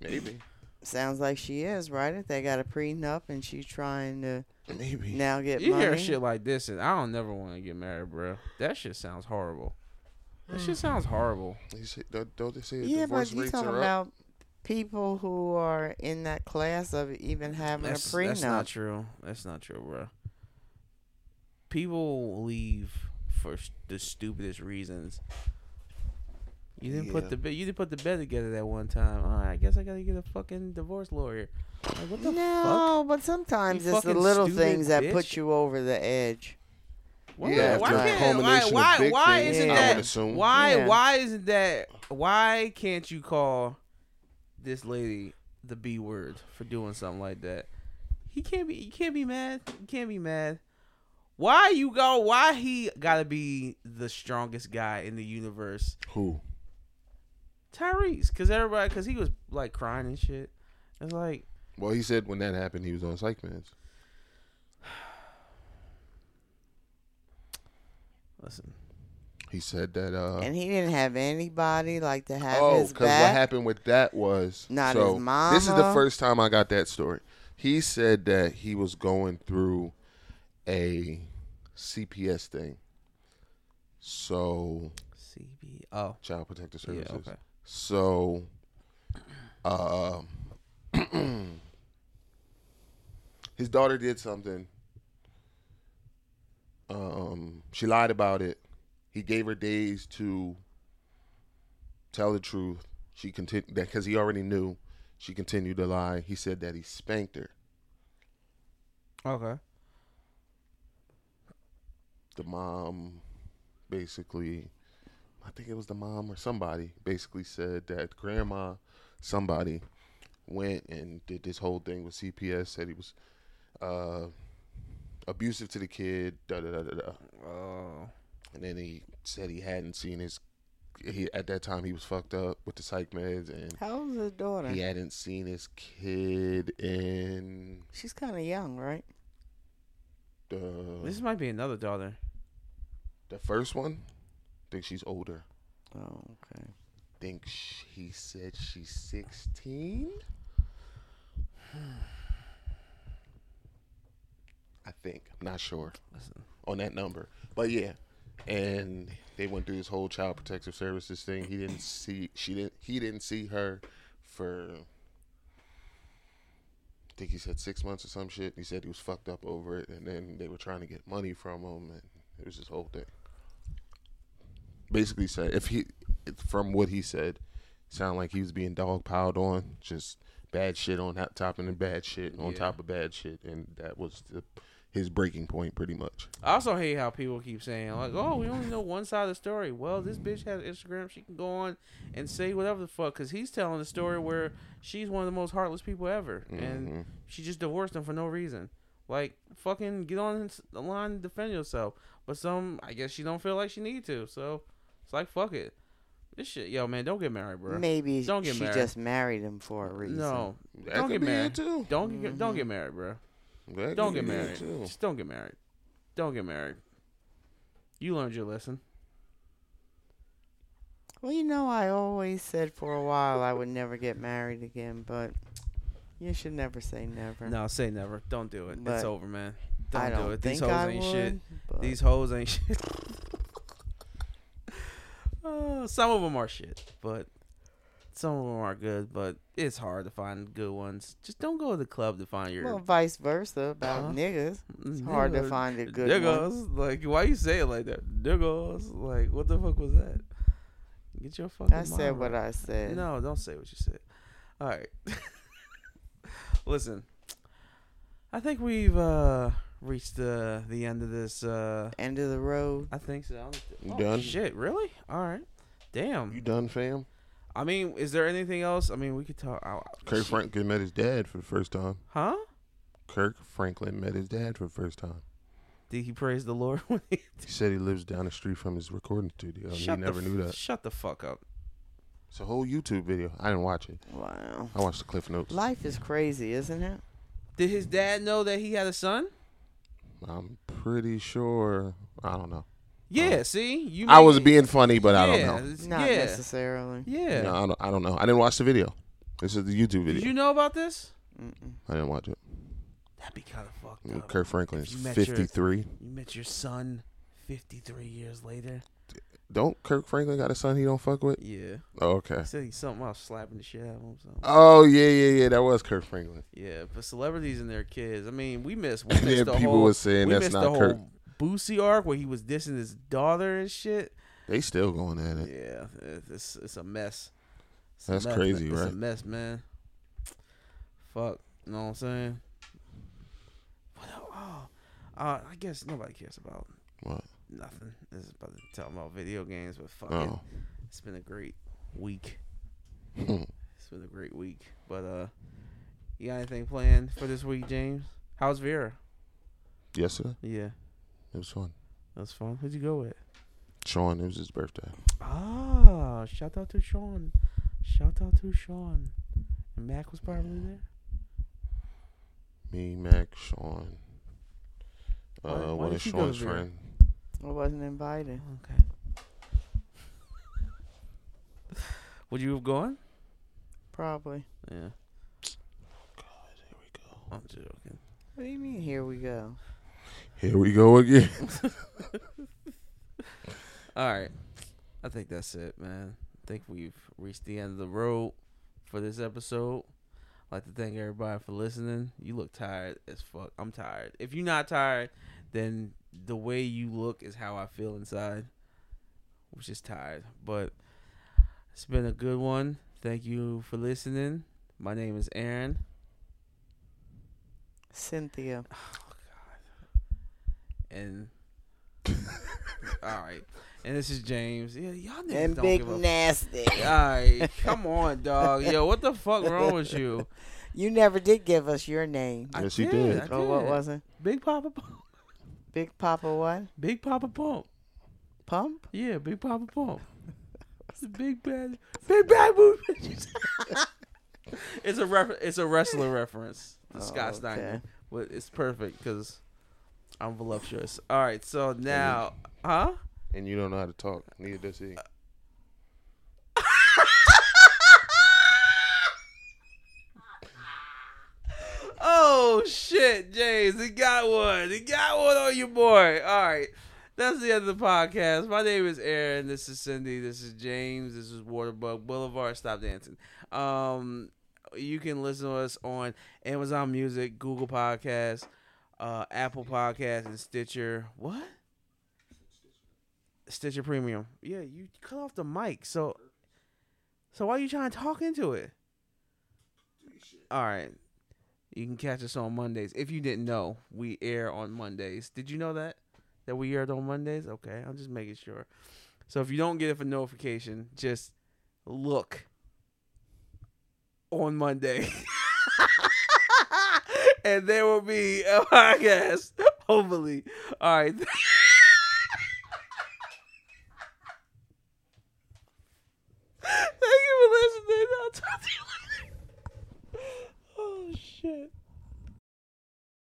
Speaker 3: Maybe.
Speaker 1: Sounds like she is, right? If they got a prenup and she's trying to
Speaker 3: Maybe.
Speaker 1: now get
Speaker 2: You
Speaker 1: money.
Speaker 2: hear shit like this, and I don't never want to get married, bro. That shit sounds horrible. That shit sounds horrible.
Speaker 3: They say- don't don't they say
Speaker 1: yeah,
Speaker 3: divorce
Speaker 1: but you
Speaker 3: rates are
Speaker 1: talking
Speaker 3: up?
Speaker 1: about people who are in that class of even having
Speaker 2: That's,
Speaker 1: a prenup.
Speaker 2: that's not true. That's not true, bro. People leave for s- the stupidest reasons. You didn't
Speaker 3: Yeah.
Speaker 2: put the bed. You didn't put the bed together that one time. All right, I guess I gotta get a fucking divorce lawyer. Like what the fuck?
Speaker 1: No, but sometimes
Speaker 2: You
Speaker 1: it's the
Speaker 2: fucking
Speaker 1: little
Speaker 2: stupid
Speaker 1: things that
Speaker 2: bitch.
Speaker 1: put you over the edge.
Speaker 2: Why,
Speaker 3: Yeah,
Speaker 2: why
Speaker 1: after a
Speaker 2: can't why
Speaker 3: culmination of
Speaker 2: why,
Speaker 3: big
Speaker 2: why
Speaker 1: things,
Speaker 2: isn't
Speaker 1: I would
Speaker 2: that
Speaker 3: assume.
Speaker 2: why
Speaker 1: Yeah.
Speaker 2: why isn't that why can't you call this lady the B word for doing something like that? He can't be you can't be mad. You can't be mad. Why you go why he gotta be the strongest guy in the universe?
Speaker 3: Who?
Speaker 2: Tyrese, cause everybody cause he was like crying and shit. It's like
Speaker 3: Well, he said when that happened, he was on psych meds.
Speaker 2: listen.
Speaker 3: He said that.
Speaker 2: Oh.
Speaker 3: uh
Speaker 1: And he didn't have anybody like to have
Speaker 3: Oh,
Speaker 1: his
Speaker 3: because what
Speaker 1: back.
Speaker 3: happened with that was
Speaker 1: Not
Speaker 3: so,
Speaker 1: his
Speaker 3: This is the
Speaker 1: mama.
Speaker 3: first time I got that story. He said that he was going through a CPS thing, so
Speaker 2: CB oh
Speaker 3: Child Protective
Speaker 2: yeah,
Speaker 3: Services.
Speaker 2: okay.
Speaker 3: So, um, his daughter did something. Um, she lied about it. He gave her days to tell the truth. She continued that because he already knew. She continued to lie. He said that he spanked her.
Speaker 2: Okay.
Speaker 3: The mom, basically, I think it was the mom or somebody, basically said that grandma, somebody, went and did this whole thing with CPS. Said he was uh, abusive to the kid. Da da da da da.
Speaker 2: Oh.
Speaker 3: And then he said he hadn't seen his. He at that time he was fucked up with the psych meds, and
Speaker 1: How old's his daughter?
Speaker 3: he hadn't seen his kid in
Speaker 1: She's kind of young, right?
Speaker 3: the
Speaker 2: This might be another daughter.
Speaker 3: the first one. I think she's older.
Speaker 1: Oh, okay.
Speaker 3: think sh- he said she's 16. I think. I'm not sure
Speaker 2: Listen.
Speaker 3: on that number. But yeah. And they went through this whole child protective services thing. He didn't see she didn't he didn't see her for I think he said 6 months or some shit. He said he was fucked up over it and then they were trying to get money from him and it was this whole thing basically said if he from what he said sound like he was being dog piled on just bad shit on top top and then bad shit on
Speaker 2: Yeah.
Speaker 3: top of bad shit and that was the, his breaking point pretty much
Speaker 2: I also hate how people keep saying like, "Oh, we only know one side of the story." Well, this bitch has Instagram; she can go on and say whatever the fuck. Because he's telling the story where she's one of the most heartless people ever,
Speaker 3: Mm-hmm.
Speaker 2: and she just divorced him for no reason. Like, fucking get on the line and defend yourself. But some, I guess, she don't feel like she need to. So it's like, fuck it. This shit, yo, man, don't get married, bro.
Speaker 1: Maybe
Speaker 2: Don't get
Speaker 1: she
Speaker 2: married.
Speaker 1: just married him for a reason.
Speaker 2: No,
Speaker 3: That
Speaker 2: don't get
Speaker 3: could be it,
Speaker 2: married.
Speaker 3: too. Mm-hmm.
Speaker 2: Don't get don't get married, bro.
Speaker 3: That
Speaker 2: Don't get
Speaker 3: could be it,
Speaker 2: married.
Speaker 3: too.
Speaker 2: Just don't get married. Don't get married. You learned your lesson.
Speaker 1: Well, you know, I always said for a while I would never get married again, but you should never say never.
Speaker 2: No, say never. Don't do it.
Speaker 1: But
Speaker 2: it's over, man. Don't,
Speaker 1: I don't
Speaker 2: do it.
Speaker 1: think
Speaker 2: These hoes
Speaker 1: I
Speaker 2: ain't
Speaker 1: would,
Speaker 2: shit.
Speaker 1: but
Speaker 2: These hoes ain't shit. Uh, some of them are shit, but some of them are good. But it's hard to find good ones. Just don't go to the club to find your.
Speaker 1: well, vice versa about
Speaker 2: Huh?
Speaker 1: niggas. It's hard to
Speaker 2: Nigga.
Speaker 1: find a good
Speaker 2: there
Speaker 1: one.
Speaker 2: goes. Like, why you say it like that? There goes. Like, what the fuck was that? Get your fucking.
Speaker 1: I said
Speaker 2: mind
Speaker 1: what
Speaker 2: right.
Speaker 1: I said.
Speaker 2: No, don't say what you said. All right. Listen, I think we've uh, reached the the end of this. Uh,
Speaker 1: End of the road.
Speaker 2: I think so.
Speaker 3: You
Speaker 2: Oh,
Speaker 3: done?
Speaker 2: Shit, really? All right. Damn.
Speaker 3: You done, fam?
Speaker 2: I mean, is there anything else? I mean, we could talk. I- I-
Speaker 3: Kirk
Speaker 2: shit.
Speaker 3: Franklin met his dad for the first time.
Speaker 2: Huh?
Speaker 3: Kirk Franklin met his dad for the first time.
Speaker 2: Did he praise the Lord when he?
Speaker 3: He said he lives down the street from his recording studio. and he
Speaker 2: Shut the
Speaker 3: never
Speaker 2: f-
Speaker 3: knew that.
Speaker 2: Shut the fuck up.
Speaker 3: It's a whole YouTube video. I didn't watch it.
Speaker 1: Wow.
Speaker 3: I watched the Cliff Notes.
Speaker 1: Life is crazy, isn't it?
Speaker 2: Did his dad know that he had a son?
Speaker 3: I'm pretty sure. I don't know.
Speaker 2: Yeah. see, you.
Speaker 3: I was
Speaker 2: made-
Speaker 3: being funny, but I
Speaker 2: Yeah,
Speaker 3: don't know.
Speaker 2: it's-
Speaker 1: Not
Speaker 2: yeah.
Speaker 1: necessarily.
Speaker 2: Yeah.
Speaker 3: No, I don't. I don't know. I didn't watch the video. This is the YouTube video.
Speaker 2: Did you know about this?
Speaker 1: Mm-mm.
Speaker 3: I didn't watch it.
Speaker 2: That'd be kind of fucked
Speaker 3: Kirk
Speaker 2: up.
Speaker 3: Kurt Franklin is
Speaker 2: If Oh, you met your-
Speaker 3: 53.
Speaker 2: You met your son 53 years later.
Speaker 3: Don't Kirk Franklin got a son he don't fuck with?
Speaker 2: Yeah.
Speaker 3: Oh, okay.
Speaker 2: I said he's something about slapping the shit out of him. So.
Speaker 3: Oh yeah, yeah, yeah. That was Kirk Franklin.
Speaker 2: Yeah, but celebrities and their kids. I mean, we missed. We
Speaker 3: And
Speaker 2: missed
Speaker 3: then
Speaker 2: the
Speaker 3: people
Speaker 2: whole,
Speaker 3: was saying
Speaker 2: we
Speaker 3: that's
Speaker 2: missed
Speaker 3: not
Speaker 2: the whole
Speaker 3: Kirk.
Speaker 2: Boosie arc where he was dissing his daughter and shit.
Speaker 3: They still going at it.
Speaker 2: Yeah, it's it's a mess. It's
Speaker 3: That's
Speaker 2: a mess.
Speaker 3: crazy,
Speaker 2: it's
Speaker 3: right?
Speaker 2: a mess, man. Fuck, know what I'm saying? What? el- Oh, uh, I guess nobody cares about
Speaker 3: What?
Speaker 2: nothing. This is about to talk about video games, but fuck it.
Speaker 3: Oh,
Speaker 2: It's been a great week.
Speaker 3: Hmm.
Speaker 2: It's been a great week. But uh you got anything planned for this week, James? How's Vera?
Speaker 3: yesterday
Speaker 2: Yeah.
Speaker 3: it was fun.
Speaker 2: That's fun. Who'd you go with?
Speaker 3: Sean, it was his birthday.
Speaker 2: Ah, shout out to Sean. Shout out to Sean. And Mac was probably there.
Speaker 3: Me, Mac, Sean, uh,
Speaker 2: Why- why
Speaker 3: one
Speaker 2: did
Speaker 3: of
Speaker 2: you go
Speaker 3: Sean's
Speaker 2: there?
Speaker 3: friends.
Speaker 1: I wasn't invited.
Speaker 2: Okay. Would you have gone?
Speaker 1: Probably.
Speaker 2: Yeah.
Speaker 3: Here we go.
Speaker 2: I'm joking.
Speaker 1: What do you mean? Here we go.
Speaker 3: Here we go again.
Speaker 2: All right. I think that's it, man. I think we've reached the end of the road for this episode. I'd like to thank everybody for listening. You look tired as fuck. I'm tired. If you're not tired, then the way you look is how I feel inside, which is tired. But it's been a good one. Thank you for listening. My name is Aaron.
Speaker 1: Cynthia.
Speaker 2: And. all right. And this is James. Yeah, y'all niggas
Speaker 1: And
Speaker 2: don't
Speaker 1: Big
Speaker 2: give a
Speaker 1: Nasty.
Speaker 2: Alright, come on, dog. Yo, what the fuck wrong with you?
Speaker 1: You never did give us your name.
Speaker 2: I
Speaker 3: Yes, he did.
Speaker 2: I
Speaker 1: Oh, what
Speaker 2: did.
Speaker 1: was it?
Speaker 2: Big Papa Pump?
Speaker 1: Big Papa what?
Speaker 2: Big Papa Pump.
Speaker 1: Pump?
Speaker 2: Yeah, Big Papa Pump. It's a big bad, big bad move. it's a ref- It's a wrestler reference. The Scott
Speaker 1: Oh,
Speaker 2: Steiner.
Speaker 1: okay.
Speaker 2: But it's perfect because I'm voluptuous. All right, so now, huh?
Speaker 3: and you don't know how to talk. Neither does he.
Speaker 2: Oh shit, James, he got one. He got one on your boy. All right. That's the end of the podcast. My name is Aaron. This is Cindy. This is James. This is Waterbug Boulevard. Stop dancing. Um, you can listen to us on Amazon Music, Google Podcasts, uh, Apple Podcasts, and Stitcher. What? Stitcher Premium. Yeah, you cut off the mic. So, so why you trying to talk into it? All right. You can catch us on Mondays. If you didn't know, we air on Mondays. Did you know that? That we aired on Mondays? Okay, I'm just making sure. So if you don't get it for notification, just look on Monday. and there will be a podcast, hopefully. All right. Oh,